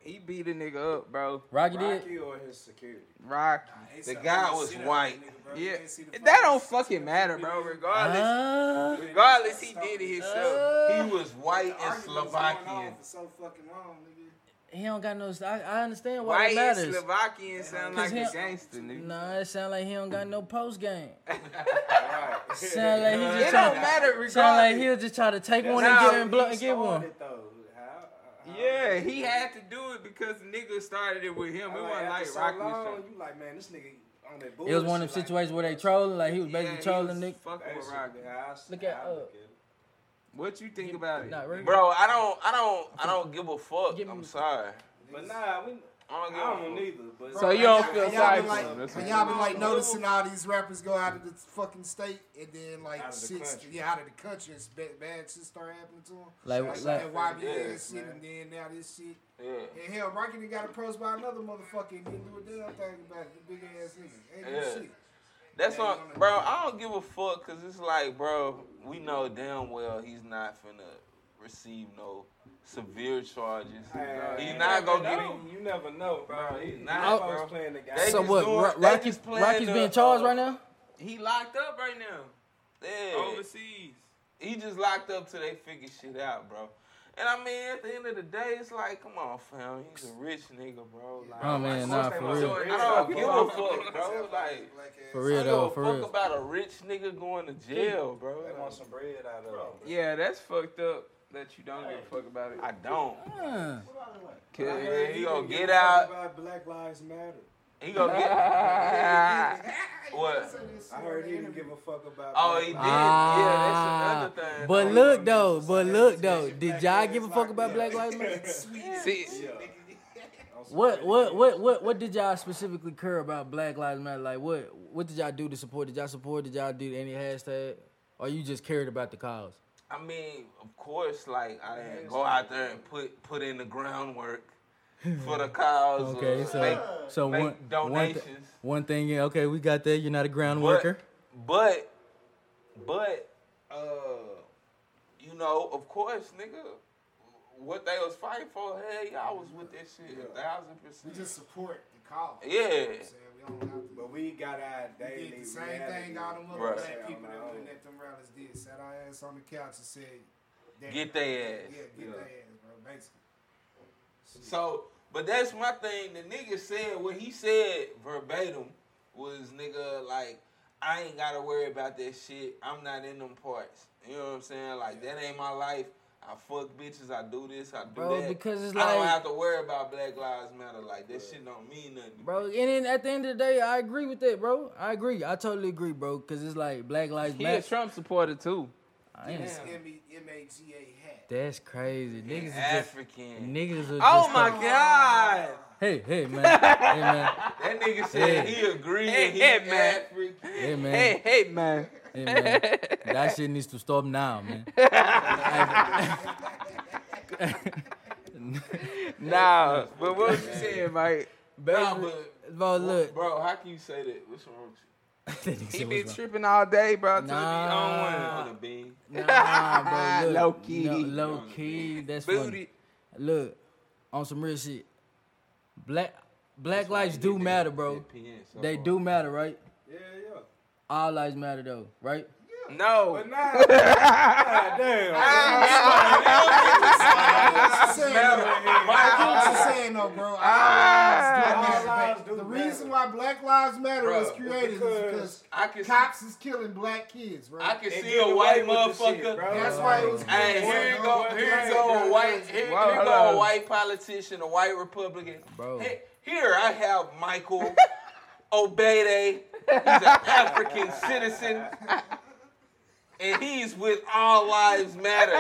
Speaker 1: He beat the nigga up, bro.
Speaker 3: Rocky, did.
Speaker 10: Rocky or his security?
Speaker 1: Rocky.
Speaker 2: The guy was white.
Speaker 1: Yeah, that don't fucking matter, bro. Regardless,
Speaker 3: Uh,
Speaker 1: regardless, he did it himself.
Speaker 2: He was white and Slovakian.
Speaker 6: for so fucking long, nigga.
Speaker 3: he don't got no. I, I understand why it
Speaker 1: White and
Speaker 3: matters.
Speaker 1: Slovakian sound like
Speaker 3: Cause
Speaker 1: a
Speaker 3: him-
Speaker 1: gangster, nigga.
Speaker 3: Nah, it sound like he don't got no post game.
Speaker 10: Right.
Speaker 3: Sound like he just
Speaker 1: It don't
Speaker 3: tryna-
Speaker 1: matter regardless.
Speaker 3: Sound like he'll just try to take one and
Speaker 1: Nah,
Speaker 3: get and, blow, and get one.
Speaker 1: yeah, he had to do it because the nigga started it with him. It wasn't like Rocky was trying-
Speaker 10: You like, man, this nigga on that bullshit.
Speaker 3: It was one of them
Speaker 10: like,
Speaker 3: situations where they trolling, like he was
Speaker 1: Yeah,
Speaker 3: basically
Speaker 1: he
Speaker 3: trolling
Speaker 1: was
Speaker 3: Nick.
Speaker 1: Fucking with Rocky.
Speaker 10: Basically, how I s-
Speaker 3: Look at,
Speaker 10: how I
Speaker 3: uh,
Speaker 10: look at it.
Speaker 1: What you think about it?
Speaker 3: Not really.
Speaker 2: Bro, I don't, I don't, I don't give a fuck.
Speaker 3: Give me-
Speaker 2: I'm sorry.
Speaker 10: But nah, we,
Speaker 2: I don't
Speaker 10: I don't
Speaker 2: give a fuck.
Speaker 10: either. But
Speaker 1: So you don't feel
Speaker 7: And y'all
Speaker 1: sorry
Speaker 7: been
Speaker 1: for him.
Speaker 7: like,
Speaker 1: That's
Speaker 7: and
Speaker 1: what-
Speaker 7: y'all been like noticing all these rappers go out of the fucking state and then like
Speaker 10: Out of the
Speaker 7: shit,
Speaker 10: country.
Speaker 7: yeah, out of the country, it's bad, bad shit start happening to them.
Speaker 3: Like- like-
Speaker 7: like, that YBN
Speaker 10: Yes,
Speaker 7: shit,
Speaker 10: man.
Speaker 7: and then now this shit.
Speaker 2: Yeah.
Speaker 7: And hell, Rocky done got approached by another motherfucker and didn't do a damn thing about it. The big ass nigga. Ain't
Speaker 2: Yeah.
Speaker 7: do shit.
Speaker 2: That's why, bro. I don't give a fuck, cause it's like, bro, we know damn well he's not finna receive no severe charges. He's not gonna get it.
Speaker 10: You never know, bro. He's
Speaker 2: not,
Speaker 10: not
Speaker 2: bro.
Speaker 10: playing the
Speaker 2: They
Speaker 10: guy.
Speaker 3: Oh, So
Speaker 2: just
Speaker 3: what?
Speaker 2: doing-
Speaker 3: Ro-
Speaker 2: they
Speaker 3: Rocky,
Speaker 2: just playing
Speaker 3: Rocky's
Speaker 2: the,
Speaker 3: being charged
Speaker 2: uh,
Speaker 3: right now.
Speaker 1: He locked up right now,
Speaker 2: Yeah.
Speaker 1: overseas.
Speaker 2: He just locked up till they figure shit out, bro. And I mean, at the end of the day, it's like, come on, fam. He's a rich nigga, bro. Like,
Speaker 3: Oh man, nah, for real,
Speaker 2: I don't give a fuck, bro. Like,
Speaker 3: for
Speaker 2: I
Speaker 3: real though,
Speaker 2: don't give
Speaker 3: for
Speaker 2: a fuck
Speaker 3: real.
Speaker 2: about a rich nigga going to jail, bro.
Speaker 10: They want some bread out of him.
Speaker 1: Yeah, that's fucked up that you don't give a fuck about it.
Speaker 2: I don't.
Speaker 3: Huh.
Speaker 2: Cause he gonna get out.
Speaker 10: About Black Lives Matter.
Speaker 2: He gonna get what?
Speaker 7: I heard he didn't give a fuck about.
Speaker 2: Oh, he did. yeah, that's another thing.
Speaker 3: Ah, But
Speaker 2: Oh,
Speaker 3: look though, but look though, did y'all give a fuck about Black Lives Matter?
Speaker 1: See,
Speaker 3: What what what what what did y'all specifically care about Black Lives Matter? Like what what did y'all do to support? Did y'all support? Did y'all do any hashtag? Or you just cared about the cause?
Speaker 2: I mean, of course, like I didn't go out there and put put in the groundwork for the cause. or
Speaker 3: Okay, so
Speaker 2: make-
Speaker 3: so
Speaker 2: make
Speaker 3: one one, th-
Speaker 2: donations.
Speaker 3: one thing. yeah, Okay, we got that. You're not a ground
Speaker 2: But-
Speaker 3: worker.
Speaker 2: But, but, uh, you know, of course, nigga, what they was fighting for, hell yeah, I was with that shit a thousand
Speaker 7: We
Speaker 2: percent.
Speaker 7: just support the cause.
Speaker 2: Yeah.
Speaker 7: You know what I'm saying? We don't have to.
Speaker 10: But we got our
Speaker 7: We
Speaker 10: daily
Speaker 7: did the same
Speaker 10: reality.
Speaker 7: thing all them other
Speaker 2: Right.
Speaker 7: black people that went at them rallies did. Sat our ass on the couch and said, "Damn."
Speaker 2: Get their ass.
Speaker 7: Yeah, get
Speaker 2: Yeah.
Speaker 7: their ass, bro. Basically.
Speaker 2: So, but that's my thing. The nigga said what he said verbatim was nigga like I ain't gotta worry about that shit. I'm not in them parts. You know what I'm saying? Like that ain't my life. I fuck bitches. I do this. I do
Speaker 3: Bro,
Speaker 2: that.
Speaker 3: because it's
Speaker 2: I don't
Speaker 3: like-
Speaker 2: have to worry about Black Lives Matter. Like that shit don't mean nothing. to me.
Speaker 3: Bro, and then at the end of the day, I agree with that, bro. I agree. I totally agree, bro. Cause it's like Black Lives
Speaker 1: he a
Speaker 3: Matter.
Speaker 1: Trump supporter too.
Speaker 3: I ain't-
Speaker 7: This M-E- M-A-G-A hat.
Speaker 3: That's crazy. Niggas are just
Speaker 2: African.
Speaker 3: niggas are
Speaker 2: Oh
Speaker 3: just
Speaker 2: my
Speaker 3: like-
Speaker 2: god!
Speaker 3: Hey, hey man. hey man.
Speaker 2: That nigga said
Speaker 3: Hey.
Speaker 2: he agreed.
Speaker 1: Hey,
Speaker 2: he
Speaker 1: hey, man.
Speaker 2: African.
Speaker 3: Hey man.
Speaker 1: Hey, hey, man.
Speaker 3: Hey man, that shit needs to stop now, man.
Speaker 1: Nah, but what was you saying, Mike?
Speaker 2: Nah, but
Speaker 3: Bro, look,
Speaker 2: bro, how can you say that? What's wrong with you?
Speaker 3: That nigga
Speaker 1: He
Speaker 3: said,
Speaker 1: been
Speaker 3: "What's
Speaker 1: tripping all day, bro. Till
Speaker 3: Nah.
Speaker 1: he on one.
Speaker 2: On the bean.
Speaker 3: wrong?" Nah, bro, look,
Speaker 1: Low key.
Speaker 3: no, low key. That's funny.
Speaker 1: Booty.
Speaker 3: Look, on some real shit. Black black lives do matter, bro.
Speaker 2: Uh-huh.
Speaker 3: They do matter, right?
Speaker 10: Yeah, yeah.
Speaker 3: All lives matter though, right?
Speaker 1: No.
Speaker 10: But nah, God damn.
Speaker 7: I get what you're saying though, bro.
Speaker 2: Ah,
Speaker 7: I
Speaker 10: All lives do
Speaker 7: the
Speaker 10: matter.
Speaker 7: reason why Black Lives Matter
Speaker 2: Bro,
Speaker 7: was created
Speaker 10: because
Speaker 7: is
Speaker 2: I can
Speaker 7: because cops is killing black kids, bro.
Speaker 2: I can
Speaker 10: And
Speaker 2: see
Speaker 10: get
Speaker 2: a
Speaker 10: away
Speaker 2: white
Speaker 10: with the shit,
Speaker 2: motherfucker.
Speaker 10: bro.
Speaker 7: That's why it was.
Speaker 2: Hey, here you go, here you go, a white, here,
Speaker 1: Whoa,
Speaker 2: here you
Speaker 1: hold
Speaker 2: go,
Speaker 1: on.
Speaker 2: a white politician, a white Republican.
Speaker 3: Bro.
Speaker 2: Hey, here I have Michael Obede. He's an African citizen, and he's with All Lives Matter.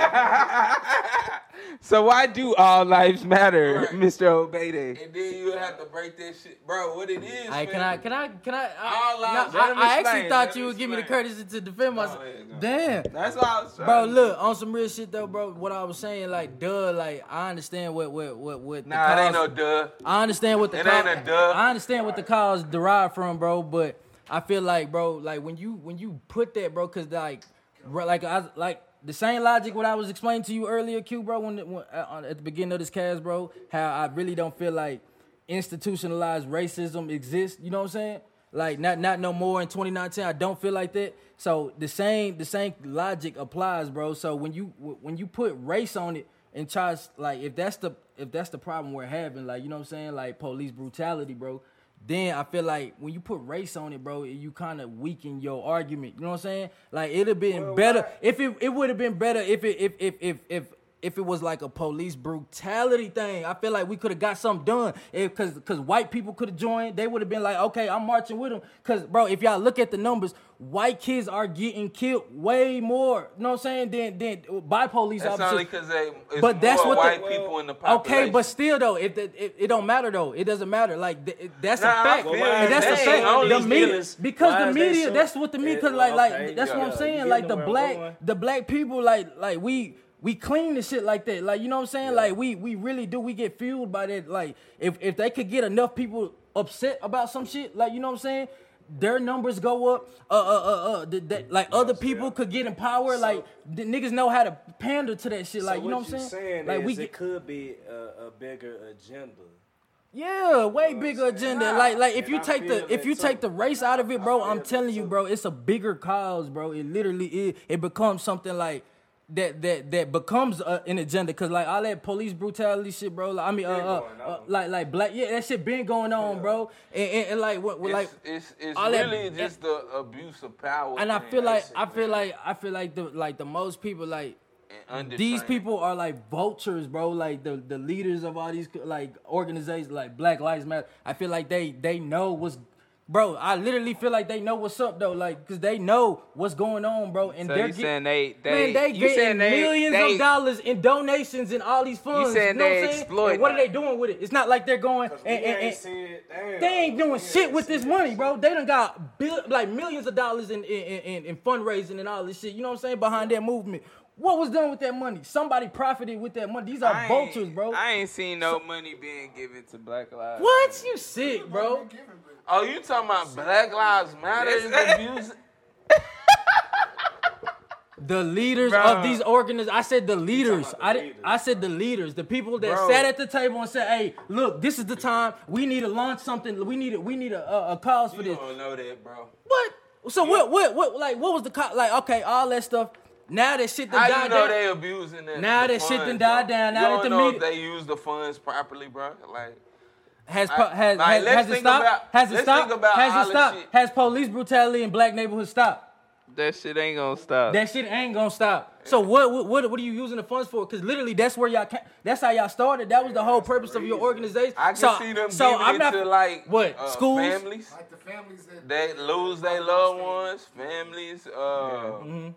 Speaker 1: So why do all lives matter,
Speaker 2: Right.
Speaker 1: Mr. Obede?
Speaker 2: And then you have to break that shit, bro. What it is?
Speaker 3: I can I
Speaker 2: man.
Speaker 3: can I can I?
Speaker 2: All lives-
Speaker 3: I,
Speaker 1: let him
Speaker 3: I actually
Speaker 1: explain,
Speaker 3: thought
Speaker 1: let
Speaker 3: you
Speaker 1: him
Speaker 3: would give me the
Speaker 1: explain.
Speaker 3: courtesy to defend myself.
Speaker 2: yeah, no.
Speaker 3: Damn.
Speaker 1: That's why I was trying.
Speaker 3: Bro, look on some real shit though, bro. What I was saying, like, duh, like I understand what what what what.
Speaker 2: Nah, it ain't no
Speaker 3: cause-
Speaker 2: duh.
Speaker 3: I understand what the
Speaker 2: It
Speaker 3: cause,
Speaker 2: ain't a duh.
Speaker 3: I understand what the cause derived from, bro. But I feel like, bro, like when you when you put that, bro, cause like, bro, like I like the same logic what I was explaining to you earlier, Q, bro, when, when uh, at the beginning of this cast, bro, how I really don't feel like institutionalized racism exists. You know what I'm saying? Like not not no more in 2019. I don't feel like that. So the same the same logic applies, bro. So when you when you put race on it and charge like if that's the if that's the problem we're having, like you know what I'm saying, like police brutality, bro. Then I feel like when you put race on it, bro, you kind of weaken your argument. You know what I'm saying? Like it'd have been better if it it would have been better if it if if if if if it was like a police brutality thing, I feel like we could have got something done. If cause cause white people could have joined, they would have been like, okay, I'm marching with them. Cause bro, if y'all look at the numbers, white kids are getting killed way more. You know what I'm saying? Than than by police
Speaker 2: That's
Speaker 3: officers.
Speaker 2: only because they. It's
Speaker 3: But that's
Speaker 2: more
Speaker 3: what the-
Speaker 2: white people in the population.
Speaker 3: Okay, but still though, it, it, it it don't matter though. It doesn't matter. Like th- it- that's
Speaker 2: Nah, I
Speaker 3: a fact.
Speaker 2: feel
Speaker 3: And
Speaker 2: you.
Speaker 3: that's a
Speaker 2: They
Speaker 3: fact.
Speaker 2: only
Speaker 3: The media,
Speaker 9: killers. Why
Speaker 3: because the
Speaker 9: is they
Speaker 3: media.
Speaker 9: so-
Speaker 3: That's what the media. Cause
Speaker 9: Yeah,
Speaker 3: like
Speaker 9: okay,
Speaker 3: like that's
Speaker 9: yeah,
Speaker 3: what I'm
Speaker 9: you
Speaker 3: saying.
Speaker 9: getting
Speaker 3: Like the
Speaker 9: where I'm
Speaker 3: black
Speaker 9: going.
Speaker 3: the black people like like we. We clean the shit like that, like you know what I'm saying. Like we we really do. We get fueled by that. Like if if they could get enough people upset about some shit, like you know what I'm saying, their numbers go up. Uh uh uh uh. The, that, like other people could get in power. like the niggas know how to pander to that shit. Like
Speaker 9: so
Speaker 3: you know
Speaker 9: what
Speaker 3: what I'm
Speaker 9: you're
Speaker 3: saying.
Speaker 9: saying
Speaker 3: like
Speaker 9: is
Speaker 3: we
Speaker 9: it
Speaker 3: get,
Speaker 9: could be a, a bigger agenda.
Speaker 3: yeah, way bigger agenda. Like, like if
Speaker 9: And
Speaker 3: you
Speaker 9: I
Speaker 3: take
Speaker 9: feel
Speaker 3: the if
Speaker 9: that
Speaker 3: you
Speaker 9: too.
Speaker 3: take the race out of it, bro, I'm
Speaker 9: that
Speaker 3: telling you,
Speaker 9: too.
Speaker 3: bro, it's a bigger cause, bro. It literally is. It becomes something like that that that becomes uh, an agenda. Cause like all that police brutality shit, bro. Like, I mean, uh, uh,
Speaker 9: going
Speaker 3: uh,
Speaker 9: on.
Speaker 3: like like black, yeah, that shit been going on, bro. And, and, and like what, what
Speaker 2: It's,
Speaker 3: like
Speaker 2: it's, it's
Speaker 3: all that-
Speaker 2: really just the abuse of power.
Speaker 3: and I
Speaker 2: thing.
Speaker 3: feel like
Speaker 2: That's it,
Speaker 3: I feel
Speaker 2: man.
Speaker 3: like I feel like the like the most people like
Speaker 2: and under
Speaker 3: These people are like vultures, bro. Like the, the leaders of all these like organizations, like Black Lives Matter. I feel like they they know what's, bro. I literally feel like they know what's up though, like because they know what's going on, bro. And
Speaker 1: So
Speaker 3: they're
Speaker 1: you
Speaker 3: get-
Speaker 1: saying they they
Speaker 3: man, they
Speaker 1: you
Speaker 3: getting
Speaker 1: saying they
Speaker 3: millions
Speaker 1: they,
Speaker 3: of dollars in donations and all these funds.
Speaker 1: saying
Speaker 3: know what
Speaker 1: they
Speaker 3: I'm saying?
Speaker 1: exploiting
Speaker 3: And what are
Speaker 1: that.
Speaker 3: they doing with it? It's not like they're going and,
Speaker 10: We
Speaker 3: and-
Speaker 10: ain't
Speaker 3: and-
Speaker 10: seen it. Damn.
Speaker 3: they ain't doing
Speaker 10: We
Speaker 3: shit with
Speaker 10: seen
Speaker 3: this
Speaker 10: it.
Speaker 3: money, bro. They done got bill, like millions of dollars in in, in in fundraising and all this shit. You know what I'm saying behind that movement. What was done with that money? Somebody profited with that money. These are
Speaker 1: I ain't-
Speaker 3: vultures, bro.
Speaker 1: I ain't seen no money being given to Black Lives.
Speaker 3: What you sick, bro?
Speaker 2: Oh, you talking about Black Lives Matter is abusing?
Speaker 3: The leaders
Speaker 1: Bruh.
Speaker 3: of these organizations. I said the leaders.
Speaker 10: about the
Speaker 3: I did,
Speaker 10: leaders,
Speaker 3: I said the leaders. The people that
Speaker 1: Bro.
Speaker 3: sat at the table and said, "Hey, look, this is the time. We need to launch something. We need it. We need a, a, a cause for
Speaker 2: You
Speaker 3: this."
Speaker 2: don't know that, bro.
Speaker 3: What? So what? What? What? Like what was the co- like? Okay, all that stuff. Now that shit
Speaker 2: How
Speaker 3: that
Speaker 2: you
Speaker 3: died
Speaker 2: know
Speaker 3: down-
Speaker 2: they abusing that?
Speaker 3: Now
Speaker 2: the
Speaker 3: that shit done
Speaker 2: funds,
Speaker 3: died
Speaker 2: bro?
Speaker 3: down, now
Speaker 2: you don't
Speaker 3: that the
Speaker 2: know
Speaker 3: media-
Speaker 2: if they use the funds properly, bro. Like,
Speaker 3: Has
Speaker 2: I-
Speaker 3: po- has
Speaker 2: like,
Speaker 3: has,
Speaker 2: let's
Speaker 3: has it
Speaker 2: think
Speaker 3: stopped?
Speaker 2: about-
Speaker 3: has it
Speaker 2: let's
Speaker 3: stopped?
Speaker 2: think about all
Speaker 3: has it
Speaker 2: the
Speaker 3: stopped?
Speaker 2: shit.
Speaker 3: Has police brutality in black neighborhoods stopped?
Speaker 1: That shit ain't gonna stop.
Speaker 3: That shit ain't gonna stop. So what what what, what are you using the funds for? Because literally that's where y'all ca- that's how y'all started. That was the whole purpose of your organization.
Speaker 2: I can
Speaker 3: so,
Speaker 2: see them
Speaker 3: so
Speaker 2: giving
Speaker 3: I'm
Speaker 2: it
Speaker 3: not,
Speaker 2: to like
Speaker 3: what
Speaker 2: uh,
Speaker 3: schools.
Speaker 2: families.
Speaker 7: Like the families that
Speaker 2: They lose their loved ones, families. Uh,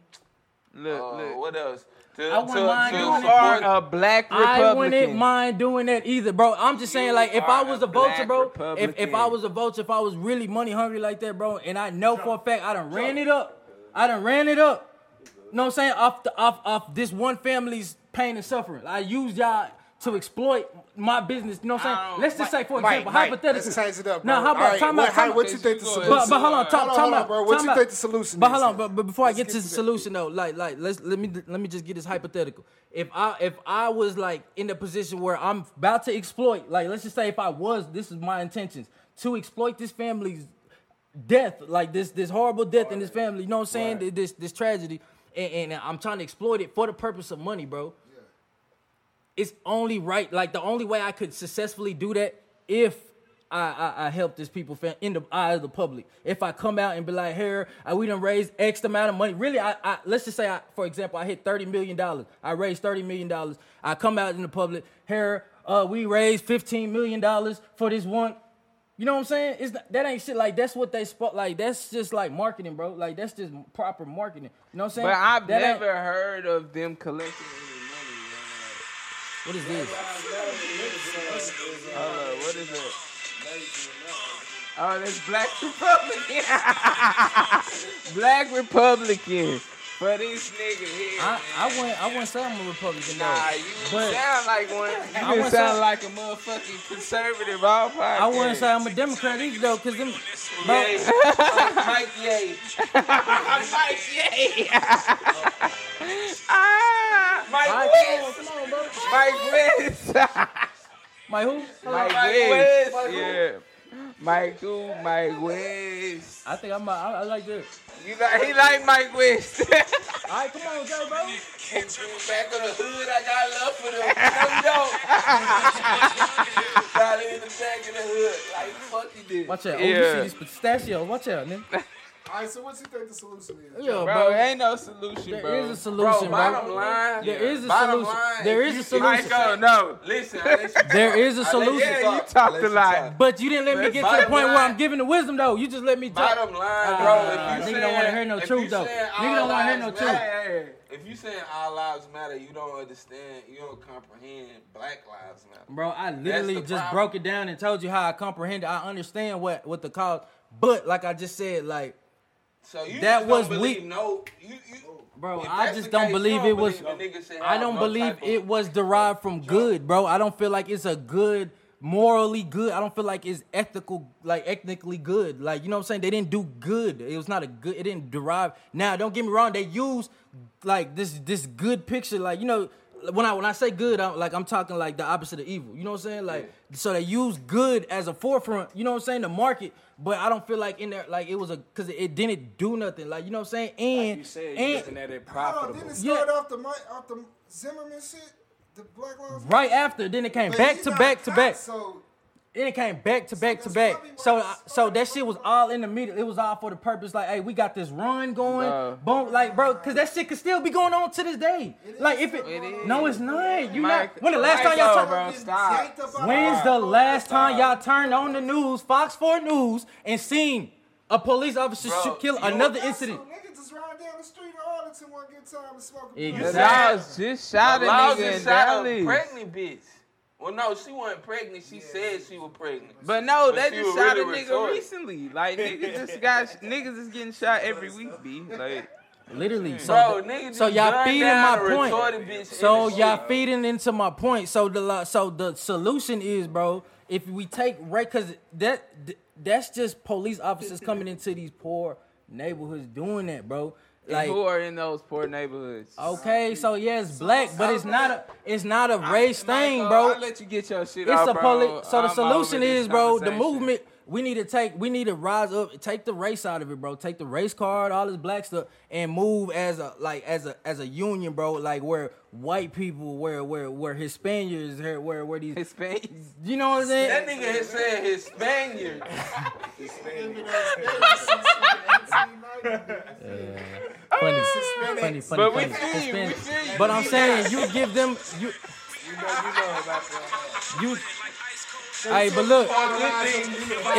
Speaker 1: Look,
Speaker 2: uh,
Speaker 1: look.
Speaker 2: what else? To,
Speaker 3: I wouldn't mind
Speaker 1: Oh. you
Speaker 3: doing it
Speaker 2: support-
Speaker 1: are a black Republican.
Speaker 3: I wouldn't mind doing that either, bro. I'm just saying,
Speaker 2: You
Speaker 3: like, if
Speaker 2: are
Speaker 3: I was
Speaker 2: a
Speaker 3: a vulture,
Speaker 2: black
Speaker 3: bro, if, if I
Speaker 2: Republican.
Speaker 3: was a vulture, if I was really money hungry like that, bro, and I know for a fact I done ran it up, I done ran it up. know what I'm saying? Off the off off this one family's pain and suffering. I used y'all to exploit my business. You know what
Speaker 2: I
Speaker 3: I'm saying?
Speaker 2: don't-
Speaker 3: Let's just say, for
Speaker 6: Mike,
Speaker 3: example,
Speaker 6: Mike,
Speaker 3: hypothetically.
Speaker 6: Let's change it up. Bro.
Speaker 3: Now, how
Speaker 6: All
Speaker 3: about
Speaker 6: right,
Speaker 3: time
Speaker 6: what,
Speaker 3: out?
Speaker 6: how-
Speaker 3: time
Speaker 6: what
Speaker 3: out.
Speaker 6: you think the
Speaker 2: But-
Speaker 6: solution?
Speaker 3: But, but hold on,
Speaker 6: is?
Speaker 3: talk,
Speaker 6: Hold
Speaker 3: talk
Speaker 6: hold
Speaker 3: about-
Speaker 6: bro. What
Speaker 3: talk
Speaker 6: you
Speaker 3: about-
Speaker 6: think the solution
Speaker 3: But
Speaker 6: is?
Speaker 3: hold on, but, but before
Speaker 6: Let's
Speaker 3: I get to the
Speaker 6: that.
Speaker 3: solution though, like like let's let me let me just get this hypothetical. If I if I was like in the position where I'm about to exploit, like let's just say if I was, this is my intentions to exploit this family's death, like this this horrible death in this family. You know what I'm saying? This this tragedy, and, and I'm trying to exploit it for the purpose of money, bro it's only right. Like the only way I could successfully do that if I I, I help this people fa- in the eye of the public. If I come out and be like, here, I, we done raised X amount of money. Really, I, I let's just say, I, for example, I hit thirty million dollars. I raised thirty million dollars. I come out in the public. Here, uh, we raised fifteen million dollars for this one. You know what I'm saying? It's not, that ain't shit. Like that's what they spot. Like that's just like marketing, bro. Like that's just proper marketing. You know what I'm saying?
Speaker 1: But I've
Speaker 3: That ain't-
Speaker 1: never heard of them collecting any money.
Speaker 3: What is this?
Speaker 1: man. Hold up, what is that? Oh, that's Black Republican. black Republican. For this nigga here.
Speaker 3: I, I
Speaker 1: man.
Speaker 3: wouldn't. I wouldn't say I'm a Republican. though.
Speaker 1: Nah, you
Speaker 3: But-
Speaker 1: sound like one. You
Speaker 3: wouldn't
Speaker 1: just
Speaker 3: say-
Speaker 1: sound like a motherfucking conservative all podcast.
Speaker 3: I wouldn't say I'm a Democrat either, though, because them. Bro,
Speaker 2: Yay. Mike Yay. Mike Yay.
Speaker 1: Ah,
Speaker 3: Mike,
Speaker 1: Mike
Speaker 3: come on, bro.
Speaker 1: West. Mike West.
Speaker 3: Mike who?
Speaker 1: Mike West. Yeah. Mike who? Mike West.
Speaker 3: I think I'm. A, I, I like this.
Speaker 1: You like, he like Mike West.
Speaker 3: All right, come on, Joe, bro.
Speaker 2: Back on the hood, I got love for them. No, you don't. Got in the back of the hood. Like, fuck you did.
Speaker 3: Watch out. Oh,
Speaker 1: Yeah.
Speaker 3: you see these pistachios? Watch out, man. Yeah,
Speaker 7: All right, so what you think the solution is?
Speaker 3: bro.
Speaker 1: bro, ain't no solution,
Speaker 3: There
Speaker 1: bro.
Speaker 3: is a solution, bro.
Speaker 2: bottom line-
Speaker 3: There is a
Speaker 2: bottom
Speaker 3: solution.
Speaker 2: line,
Speaker 3: there
Speaker 2: if
Speaker 3: is a
Speaker 2: you- uh,
Speaker 3: solution.
Speaker 1: Michael, oh, no.
Speaker 2: Listen, I let you
Speaker 3: There is a
Speaker 2: I let you
Speaker 3: solution.
Speaker 1: Yeah, you talked
Speaker 2: Let
Speaker 1: a
Speaker 2: you
Speaker 1: lot.
Speaker 2: talk.
Speaker 3: But you didn't let me
Speaker 1: But
Speaker 3: get to the
Speaker 2: bottom
Speaker 3: point where
Speaker 2: line-
Speaker 3: I'm giving the wisdom, though. You just let me talk.
Speaker 2: Bottom line,
Speaker 3: Ah,
Speaker 2: bro, if you
Speaker 3: nigga
Speaker 2: saying,
Speaker 3: don't wanna hear no
Speaker 2: if
Speaker 3: truth,
Speaker 2: you
Speaker 3: though.
Speaker 2: saying
Speaker 3: Nigga
Speaker 2: all
Speaker 3: don't wanna hear no
Speaker 2: lives
Speaker 3: truth.
Speaker 2: matter- If you saying all lives matter, you don't understand, you don't comprehend black lives matter.
Speaker 3: Bro, I literally
Speaker 2: the
Speaker 3: just
Speaker 2: problem.
Speaker 3: broke it down and told you how I comprehend it. I understand what, what the cause. But like I just said, like
Speaker 2: So you
Speaker 3: That
Speaker 2: just
Speaker 3: was
Speaker 2: don't
Speaker 3: weak.
Speaker 2: believe no, you, you,
Speaker 3: Bro,
Speaker 2: if
Speaker 3: I
Speaker 2: that's
Speaker 3: just
Speaker 2: the
Speaker 3: don't
Speaker 2: case, you
Speaker 3: believe
Speaker 2: don't
Speaker 3: it was.
Speaker 2: believe the nigga said
Speaker 3: I
Speaker 2: have
Speaker 3: don't
Speaker 2: no
Speaker 3: believe
Speaker 2: type of-
Speaker 3: it was derived from good, bro. I don't feel like it's a good, morally good. I don't feel like it's ethical, like ethnically good. Like you know what I'm saying? They didn't do good. It was not a good. It didn't derive. Now, don't get me wrong. They used like this this good picture, like you know. When I when I say good, I'm like I'm talking like the opposite of evil. You know what I'm saying? Like so they use good as a forefront. You know what I'm saying? The market, but I don't feel like in there like it was a because it didn't do nothing. Like you know what I'm saying? And
Speaker 9: You said
Speaker 3: and,
Speaker 9: you're looking at it
Speaker 7: Hold on,
Speaker 9: profitable.
Speaker 7: didn't it
Speaker 3: Yeah.
Speaker 7: start off the Mi- off the Zimmerman shit? The Black Lives
Speaker 3: Right after, then it came
Speaker 7: But
Speaker 3: back
Speaker 7: he
Speaker 3: to
Speaker 7: not
Speaker 3: back
Speaker 7: a
Speaker 3: to
Speaker 7: cop,
Speaker 3: back.
Speaker 7: So
Speaker 3: Then it came back to back to
Speaker 11: that's
Speaker 3: back.
Speaker 11: probably why
Speaker 3: So
Speaker 11: it's
Speaker 3: I-
Speaker 11: so
Speaker 3: so that shit was all in the media. It was all for the purpose. Like, hey, we got this run going.
Speaker 1: Nah.
Speaker 3: Boom, like, bro, because that shit could still be going on to this day. Like, if it,
Speaker 1: It
Speaker 3: no,
Speaker 1: is.
Speaker 3: it's not. You
Speaker 1: Mike-
Speaker 3: not. When the last time
Speaker 1: Mike,
Speaker 3: y'all
Speaker 1: oh,
Speaker 3: talked.
Speaker 1: bro, stop.
Speaker 3: When's the last time y'all turned on the news, Fox 4 News, and seen a police officer
Speaker 2: Bro,
Speaker 3: shoot kill
Speaker 2: you-
Speaker 3: another incident?
Speaker 11: Niggas just ride down the street in Arlington one good time and smoke a
Speaker 3: Exactly.
Speaker 11: blunt.
Speaker 1: Laws just shot a
Speaker 2: Laws
Speaker 1: nigga in
Speaker 2: just shot a
Speaker 1: Dallas.
Speaker 2: pregnant bitch. Well, no, she wasn't pregnant. She said she was pregnant.
Speaker 1: But no,
Speaker 2: But
Speaker 1: they
Speaker 2: she
Speaker 1: just
Speaker 2: was
Speaker 1: shot
Speaker 2: really
Speaker 1: a nigga
Speaker 2: retarded.
Speaker 1: recently. Like niggas just got niggas is getting shot every week, b. Like
Speaker 3: Literally. So,
Speaker 2: Bro, nigga
Speaker 3: so
Speaker 2: just
Speaker 3: y'all
Speaker 2: gunned
Speaker 3: feeding my
Speaker 2: down a
Speaker 3: point.
Speaker 2: retarded bitch in
Speaker 3: So
Speaker 2: the
Speaker 3: y'all
Speaker 2: street.
Speaker 3: feeding into my point. So the li- so the solution is, bro, if we take right, cause that th- that's just police officers coming into these poor neighborhoods doing that, bro. Like Uh,
Speaker 1: who are in those poor neighborhoods?
Speaker 3: okay, so yeah, it's black, but it's not a it's not a race thing,
Speaker 1: Michael,
Speaker 3: bro.
Speaker 1: oh, I'll let you get your shit
Speaker 3: It's
Speaker 1: off,
Speaker 3: a
Speaker 1: bro.
Speaker 3: poli- So the
Speaker 1: I'm
Speaker 3: solution
Speaker 1: over this
Speaker 3: is, bro, the
Speaker 1: conversation.
Speaker 3: movement. We need to take. We need to rise up. Take the race out of it, bro. Take the race card, all this black stuff, and move as a like as a as a union, bro. Like where white people, where where where Hispanians, where where where these.
Speaker 1: Hispanics.
Speaker 3: You know what I'm
Speaker 2: That
Speaker 3: saying?
Speaker 2: nigga had said his Spaniard.
Speaker 3: Funny, funny, funny,
Speaker 2: But we
Speaker 3: funny.
Speaker 2: feel you, we
Speaker 3: Hispanic.
Speaker 2: feel you.
Speaker 3: But I'm saying you give them you you. Hey, but look,
Speaker 2: Good thing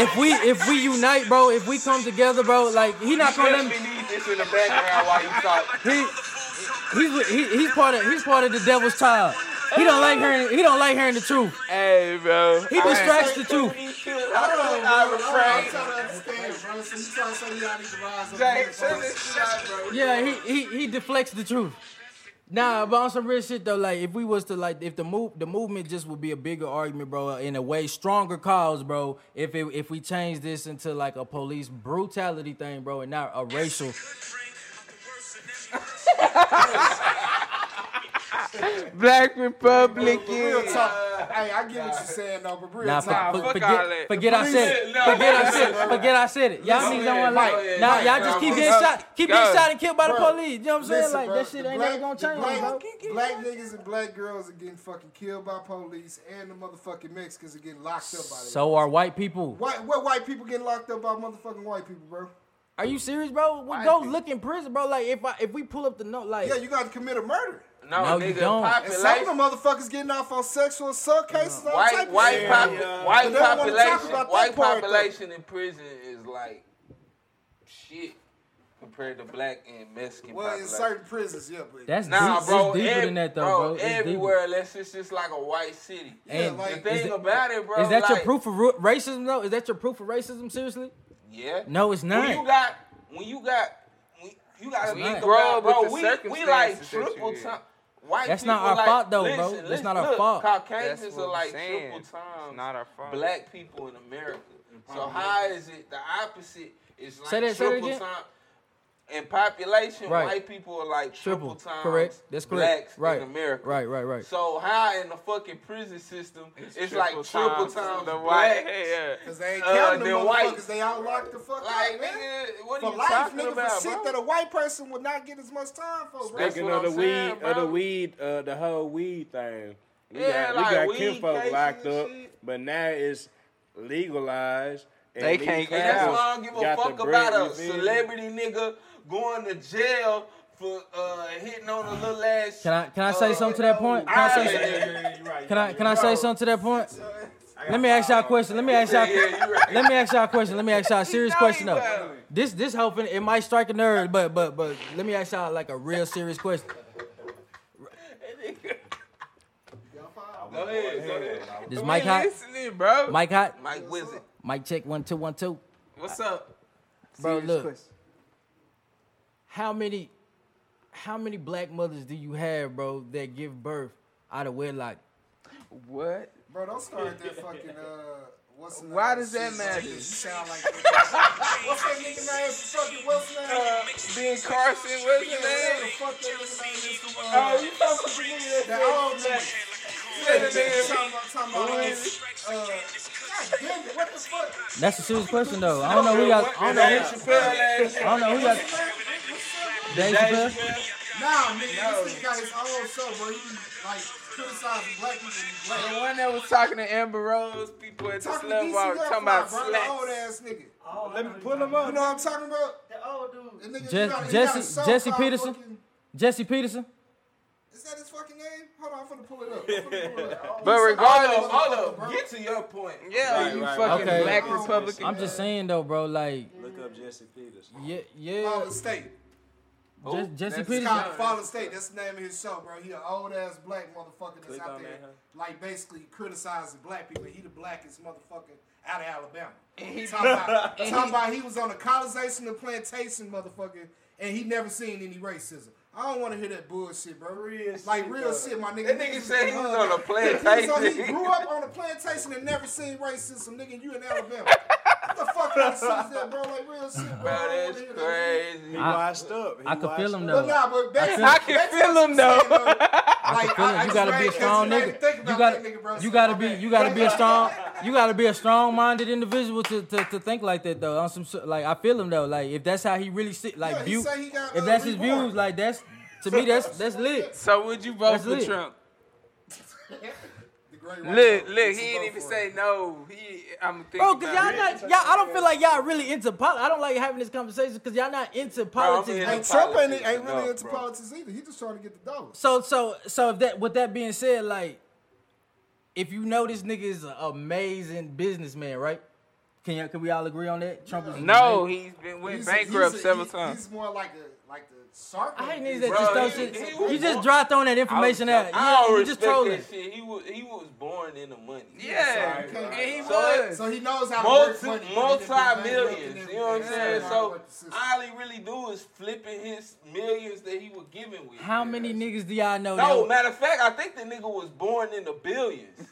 Speaker 3: if we if we unite, bro, if we come together, bro, like he not gonna let me.
Speaker 2: definitely need this in the background while you talk.
Speaker 3: he, he's he, he's part of he's part of the devil's child. He don't like hearing he don't like hearing the truth.
Speaker 1: Hey, bro.
Speaker 3: He distracts the truth.
Speaker 2: He should- I
Speaker 11: I'm trying
Speaker 2: refrain.
Speaker 11: to understand, bro. So you trying to say y'all need to rise up.
Speaker 2: Jay, send this shit out, bro.
Speaker 3: Yeah, he, he he deflects the truth. Nah, but on some real shit though, like if we was to like if the move the movement just would be a bigger argument, bro, in a way stronger cause, bro. If it, if we change this into like a police brutality thing, bro, and not a racial.
Speaker 1: Black Republic.
Speaker 7: Real
Speaker 1: is-
Speaker 7: talk. Hey, I get what you're saying though, but real
Speaker 3: Nah, for,
Speaker 7: talk.
Speaker 3: for-
Speaker 2: fuck all
Speaker 3: forget,
Speaker 2: that.
Speaker 3: forget I said it.
Speaker 2: No,
Speaker 3: Forget I
Speaker 2: no,
Speaker 3: said
Speaker 2: no,
Speaker 3: it.
Speaker 2: no.
Speaker 3: Forget I said it. Y'all
Speaker 2: Listen,
Speaker 3: niggas don't want
Speaker 2: Mike,
Speaker 3: like.
Speaker 2: Mike,
Speaker 3: Nah,
Speaker 2: Mike,
Speaker 3: y'all just keep
Speaker 2: bro,
Speaker 3: getting
Speaker 2: bro.
Speaker 3: shot. Keep getting
Speaker 1: Bro,
Speaker 3: shot and killed by the
Speaker 7: bro,
Speaker 3: police. You know what I'm saying?
Speaker 7: Listen,
Speaker 3: Like
Speaker 7: bro,
Speaker 3: that shit
Speaker 7: the
Speaker 3: ain't
Speaker 7: black-
Speaker 3: never gonna
Speaker 7: the
Speaker 3: change,
Speaker 7: black,
Speaker 3: bro.
Speaker 7: Black niggas and black girls are getting fucking killed by police, and the motherfucking Mexicans are getting locked up by them.
Speaker 3: So are white people.
Speaker 7: White, what white people getting locked up by motherfucking white people, bro?
Speaker 3: Are you serious, bro? We go look in prison, bro. Like if I if we pull up the note, like
Speaker 7: Yeah, you got to commit a murder.
Speaker 2: No,
Speaker 3: No, you
Speaker 2: nigga,
Speaker 3: don't.
Speaker 7: And some of the
Speaker 2: population.
Speaker 7: motherfuckers getting off on sexual assault cases. all
Speaker 2: White,
Speaker 7: type of
Speaker 2: white,
Speaker 7: shit.
Speaker 2: pop, white
Speaker 7: But they don't wanna talk
Speaker 2: population,
Speaker 7: about that
Speaker 2: white
Speaker 7: part, though.
Speaker 2: population in prison is like shit compared to black and Mexican
Speaker 7: Well, in
Speaker 2: population.
Speaker 7: certain prisons, yeah, but
Speaker 3: that's
Speaker 2: Nah,
Speaker 3: deep,
Speaker 2: bro.
Speaker 3: it's deeper
Speaker 2: ev-
Speaker 3: than that though, bro. It's deeper.
Speaker 2: everywhere, unless it's just like a white city.
Speaker 7: yeah,
Speaker 3: and
Speaker 2: The
Speaker 7: like
Speaker 2: thing
Speaker 3: Is that-
Speaker 2: about it, bro,
Speaker 3: Is that your
Speaker 2: like-
Speaker 3: proof of ru- racism though? Is that your proof of racism? Seriously?
Speaker 2: Yeah.
Speaker 3: No, it's
Speaker 2: When you
Speaker 3: not.
Speaker 2: got, when you got, when you got to
Speaker 3: not.
Speaker 2: think
Speaker 1: Grow
Speaker 2: about,
Speaker 1: up
Speaker 2: bro.
Speaker 1: with the
Speaker 2: We, we like
Speaker 1: circumstances that you
Speaker 2: triple
Speaker 1: in.
Speaker 2: time. White
Speaker 3: That's
Speaker 2: people
Speaker 3: not our
Speaker 2: like,
Speaker 3: fault, though, bro.
Speaker 2: listen,
Speaker 3: That's
Speaker 2: listen,
Speaker 3: not our
Speaker 2: look,
Speaker 3: fault.
Speaker 1: That's
Speaker 2: Caucasians
Speaker 1: what
Speaker 2: are
Speaker 1: I'm
Speaker 2: like
Speaker 1: saying.
Speaker 2: triple
Speaker 1: It's
Speaker 2: times
Speaker 1: not our fault.
Speaker 2: black people in America. So how is it the opposite? Is like
Speaker 3: Mm-hmm. Say that- say that
Speaker 2: triple
Speaker 3: again.
Speaker 2: time. In population,
Speaker 3: Right.
Speaker 2: white people are like triple,
Speaker 3: Triple.
Speaker 2: times
Speaker 3: Correct. That's
Speaker 2: blacks
Speaker 3: correct. Right.
Speaker 2: in America.
Speaker 3: Right. Right. Right.
Speaker 2: So how in the fucking prison system it's, like triple times,
Speaker 1: the
Speaker 2: black?
Speaker 1: white. Yeah.
Speaker 7: because they ain't
Speaker 2: uh,
Speaker 7: counting them
Speaker 2: they're
Speaker 7: motherfuckers.
Speaker 2: white.
Speaker 7: They all locked the fuck
Speaker 2: Like
Speaker 7: up, man.
Speaker 2: nigga, what are
Speaker 7: For
Speaker 2: you
Speaker 7: life,
Speaker 2: talking
Speaker 7: nigga,
Speaker 2: about,
Speaker 7: for shit
Speaker 2: bro?
Speaker 7: that a white person would not get as much time for, bro.
Speaker 2: That's
Speaker 9: Speaking
Speaker 2: what
Speaker 9: of the
Speaker 2: I'm saying,
Speaker 9: weed,
Speaker 2: bro.
Speaker 9: of the weed, uh, the whole weed thing. We
Speaker 2: Yeah,
Speaker 9: got,
Speaker 2: like
Speaker 9: we
Speaker 2: weed
Speaker 9: got kinfolk
Speaker 2: cases
Speaker 9: locked
Speaker 2: and
Speaker 9: up,
Speaker 2: shit.
Speaker 9: but now it's legalized. and
Speaker 1: They
Speaker 9: these
Speaker 1: can't get
Speaker 2: And that's
Speaker 9: cows
Speaker 1: out.
Speaker 2: why I don't give a
Speaker 9: got the
Speaker 2: fuck
Speaker 9: bread,
Speaker 2: about
Speaker 9: you
Speaker 2: a
Speaker 9: feel me?
Speaker 2: celebrity nigga going to jail for uh, hitting on a little ass.
Speaker 3: Can I can I say
Speaker 2: uh,
Speaker 3: something to that point? Can I say
Speaker 2: Ireland.
Speaker 3: something? Can I can I say something to that point? Let me ask y'all a question. Let me ask y'all.
Speaker 2: Yeah, you right.
Speaker 3: Let me ask y'all a question. Let me ask y'all a serious
Speaker 2: know
Speaker 3: question
Speaker 2: he
Speaker 3: though.
Speaker 2: wild.
Speaker 3: This this hoping it might strike a nerve, but but but let me ask y'all like a real serious question.
Speaker 2: Go ahead, go ahead.
Speaker 3: This Mike hot.
Speaker 1: listening, bro.
Speaker 3: Mike hot.
Speaker 2: Mike Wizard.
Speaker 3: Mike check one two one two.
Speaker 1: What's up?
Speaker 3: Bro,
Speaker 1: Serious
Speaker 3: look.
Speaker 1: question.
Speaker 3: How many how many black mothers do you have, bro, that give birth out of wedlock?
Speaker 1: What?
Speaker 7: Bro, don't start that fucking. Uh, what's the
Speaker 1: Why
Speaker 7: name?
Speaker 1: does that
Speaker 7: Shit,
Speaker 1: matter?
Speaker 7: You sound like that. what's that nigga name? Fucking what's that? Uh,
Speaker 1: Ben Carson, what's his
Speaker 7: yeah, the
Speaker 1: name?
Speaker 7: fuck that nigga name is from, uh,
Speaker 2: Oh, you talking to me?
Speaker 7: that old nigga. Yeah, the nigga talking about talking about. uh, uh, God damn it! What the fuck?
Speaker 3: That's a serious question though. I don't know who y'all I don't know
Speaker 2: Dave
Speaker 3: who,
Speaker 2: Chappelle ass.
Speaker 3: I don't know who y'all Dave Chappelle?
Speaker 2: Dave Chappelle.
Speaker 7: Nah, nigga, this nigga got his own show, bro. You, like, criticizing black people. is black.
Speaker 1: The one that was talking to Amber Rose, people at the
Speaker 7: Talking to DC
Speaker 1: club walk
Speaker 7: Young
Speaker 1: talking
Speaker 7: Fly,
Speaker 1: about
Speaker 7: bro, the old
Speaker 1: slacks.
Speaker 7: ass nigga.
Speaker 12: Oh,
Speaker 10: Let me pull him up.
Speaker 7: You know what I'm talking about?
Speaker 12: The old dude.
Speaker 7: That nigga,
Speaker 3: Je-
Speaker 7: you got, he
Speaker 3: Jesse-
Speaker 7: got a so-called
Speaker 3: Jesse Peterson?
Speaker 7: Fucking,
Speaker 3: Jesse Peterson.
Speaker 7: is that his fucking name? Hold on, I'm finna pull it up. I'm finna pull it up.
Speaker 1: But regardless,
Speaker 7: Hold
Speaker 2: Hold
Speaker 7: up,
Speaker 2: up,
Speaker 7: bro.
Speaker 2: get to your point.
Speaker 1: yeah,
Speaker 10: Right,
Speaker 1: you
Speaker 10: right,
Speaker 1: fucking
Speaker 3: okay.
Speaker 1: black
Speaker 7: I'm just-
Speaker 1: Republican.
Speaker 3: I'm just saying though, bro. Like,
Speaker 9: Look up Jesse Peters.
Speaker 3: yeah,
Speaker 7: Fall
Speaker 3: yeah.
Speaker 7: of State.
Speaker 3: Je- Jesse
Speaker 1: That's
Speaker 7: It's
Speaker 3: Peterson.
Speaker 7: called the Fall of State. That's the name of his show, bro. He an old ass black motherfucker that's
Speaker 9: Click
Speaker 7: out
Speaker 9: on
Speaker 7: there,
Speaker 9: that, huh?
Speaker 7: like basically criticizing black people. He the blackest motherfucker out of Alabama. talking, about, talking about he was on the colonization of plantation, motherfucker, and he never seen any racism. I don't want to hear that bullshit, bro. Real like real shit, my nigga.
Speaker 2: That
Speaker 7: Niggas
Speaker 2: nigga
Speaker 7: is
Speaker 2: said he was
Speaker 7: hung
Speaker 2: on a
Speaker 7: out. So he
Speaker 2: plantation.
Speaker 7: grew up on a plantation and never seen racism, nigga. You in Alabama? what the fuck kind of shit is that, bro? Like real shit, bro.
Speaker 2: Bro,
Speaker 7: I don't wanna
Speaker 2: that's
Speaker 7: hear that.
Speaker 10: He
Speaker 2: crazy.
Speaker 3: I-
Speaker 10: washed up. He
Speaker 3: I could feel
Speaker 10: washed
Speaker 3: him
Speaker 10: up.
Speaker 7: But
Speaker 3: though.
Speaker 7: nah, but back to
Speaker 1: I can
Speaker 7: back to
Speaker 1: feel
Speaker 7: what
Speaker 1: him,
Speaker 7: you
Speaker 1: though.
Speaker 7: saying,
Speaker 3: I can
Speaker 7: Like,
Speaker 3: feel
Speaker 7: I-
Speaker 3: it.
Speaker 7: I
Speaker 3: You gotta be a
Speaker 7: just
Speaker 3: strong
Speaker 7: made me think
Speaker 3: nigga.
Speaker 7: about
Speaker 3: You gotta,
Speaker 7: that nigga, bro,
Speaker 3: you
Speaker 7: so
Speaker 3: gotta
Speaker 7: my
Speaker 3: be,
Speaker 7: bad.
Speaker 3: you gotta be a strong, you gotta be a strong-minded individual to, to, to think like that though. On some, shit- like, I feel him though. Like, if that's how he really sit, like,
Speaker 7: Yeah, he
Speaker 3: view,
Speaker 7: say he got,
Speaker 3: if
Speaker 7: uh,
Speaker 3: that's his
Speaker 7: reborn.
Speaker 3: views, like, that's to me, that's that's lit.
Speaker 1: So would you vote
Speaker 3: That's
Speaker 1: for
Speaker 3: lit.
Speaker 1: Trump?
Speaker 7: The great white
Speaker 1: Look,
Speaker 7: man.
Speaker 1: look,
Speaker 7: It's
Speaker 1: he
Speaker 7: a
Speaker 1: ain't
Speaker 7: vote
Speaker 1: even
Speaker 7: for
Speaker 1: say
Speaker 7: it.
Speaker 1: no. He, I'm thinking
Speaker 3: Bro, cause
Speaker 1: about
Speaker 3: y'all
Speaker 1: it.
Speaker 3: not, y'all, I don't feel like y'all really into politics. I don't like having this conversation because y'all not into politics.
Speaker 2: in
Speaker 3: like-
Speaker 7: Hey, Trump ain't,
Speaker 2: Politics
Speaker 7: ain't really
Speaker 2: enough,
Speaker 7: into
Speaker 2: bro.
Speaker 7: politics either. He just trying to get the dollars.
Speaker 3: So so so if that with that being said, like if you know this nigga is an amazing businessman, right? Can you, can we all agree on that? Trump is an
Speaker 1: No,
Speaker 3: amazing-
Speaker 1: he's been went
Speaker 7: He's a-
Speaker 1: bankrupt
Speaker 7: he's a-
Speaker 1: several
Speaker 7: he-
Speaker 1: times.
Speaker 7: He's more like a like the shark.
Speaker 3: I hate
Speaker 7: in
Speaker 3: niggas
Speaker 7: the
Speaker 3: that
Speaker 7: business.
Speaker 3: just
Speaker 2: Bro,
Speaker 3: throw
Speaker 2: he-
Speaker 3: shit.
Speaker 2: he
Speaker 3: you
Speaker 2: was
Speaker 3: just
Speaker 2: born-
Speaker 3: dry throwing that information out.
Speaker 2: I
Speaker 3: you
Speaker 2: don't
Speaker 3: just
Speaker 2: respect
Speaker 3: trolling.
Speaker 2: that shit. He was he was born in the money.
Speaker 1: Yeah,
Speaker 7: Sorry, bro.
Speaker 1: and he
Speaker 7: So-
Speaker 1: was.
Speaker 7: So he knows how
Speaker 2: multi
Speaker 7: to work money.
Speaker 2: multi
Speaker 7: He done
Speaker 2: millions.
Speaker 7: been
Speaker 2: You know what I'm
Speaker 7: bankrupt
Speaker 2: saying?
Speaker 7: and
Speaker 2: So
Speaker 7: everything.
Speaker 2: all he really do is flipping his millions that he was given with.
Speaker 3: How many niggas do y'all know?
Speaker 2: No,
Speaker 3: that,
Speaker 2: matter of fact, I think the nigga was born in the billions.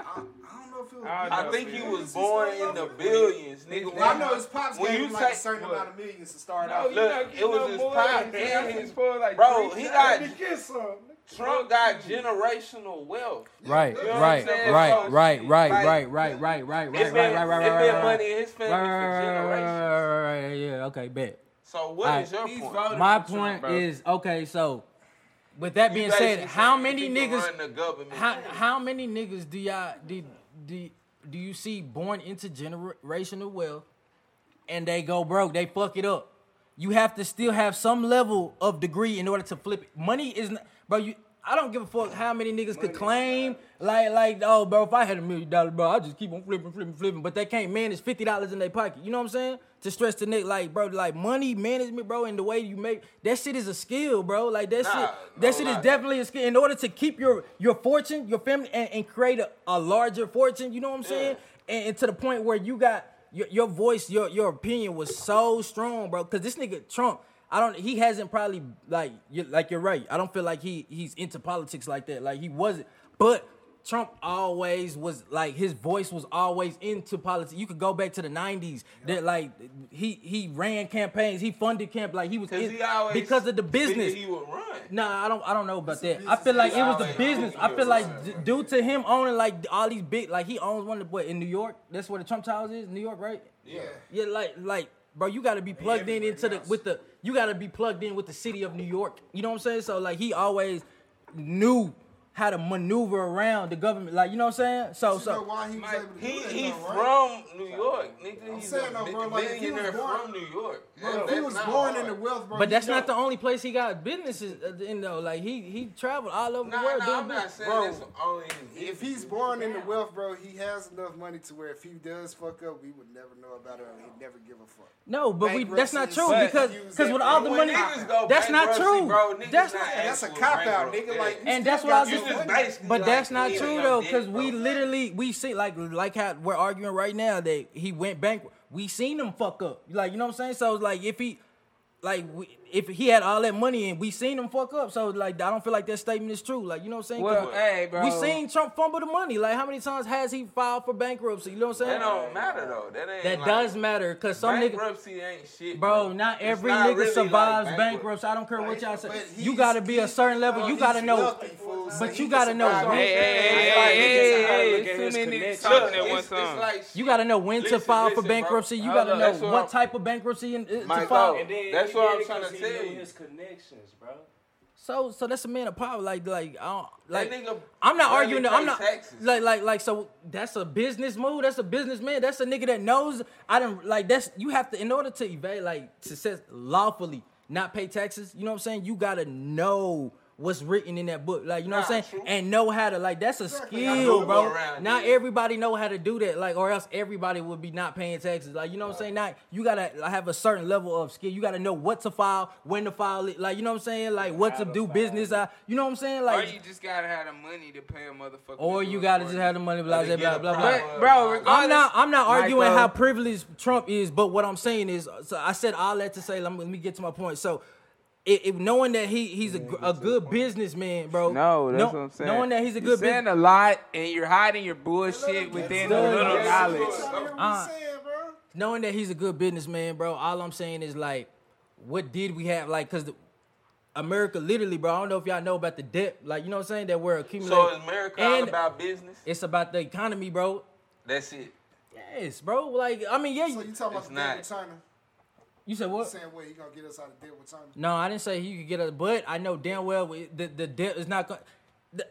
Speaker 7: I don't know if it was.
Speaker 2: I think he was born in the
Speaker 7: bill.
Speaker 2: billions, nigga.
Speaker 7: Well, I know his pops
Speaker 2: When
Speaker 7: gave
Speaker 2: you
Speaker 7: him like a
Speaker 2: take-
Speaker 7: certain
Speaker 2: what?
Speaker 7: amount of millions to start
Speaker 2: No,
Speaker 7: out.
Speaker 2: you
Speaker 7: with.
Speaker 2: not getting no more than that. I think Bro,
Speaker 1: bro,
Speaker 2: he got
Speaker 10: Get some.
Speaker 2: Trump got generational wealth.
Speaker 3: right,
Speaker 7: You know what
Speaker 3: right,
Speaker 2: I'm saying?
Speaker 3: right,
Speaker 2: So
Speaker 3: right,
Speaker 2: shit,
Speaker 3: right,
Speaker 2: like,
Speaker 3: right, right, right, right, right,
Speaker 2: It's
Speaker 3: right, right,
Speaker 2: been,
Speaker 3: right, right,
Speaker 2: it been
Speaker 3: right,
Speaker 2: money
Speaker 3: right,
Speaker 2: in his family
Speaker 3: right,
Speaker 2: for
Speaker 3: right, right,
Speaker 2: generations.
Speaker 3: right, right, yeah, okay, bet.
Speaker 2: So what is
Speaker 3: Alright.
Speaker 2: your
Speaker 1: He's
Speaker 2: point?
Speaker 1: voting
Speaker 3: My
Speaker 1: for Trump,
Speaker 3: point
Speaker 1: bro.
Speaker 3: is okay. So, with that being said,
Speaker 2: Basically
Speaker 3: how
Speaker 2: saying
Speaker 3: many
Speaker 2: he can
Speaker 3: niggas?
Speaker 2: run the government?
Speaker 3: How how many niggas do y'all do, do, do you see born into generational wealth and they go broke, they fuck it up. You have to still have some level of degree in order to flip it. Money is not bro, you I don't give a fuck how many niggas could claim like like oh bro, if I had a million dollars, bro, I just keep on flipping, flipping, flipping. But they can't manage fifty dollars in their pocket. You know what I'm saying? To stress the neck, like bro, like money management, bro, and the way you make that shit is a skill, bro. Like that
Speaker 2: Nah,
Speaker 3: shit,
Speaker 2: no
Speaker 3: that shit is
Speaker 2: lie.
Speaker 3: definitely definitely a skill. In order to keep your your fortune, your family, and, and create a, a larger fortune, you know what I'm saying? And, and to the point where you got your, your voice, your your opinion was so strong, bro. Because this nigga Trump, I don't. He hasn't probably like you like you're right. I don't feel like he he's into politics like that. Like he wasn't, but. Trump always was like his voice was always into politics. You could go back to the '90s that like he he ran campaigns, he funded camp like he was
Speaker 2: Because
Speaker 3: in-
Speaker 2: he always
Speaker 3: because of the business.
Speaker 2: figured He would run.
Speaker 3: Nah, I don't. I don't know about that. I feel like it was the
Speaker 2: Alright,
Speaker 3: business. I feel like d- due to him owning like all these big, like he owns one of the what in New York. That's where the Trump Towers is, New York, right?
Speaker 2: Yeah.
Speaker 3: Yeah, like like bro, you got to be plugged in into the with the you got to be plugged in with the city of New York. You know what I'm saying? So like he always knew how to maneuver around the government. Like you know what I'm saying? So
Speaker 7: You know
Speaker 3: so
Speaker 7: why he was able to
Speaker 2: He
Speaker 7: do that,
Speaker 2: he
Speaker 7: though, right?
Speaker 2: from New York, nigga. He's
Speaker 7: saying
Speaker 2: a
Speaker 7: though, bro,
Speaker 2: big
Speaker 7: like, if he was
Speaker 2: millionaire
Speaker 7: born-
Speaker 2: from New York.
Speaker 7: Bro,
Speaker 2: That-
Speaker 7: if he
Speaker 2: that's
Speaker 7: was
Speaker 2: not
Speaker 7: born
Speaker 2: hard.
Speaker 7: in the wealth, bro.
Speaker 3: but
Speaker 7: you
Speaker 3: that's
Speaker 7: know-
Speaker 3: not the only place he got businesses. uh, You know, like he he traveled all over
Speaker 2: Nah,
Speaker 3: the world.
Speaker 2: nah,
Speaker 3: doing
Speaker 2: I'm
Speaker 3: business.
Speaker 2: not saying
Speaker 7: Bro,
Speaker 2: that's only. his
Speaker 7: If he's born in the wealth, bro, he has enough money to where if he does fuck up, we would never know about it. and He'd never give a fuck.
Speaker 3: No, but we that's not
Speaker 7: Bankruptcy,
Speaker 3: true
Speaker 7: but
Speaker 3: because
Speaker 7: use
Speaker 3: because
Speaker 7: that
Speaker 3: with all the
Speaker 7: money.
Speaker 2: When
Speaker 3: money,
Speaker 2: niggas go
Speaker 3: that's not
Speaker 2: bankruptcy,
Speaker 3: true.
Speaker 2: Bro, niggas
Speaker 3: That's
Speaker 2: not
Speaker 3: not- Yeah,
Speaker 7: that's a
Speaker 2: actual
Speaker 7: cop out,
Speaker 2: bankrupt.
Speaker 7: nigga, like,
Speaker 2: Yeah.
Speaker 7: you
Speaker 3: and that's what I was.
Speaker 2: You just basically
Speaker 3: But
Speaker 2: like,
Speaker 3: that's not
Speaker 2: yeah,
Speaker 3: true
Speaker 2: y'all
Speaker 3: though,
Speaker 2: dead,
Speaker 3: because we
Speaker 2: bro.
Speaker 3: literally we see like like how we're arguing right now that he went bankrupt. We seen him fuck up, like you know what I'm saying. So it's like if he, like we, if he had all that money and we seen him fuck up, so like I don't feel like that statement is true. Like you know what I'm saying. 'Cause
Speaker 1: Well, hey, bro.
Speaker 3: we seen Trump fumble the money. Like how many times has he filed for bankruptcy? You know what I'm
Speaker 2: That
Speaker 3: saying?
Speaker 2: don't matter though. That ain't.
Speaker 3: That
Speaker 2: like,
Speaker 3: does matter because some niggas.
Speaker 2: bankruptcy ain't shit,
Speaker 3: Bro, not
Speaker 2: It's
Speaker 3: every
Speaker 2: not
Speaker 3: nigga
Speaker 2: really
Speaker 3: survives
Speaker 2: like bankrupt.
Speaker 3: bankruptcy. I don't care what y'all say.
Speaker 7: But
Speaker 3: You
Speaker 7: he's-
Speaker 3: gotta be a
Speaker 7: he's-
Speaker 3: certain level.
Speaker 7: bro,
Speaker 3: You gotta
Speaker 7: he's
Speaker 3: know.
Speaker 7: wealthy, fool, so
Speaker 3: But
Speaker 7: he
Speaker 3: you
Speaker 7: can
Speaker 3: gotta know.
Speaker 7: survive.
Speaker 1: Hey, hey,
Speaker 2: It's
Speaker 1: hey,
Speaker 2: like
Speaker 1: hey,
Speaker 2: niggas
Speaker 10: gotta
Speaker 1: hey,
Speaker 10: look
Speaker 1: hey,
Speaker 10: at
Speaker 1: it's
Speaker 10: his
Speaker 1: too many niggas
Speaker 10: connections.
Speaker 1: talking
Speaker 2: Look,
Speaker 1: at one
Speaker 2: it's- it's
Speaker 1: time.
Speaker 2: like shit.
Speaker 3: You gotta know when
Speaker 2: Listen,
Speaker 3: to file
Speaker 2: listen,
Speaker 3: for
Speaker 2: bro.
Speaker 3: bankruptcy. You
Speaker 2: Hold
Speaker 3: gotta
Speaker 2: up,
Speaker 3: know
Speaker 2: that's what
Speaker 3: what
Speaker 2: I'm-
Speaker 3: type of bankruptcy and, uh, to
Speaker 2: Michael,
Speaker 3: file.
Speaker 2: That's
Speaker 9: he
Speaker 2: what
Speaker 9: did
Speaker 2: I'm
Speaker 9: it
Speaker 2: tryna
Speaker 9: 'cause he
Speaker 2: tell
Speaker 9: knew
Speaker 2: you.
Speaker 9: His connections, bro.
Speaker 3: So so that's a man of power. Like like I don't, like
Speaker 2: nigga
Speaker 3: I'm not
Speaker 2: barely
Speaker 3: arguing. that- I'm
Speaker 2: pay
Speaker 3: not
Speaker 2: taxes.
Speaker 3: like like like so that's a business move. That's a businessman. That's a nigga that knows. I don't like that's you have to in order to evade like success lawfully not pay taxes. You know what I'm saying? You gotta know. What's written in that book, like you know what I'm saying, and know how to like that's a
Speaker 2: gotta
Speaker 3: skill,
Speaker 2: know
Speaker 3: bro.
Speaker 2: the way around
Speaker 3: Not
Speaker 2: it.
Speaker 3: everybody know how to do that, like or else everybody would be not paying taxes, like you know what I'm saying. Not you gotta have a certain level of skill. You gotta know what to file, when to file it, like you know what I'm saying, like what to do business. I, you know what I'm saying,
Speaker 1: Or
Speaker 3: like
Speaker 1: you just gotta have the money to pay a motherfucker.
Speaker 3: or you gotta just have the money, blah blah blah blah. blah.
Speaker 1: But bro, regardless,
Speaker 3: I'm not. I'm not arguing
Speaker 1: Michael.
Speaker 3: how privileged Trump is, but what I'm saying is, so I said all that to say. Let me, let me get to my point. So, it, it- knowing that he he's a, gr- a good businessman, bro.
Speaker 1: No, that's
Speaker 3: Kno-
Speaker 1: what I'm saying.
Speaker 3: Knowing that he's a
Speaker 1: You're
Speaker 3: good
Speaker 1: saying
Speaker 3: business.
Speaker 1: a lot, and you're hiding your bullshit within a little knowledge.
Speaker 3: Uh,
Speaker 7: saying, bro.
Speaker 3: knowing that he's a good businessman, bro. All I'm saying is like, what did we have? Like, cause the, America literally, bro. I don't know if y'all know about the debt. Like, you know what I'm saying? That we're accumulating.
Speaker 2: So is America all
Speaker 3: And
Speaker 2: about business?
Speaker 3: It's about the economy, bro.
Speaker 2: That's it.
Speaker 3: Yes, bro. Like, I mean, yeah.
Speaker 7: So
Speaker 3: You,
Speaker 7: you talking about
Speaker 2: It's
Speaker 7: the deal
Speaker 2: not.
Speaker 7: with China?
Speaker 3: you said
Speaker 7: You
Speaker 3: what?
Speaker 7: saying where he gonna get us out of deal with China?
Speaker 3: No, I didn't say he could get us, but I know damn well we- the the debt is not going.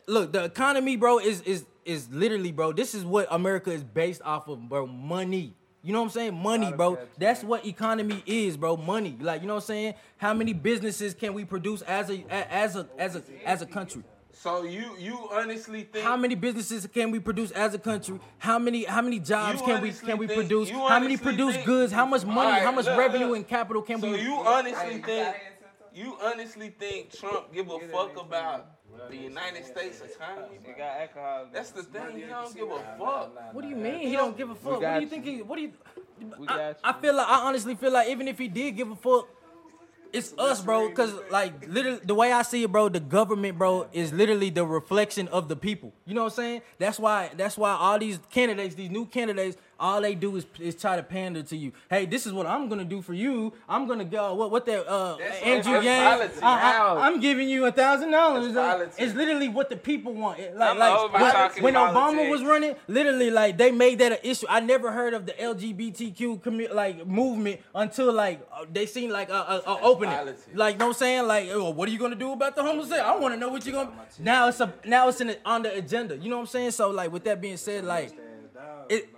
Speaker 3: Look, the economy, bro, is is is literally, bro. This is what America is based off of, bro. Money. You know what I'm saying? Money, bro. That's what economy is, bro. Money. Like, you know what I'm saying? How many businesses can we produce as a a- as a as a as a country?
Speaker 2: So you you honestly think
Speaker 3: How many businesses can we produce as a country? How many how many jobs
Speaker 2: You
Speaker 3: can we
Speaker 2: honestly
Speaker 3: can we
Speaker 2: think-
Speaker 3: produce?
Speaker 2: you
Speaker 3: How many
Speaker 2: honestly
Speaker 3: produce
Speaker 2: think-
Speaker 3: goods? How much money?
Speaker 2: Alright,
Speaker 3: how much
Speaker 2: look,
Speaker 3: revenue
Speaker 2: look.
Speaker 3: and capital can
Speaker 2: So
Speaker 3: we
Speaker 2: you honestly think you honestly think Trump give a fuck about the United States economy? bro? That's the thing. He don't give a fuck.
Speaker 3: What do you mean? He don't give a fuck. What
Speaker 1: got
Speaker 3: do you
Speaker 1: you.
Speaker 3: think? He, what do you?
Speaker 1: We
Speaker 3: I,
Speaker 1: got
Speaker 3: I feel like I honestly feel like even if he did give a fuck, it's us, bro. Cause like literally the way I see it, bro, the government, bro, is literally the reflection of the people. You know what I'm saying? That's why. That's why all these candidates, these new candidates, all they do is is try to pander to you. Hey, this is what I'm gonna do for you. I'm gonna go. What what that? Uh, Andrew
Speaker 2: that's
Speaker 3: Yang.
Speaker 2: politics.
Speaker 3: I, I, I'm giving you a thousand dollars.
Speaker 2: That's politics.
Speaker 3: It's literally what the people want. It- Like
Speaker 2: I'm
Speaker 3: like
Speaker 2: over
Speaker 3: when-
Speaker 2: talking
Speaker 3: when Obama
Speaker 2: politics.
Speaker 3: was running running, literally like they made that an issue. I never heard of the LGBTQ commu- like movement until like uh, they seen like a, a, a opening.
Speaker 2: politics.
Speaker 3: Like, know what I'm saying? Like, oh, what are you gonna do about the homeless? I want to know what you're gonna. Now it's a now it's in the, on the agenda. You know what I'm saying? So like with that being said, like it,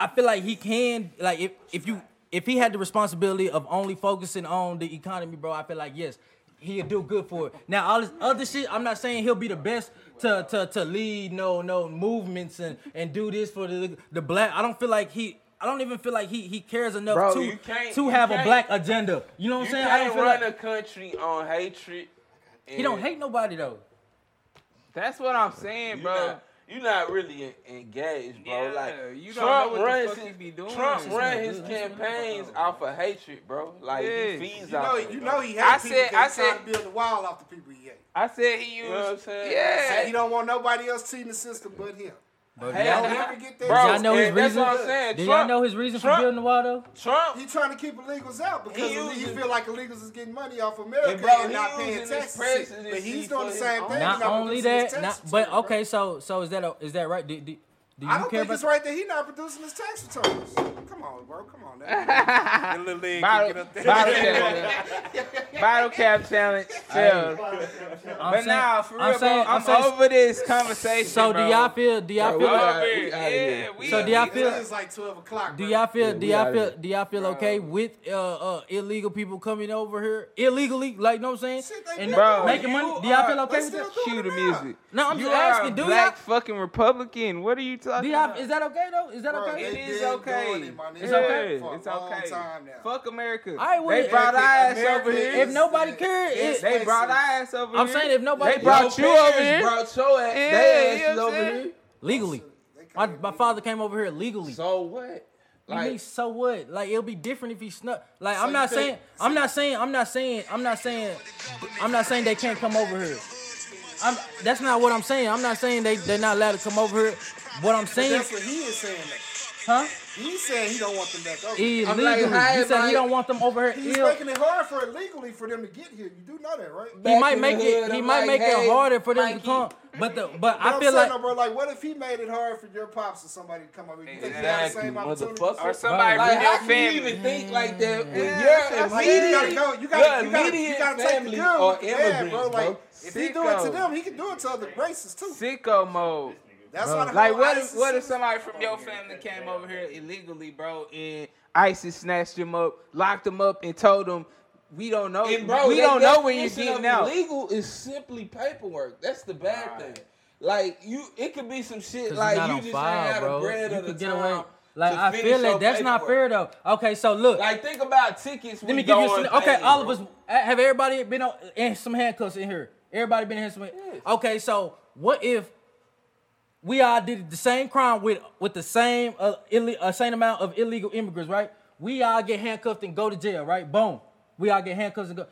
Speaker 3: I feel like he can like if if you if he had the responsibility of only focusing on the economy, bro, I feel like yes, he'll do good for it. Now all this other shit, I'm not saying he'll be the best to to, to lead no no movements and and do this for the the black. I don't feel like he. I don't even feel like he, he cares enough
Speaker 1: Bro,
Speaker 3: to
Speaker 2: you can't-
Speaker 3: to
Speaker 2: you
Speaker 3: have a
Speaker 2: can't-
Speaker 3: black agenda. You know what
Speaker 2: You
Speaker 3: I'm saying? I
Speaker 2: can't
Speaker 3: don't feel
Speaker 2: run
Speaker 3: like
Speaker 2: a country on hatred.
Speaker 3: he don't hate nobody though.
Speaker 1: That's what I'm saying,
Speaker 2: you
Speaker 1: bro.
Speaker 2: Not, you not really en- engaged, bro.
Speaker 1: Yeah,
Speaker 2: like
Speaker 1: you don't
Speaker 2: Trump
Speaker 1: know what the
Speaker 2: runs
Speaker 1: fuck
Speaker 2: his
Speaker 1: he be doing.
Speaker 2: Trump
Speaker 1: It's
Speaker 2: run his campaigns off of hatred, bro. Like
Speaker 1: Yeah.
Speaker 2: he feeds
Speaker 1: You
Speaker 2: off.
Speaker 7: No,
Speaker 2: of it,
Speaker 7: you
Speaker 2: bro.
Speaker 7: know he hate
Speaker 1: I
Speaker 7: people
Speaker 1: said-
Speaker 7: 'cause
Speaker 1: I
Speaker 7: he trying
Speaker 1: said-
Speaker 7: to build the wall off the people he hate.
Speaker 1: I said he used.
Speaker 2: know what I'm saying?
Speaker 7: So
Speaker 1: Yeah.
Speaker 7: he don't want nobody else cheating the system but him.
Speaker 2: Hell,
Speaker 7: Y'all never get that.
Speaker 2: Bro,
Speaker 3: Y'all know his
Speaker 2: and that's
Speaker 3: reason.
Speaker 2: what I'm saying.
Speaker 3: Do y'all
Speaker 2: Trump-
Speaker 3: know his reason for
Speaker 2: Trump-
Speaker 3: building the wall though?
Speaker 2: Trump
Speaker 7: He trying to keep illegals out because
Speaker 2: He
Speaker 7: he,
Speaker 2: using-
Speaker 7: feel like illegals is getting money off America and,
Speaker 2: And bro, he
Speaker 7: not paying
Speaker 2: using his
Speaker 7: taxes. and shit. But
Speaker 2: presidency
Speaker 7: he's doing the
Speaker 2: for
Speaker 7: same
Speaker 2: his
Speaker 7: thing.
Speaker 2: own-
Speaker 7: He's
Speaker 3: Not only
Speaker 7: producing his
Speaker 3: that, not,
Speaker 7: tax
Speaker 3: but
Speaker 7: return, bro.
Speaker 3: okay, so so is that a, is that right? Do, do, do you
Speaker 7: I don't
Speaker 3: care
Speaker 7: think
Speaker 3: about
Speaker 7: it's right that he not producing his tax returns. Come on, bro. Come on. Now.
Speaker 9: Your little leg can
Speaker 1: Bottle,
Speaker 9: get up there.
Speaker 1: bottle cap, bottle cap challenge. Chill.
Speaker 3: I'm
Speaker 1: But
Speaker 3: saying-
Speaker 1: nah, for real,
Speaker 3: I'm
Speaker 1: bro,
Speaker 3: saying-
Speaker 1: I'm,
Speaker 3: I'm saying-
Speaker 1: over this conversation.
Speaker 3: So do
Speaker 1: bro.
Speaker 3: y'all feel? Do y'all
Speaker 1: Bro,
Speaker 3: feel?
Speaker 1: we
Speaker 3: like-
Speaker 1: outta-
Speaker 2: Over
Speaker 1: we
Speaker 2: it.
Speaker 1: outta
Speaker 2: Yeah,
Speaker 1: here.
Speaker 2: we
Speaker 3: so do y'all
Speaker 7: It
Speaker 3: feel?
Speaker 7: is like 12
Speaker 3: Do
Speaker 7: o'clock, bro.
Speaker 3: y'all feel? do
Speaker 1: we
Speaker 3: y'all
Speaker 1: outta
Speaker 3: feel?
Speaker 1: here.
Speaker 3: Do y'all feel okay with uh, uh, illegal people coming over here illegally? Like, know what I'm saying?
Speaker 7: Shit, they
Speaker 3: And
Speaker 7: do.
Speaker 1: Bro,
Speaker 3: making
Speaker 1: you
Speaker 3: money. Do y'all feel
Speaker 1: are-
Speaker 3: okay
Speaker 7: they
Speaker 3: with that?
Speaker 7: still
Speaker 1: Cue
Speaker 7: doing
Speaker 1: the
Speaker 7: it now.
Speaker 1: music.
Speaker 3: No, I'm
Speaker 1: you
Speaker 3: just
Speaker 1: are
Speaker 3: asking,
Speaker 1: a
Speaker 3: do
Speaker 1: black
Speaker 3: y'all-
Speaker 1: fucking Republican. What are you
Speaker 3: Do
Speaker 1: talking
Speaker 3: y'all?
Speaker 1: about?
Speaker 3: Is that okay though? Is that
Speaker 7: Bro,
Speaker 3: okay?
Speaker 7: it
Speaker 1: it is
Speaker 7: been
Speaker 1: okay.
Speaker 7: doing it, my nigga,
Speaker 1: It's
Speaker 7: for
Speaker 1: okay.
Speaker 7: a
Speaker 1: It's
Speaker 7: long
Speaker 1: okay.
Speaker 7: time now.
Speaker 1: Fuck America.
Speaker 3: All right, well,
Speaker 1: they brought our ass over
Speaker 7: America
Speaker 1: here.
Speaker 3: If
Speaker 7: is-
Speaker 3: nobody cared,
Speaker 7: Yes,
Speaker 3: it,
Speaker 1: they brought our ass over
Speaker 3: I'm
Speaker 1: here.
Speaker 3: saying if nobody-
Speaker 1: they brought
Speaker 2: Your
Speaker 1: you over
Speaker 2: parents
Speaker 1: here.
Speaker 2: Brought your ass,
Speaker 1: Yeah,
Speaker 2: their
Speaker 1: you
Speaker 2: asses
Speaker 1: know what
Speaker 2: over
Speaker 1: I'm saying?
Speaker 2: here.
Speaker 3: legally. My, my father came over here legally.
Speaker 2: So Oh, what?
Speaker 3: Like,
Speaker 2: Like
Speaker 3: so what? Like it'll be different if he snuck. Like I'm
Speaker 7: you
Speaker 3: not
Speaker 7: think-
Speaker 3: saying. I'm not saying. I'm not saying. I'm not saying. I'm not saying they can't come over here. I'm, that's not what I'm saying. I'm not saying they they're not allowed to come over here. What I'm saying,
Speaker 7: That's what he is saying. though.
Speaker 3: huh?
Speaker 7: He said he don't want them back over.
Speaker 3: Illegally.
Speaker 2: how
Speaker 3: he said he
Speaker 2: everybody-
Speaker 3: don't want them over here.
Speaker 7: He's
Speaker 3: Ill.
Speaker 7: making it hard for illegally for them to get here. You do know that, right?
Speaker 3: He
Speaker 2: back
Speaker 3: might
Speaker 2: in
Speaker 3: make
Speaker 2: the
Speaker 3: it.
Speaker 2: hood,
Speaker 3: He
Speaker 2: I'm
Speaker 3: might
Speaker 2: like,
Speaker 3: make
Speaker 2: hey,
Speaker 3: it harder for them
Speaker 2: Mikey,
Speaker 3: to come. But the but I
Speaker 7: I'm
Speaker 3: feel
Speaker 7: saying,
Speaker 3: like
Speaker 7: though, bro, like, what if he made it hard for your pops or somebody to come over here? You think they have the
Speaker 2: Exactly,
Speaker 7: same opportunity?
Speaker 2: motherfucker.
Speaker 1: Or somebody from
Speaker 3: Right.
Speaker 2: Like,
Speaker 1: your
Speaker 2: how can you
Speaker 1: family.
Speaker 2: even think like that when
Speaker 7: Yeah,
Speaker 2: you're
Speaker 7: that's what I'm
Speaker 2: immediate,
Speaker 7: saying. You gotta go-
Speaker 2: you're
Speaker 7: you gotta- you gotta- you
Speaker 2: immediate
Speaker 7: gotta take the
Speaker 2: family
Speaker 7: good
Speaker 2: or
Speaker 7: with the bad,
Speaker 2: immigrants,
Speaker 7: bro.
Speaker 2: bro?
Speaker 7: Like, if he do it to
Speaker 1: Sicko.
Speaker 7: them, he can do it to other races too.
Speaker 1: Sicko mode.
Speaker 7: That's why the
Speaker 1: Like
Speaker 7: whole
Speaker 1: what
Speaker 7: ISIS
Speaker 1: if what if
Speaker 7: is-
Speaker 1: somebody
Speaker 2: Oh,
Speaker 1: from your family came over here illegally, bro, and ISIS snatched him up, locked him up, and told him we don't know,
Speaker 2: And bro,
Speaker 1: we
Speaker 2: that
Speaker 1: don't know when you're
Speaker 2: definition
Speaker 1: getting
Speaker 2: of
Speaker 1: out.
Speaker 2: Legal is simply paperwork. That's the bad thing. Like you, it could be some shit
Speaker 3: 'Cause it's
Speaker 2: like
Speaker 3: not
Speaker 2: you
Speaker 3: on
Speaker 2: just ain't
Speaker 3: file,
Speaker 2: had a
Speaker 3: bro.
Speaker 2: bread
Speaker 3: You
Speaker 2: of the
Speaker 3: could get
Speaker 2: time
Speaker 3: away. Like
Speaker 2: to
Speaker 3: I
Speaker 2: finish
Speaker 3: feel
Speaker 2: your
Speaker 3: it. That's not fair
Speaker 2: paperwork.
Speaker 3: though. Okay, so look.
Speaker 2: Like think about tickets.
Speaker 3: Let me give you some. Okay, all of us have everybody been on in some handcuffs in here. Everybody been in some. Okay, so what if we all did the same crime with with the same uh, ille- uh, same amount of illegal immigrants, right? We all get handcuffed and go to jail, right? Boom. We all get handcuffed and go.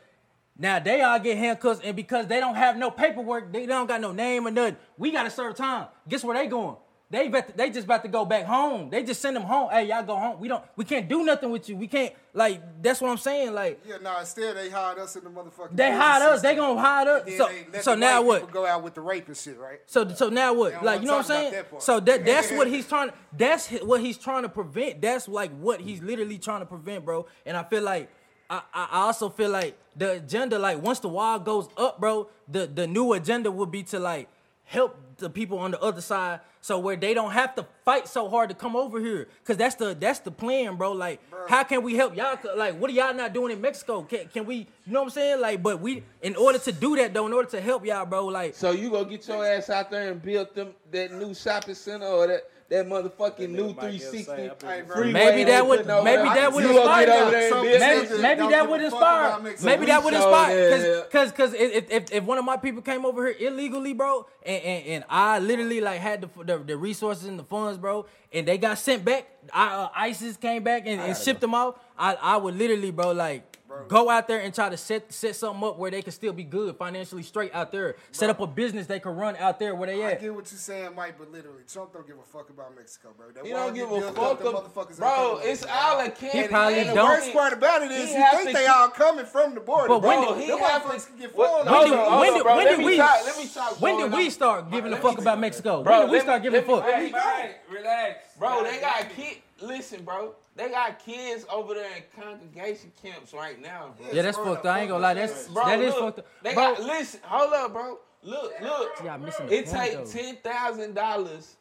Speaker 3: Now they all get handcuffed, and because they don't have no paperwork, they don't got no name or nothing. We gotta serve time. Guess where they going? They bet they just about to go back home. They just send them home. Hey, y'all go home. We don't. We can't do nothing with you. We can't. Like that's what I'm saying. Like
Speaker 7: Yeah, no, instead they hired us in the motherfucking.
Speaker 3: they
Speaker 7: prison
Speaker 3: hide us.
Speaker 7: system.
Speaker 3: They gonna hide us.
Speaker 7: Then
Speaker 3: So
Speaker 7: they let
Speaker 3: so
Speaker 7: the
Speaker 3: now
Speaker 7: white
Speaker 3: what?
Speaker 7: people Go out with the rape and shit, right?
Speaker 3: So so now what?
Speaker 7: don't
Speaker 3: Like
Speaker 7: wanna
Speaker 3: you know what
Speaker 7: talk
Speaker 3: I'm
Speaker 7: about
Speaker 3: saying?
Speaker 7: that part.
Speaker 3: so that that's what he's trying. That's hi- what he's trying to prevent. That's like what he's literally trying to prevent, bro. And I feel like I I I also feel like the agenda, like once the wall goes up, bro, the the new agenda would be to like help the people on the other side, so where they don't have to fight so hard to come over here. Cause that's the that's the plan, bro. Like how can we help y'all? Co- Like what are y'all not doing in Mexico? Can can we? You know what I'm saying? Like but we in order to do that though, in order to help y'all, bro, like.
Speaker 2: So you gonna get your ass out there and build them that new shopping center or that. That motherfucking new
Speaker 10: Mike Hill say,
Speaker 2: 360
Speaker 10: I bet
Speaker 2: freeway
Speaker 10: it's-
Speaker 3: Maybe that
Speaker 2: they
Speaker 3: would-
Speaker 2: putting over
Speaker 3: maybe
Speaker 2: there.
Speaker 3: that would
Speaker 2: You gonna get
Speaker 3: inspire
Speaker 2: over there
Speaker 7: some
Speaker 2: and build
Speaker 7: bitch
Speaker 2: it.
Speaker 3: Maybe,
Speaker 7: Niggas
Speaker 3: maybe
Speaker 7: don't
Speaker 3: that
Speaker 7: give
Speaker 3: would
Speaker 7: a fuck
Speaker 3: inspire.
Speaker 7: about Mexico.
Speaker 3: Maybe that would
Speaker 2: So
Speaker 3: inspire.
Speaker 2: then-
Speaker 3: Because because if, if if one of my people came over here illegally, bro, and and, and I literally like had the, the the resources and the funds, bro, and they got sent back. I, uh, ISIS came back and, and shipped them out. I I would literally, bro, like. Go out there and try to set set something up where they can still be good financially straight out there. Set up a business they can run out there where they
Speaker 7: I
Speaker 3: at.
Speaker 7: get what you're saying, Mike, but literally, Trump don't give a fuck about Mexico, bro. That
Speaker 2: He
Speaker 7: wall
Speaker 2: don't
Speaker 7: get
Speaker 2: give a
Speaker 7: built
Speaker 2: fuck,
Speaker 7: up, them
Speaker 2: ab-
Speaker 7: motherfuckers ain't
Speaker 2: bro.
Speaker 7: coming over
Speaker 2: It's
Speaker 7: here.
Speaker 2: allocated.
Speaker 3: probably
Speaker 2: And the
Speaker 3: don't-
Speaker 7: Worst part about it is
Speaker 2: He
Speaker 7: you
Speaker 2: have
Speaker 7: think
Speaker 2: to
Speaker 7: they
Speaker 2: keep-
Speaker 7: all coming from the border.
Speaker 3: But when
Speaker 7: bro,
Speaker 2: did-
Speaker 7: Them
Speaker 2: he have
Speaker 7: motherfuckers
Speaker 2: to-
Speaker 7: can get
Speaker 2: what- Hold
Speaker 7: flown
Speaker 3: When
Speaker 7: out.
Speaker 3: did,
Speaker 2: on, hold
Speaker 3: when
Speaker 2: on,
Speaker 3: did,
Speaker 2: bro.
Speaker 3: when
Speaker 2: Let
Speaker 3: did
Speaker 2: me
Speaker 3: we
Speaker 2: talk- let me talk,
Speaker 3: when
Speaker 2: bro,
Speaker 3: did
Speaker 2: and
Speaker 3: we
Speaker 2: I'm-
Speaker 3: start giving a
Speaker 2: let
Speaker 3: fuck
Speaker 2: me-
Speaker 3: about Mexico?
Speaker 2: Bro,
Speaker 3: When did we
Speaker 2: let
Speaker 3: start
Speaker 2: me-
Speaker 3: giving a
Speaker 2: let me-
Speaker 3: fuck?
Speaker 2: Hey,
Speaker 9: Relax, relax.
Speaker 2: Bro, they got kid. Listen, bro, they got kids over there in congregation camps right now, bro.
Speaker 3: Yeah, that's fucked up. I ain't gonna lie. That's
Speaker 2: Bro,
Speaker 3: that is
Speaker 2: look,
Speaker 3: fucked up.
Speaker 2: They
Speaker 3: bro,
Speaker 2: got listen. Hold up, bro. Look, look.
Speaker 3: Y'all missing the
Speaker 2: It
Speaker 3: point,
Speaker 2: take
Speaker 3: though.
Speaker 2: ten thousand dollars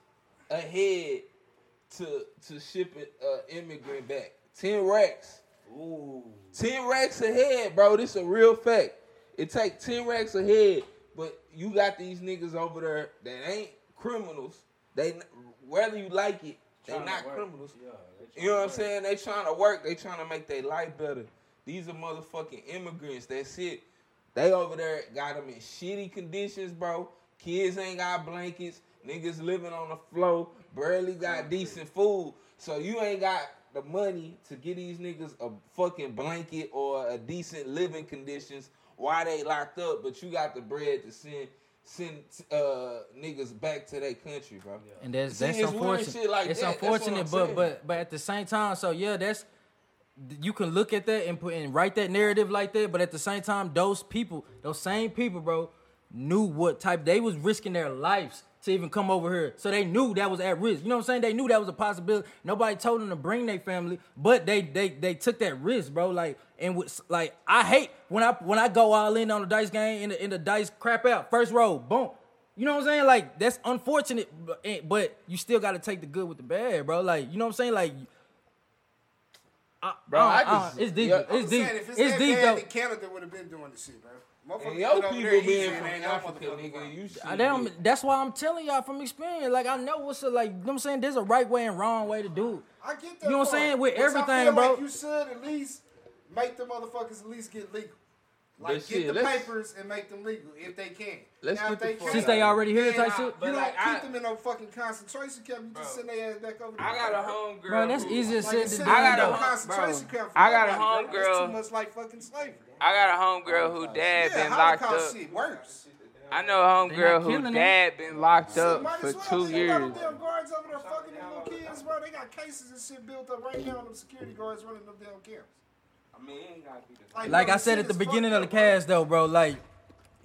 Speaker 2: a head to to ship an uh, immigrant back. Ten racks. Ooh. Ten racks a head, bro. This a real fact. It take ten racks a head, but you got these niggas over there that ain't criminals. They n- whether you like it, they not criminals. You know what I'm saying? They trying to work. They trying to make their life better. These are motherfucking immigrants. That's it. They over there got them in shitty conditions, bro. Kids ain't got blankets. Niggas living on the floor. Barely got decent food. So you ain't got the money to get these niggas a fucking blanket or a decent living conditions while they locked up. But you got the bread to send send uh, niggas back to their country, bro.
Speaker 3: and that's
Speaker 2: See,
Speaker 3: that's
Speaker 2: it's weird
Speaker 3: unfortunate.
Speaker 2: shit like
Speaker 3: it's
Speaker 2: that. That's what I'm
Speaker 3: unfortunate,
Speaker 2: saying.
Speaker 3: but but but at the same time, so yeah, that's you can look at that and put and write that narrative like that. But at the same time, those people, those same people, bro, knew what type they was risking their lives to even come over here. So they knew that was at risk. You know what I'm saying? They knew that was a possibility. Nobody told them to bring their family, but they they they took that risk, bro. Like and was, like I hate when I when I go all in on the dice game and the, and the dice crap out first row, boom. You know what I'm saying? Like that's unfortunate, but- eh, but you still got to take the good with the bad, bro. Like you know what I'm saying? Like, I, bro,
Speaker 2: I just-
Speaker 3: Oh, it's deep.
Speaker 2: yeah, I'm
Speaker 3: it's
Speaker 7: I'm
Speaker 3: deep.
Speaker 7: saying, if it's,
Speaker 3: it's
Speaker 7: that
Speaker 3: deep
Speaker 7: bad,
Speaker 3: though.
Speaker 7: then Canada would have been doing this shit, bro.
Speaker 2: And
Speaker 7: Motherfuckers
Speaker 2: your
Speaker 7: been over there
Speaker 2: people being
Speaker 7: easy
Speaker 2: from
Speaker 7: and ain't no
Speaker 2: Africa,
Speaker 7: motherfucker
Speaker 2: nigga,
Speaker 7: from-
Speaker 2: you should.
Speaker 3: I don't, that's why I'm telling y'all from experience. Like I know what's a, like. You know what I'm saying? There's a right way and wrong way to do it.
Speaker 7: I get that.
Speaker 3: You know what I'm
Speaker 7: part,
Speaker 3: saying? With
Speaker 7: but y'all
Speaker 3: everything,
Speaker 7: feel
Speaker 3: bro.
Speaker 7: Like you should at least make the motherfuckers at least get legal.
Speaker 2: But
Speaker 7: Like get
Speaker 2: shit,
Speaker 7: the
Speaker 2: let's-
Speaker 7: papers and make them legal if they can.
Speaker 2: Let's
Speaker 7: now,
Speaker 2: get
Speaker 7: if
Speaker 2: the
Speaker 7: they
Speaker 2: fuck
Speaker 7: can't,
Speaker 2: Since
Speaker 3: they already here,
Speaker 7: then
Speaker 3: type
Speaker 7: I-
Speaker 3: shit?
Speaker 7: You
Speaker 3: But,
Speaker 7: don't
Speaker 9: like,
Speaker 7: keep
Speaker 9: I-
Speaker 7: them in no fucking concentration camp. You just send their ass back over.
Speaker 9: I
Speaker 7: there.
Speaker 9: got a homegirl.
Speaker 3: Bro, that's
Speaker 9: who-
Speaker 3: easier
Speaker 7: Like, you
Speaker 3: said than
Speaker 7: send
Speaker 3: done.
Speaker 7: them in
Speaker 9: got
Speaker 7: no
Speaker 9: a home-
Speaker 7: concentration camp. for
Speaker 4: I got a
Speaker 7: nobody, bro. That's
Speaker 4: homegirl.
Speaker 7: too much like fucking slavery.
Speaker 4: I got a homegirl who dad
Speaker 7: Yeah,
Speaker 4: been locked
Speaker 7: Holocaust
Speaker 4: up.
Speaker 7: shit worse.
Speaker 4: I know a
Speaker 3: They
Speaker 4: homegirl
Speaker 3: not killing
Speaker 4: who
Speaker 3: 'em.
Speaker 4: dad been locked up
Speaker 7: Might
Speaker 4: for
Speaker 7: as well.
Speaker 4: two
Speaker 7: They got them
Speaker 4: years.
Speaker 7: damn guards over there fucking them little kids, bro. They got cases and shit built up right now on them security guards running them damn camps.
Speaker 9: I mean, it ain't gotta be the
Speaker 7: Like,
Speaker 3: Like
Speaker 7: bro,
Speaker 3: I
Speaker 7: this
Speaker 3: said
Speaker 7: shit
Speaker 3: at the
Speaker 7: is fucked
Speaker 3: beginning of the
Speaker 7: up, bro.
Speaker 3: cast, though, bro. Like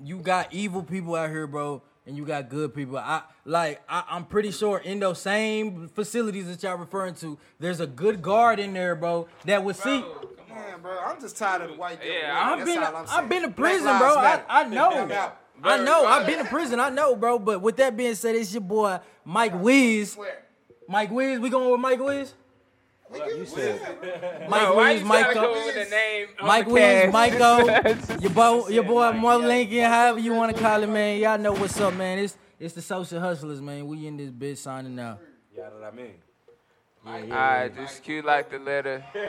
Speaker 3: you got evil people out here, bro, and and you got good people. I like I, I'm pretty sure in those same facilities that y'all referring to, there's a good guard in there, bro, that would see.
Speaker 7: Man, bro, I'm just tired of the white devil.
Speaker 13: Yeah,
Speaker 7: man.
Speaker 13: I've
Speaker 3: I've
Speaker 7: That's
Speaker 3: been
Speaker 7: all I'm saying.
Speaker 3: I've been to
Speaker 7: Black
Speaker 3: prison,
Speaker 7: lives
Speaker 3: bro. I,
Speaker 7: matter.
Speaker 3: I know.
Speaker 7: I'm out.
Speaker 3: I know. I've been to prison. I know, bro. But with that being said, it's your boy Mike Wiz.
Speaker 7: Swear.
Speaker 3: Mike Wiz, we going with Mike Wiz?
Speaker 7: You said
Speaker 3: Mike
Speaker 4: Why
Speaker 3: Wiz,
Speaker 4: you gotta
Speaker 3: Mike
Speaker 4: go with the name? on
Speaker 3: Mike
Speaker 4: the
Speaker 3: Williams,
Speaker 4: cast?
Speaker 3: Miko, your boy, your boy
Speaker 13: Mike,
Speaker 3: Mo
Speaker 13: yeah.
Speaker 3: Lincoln, however you want to call it, man. Y'all know what's up, man. It's it's the social hustlers, man. We in this bitch signing out.
Speaker 9: Y'all know what I mean?
Speaker 4: All right, just cue like the letter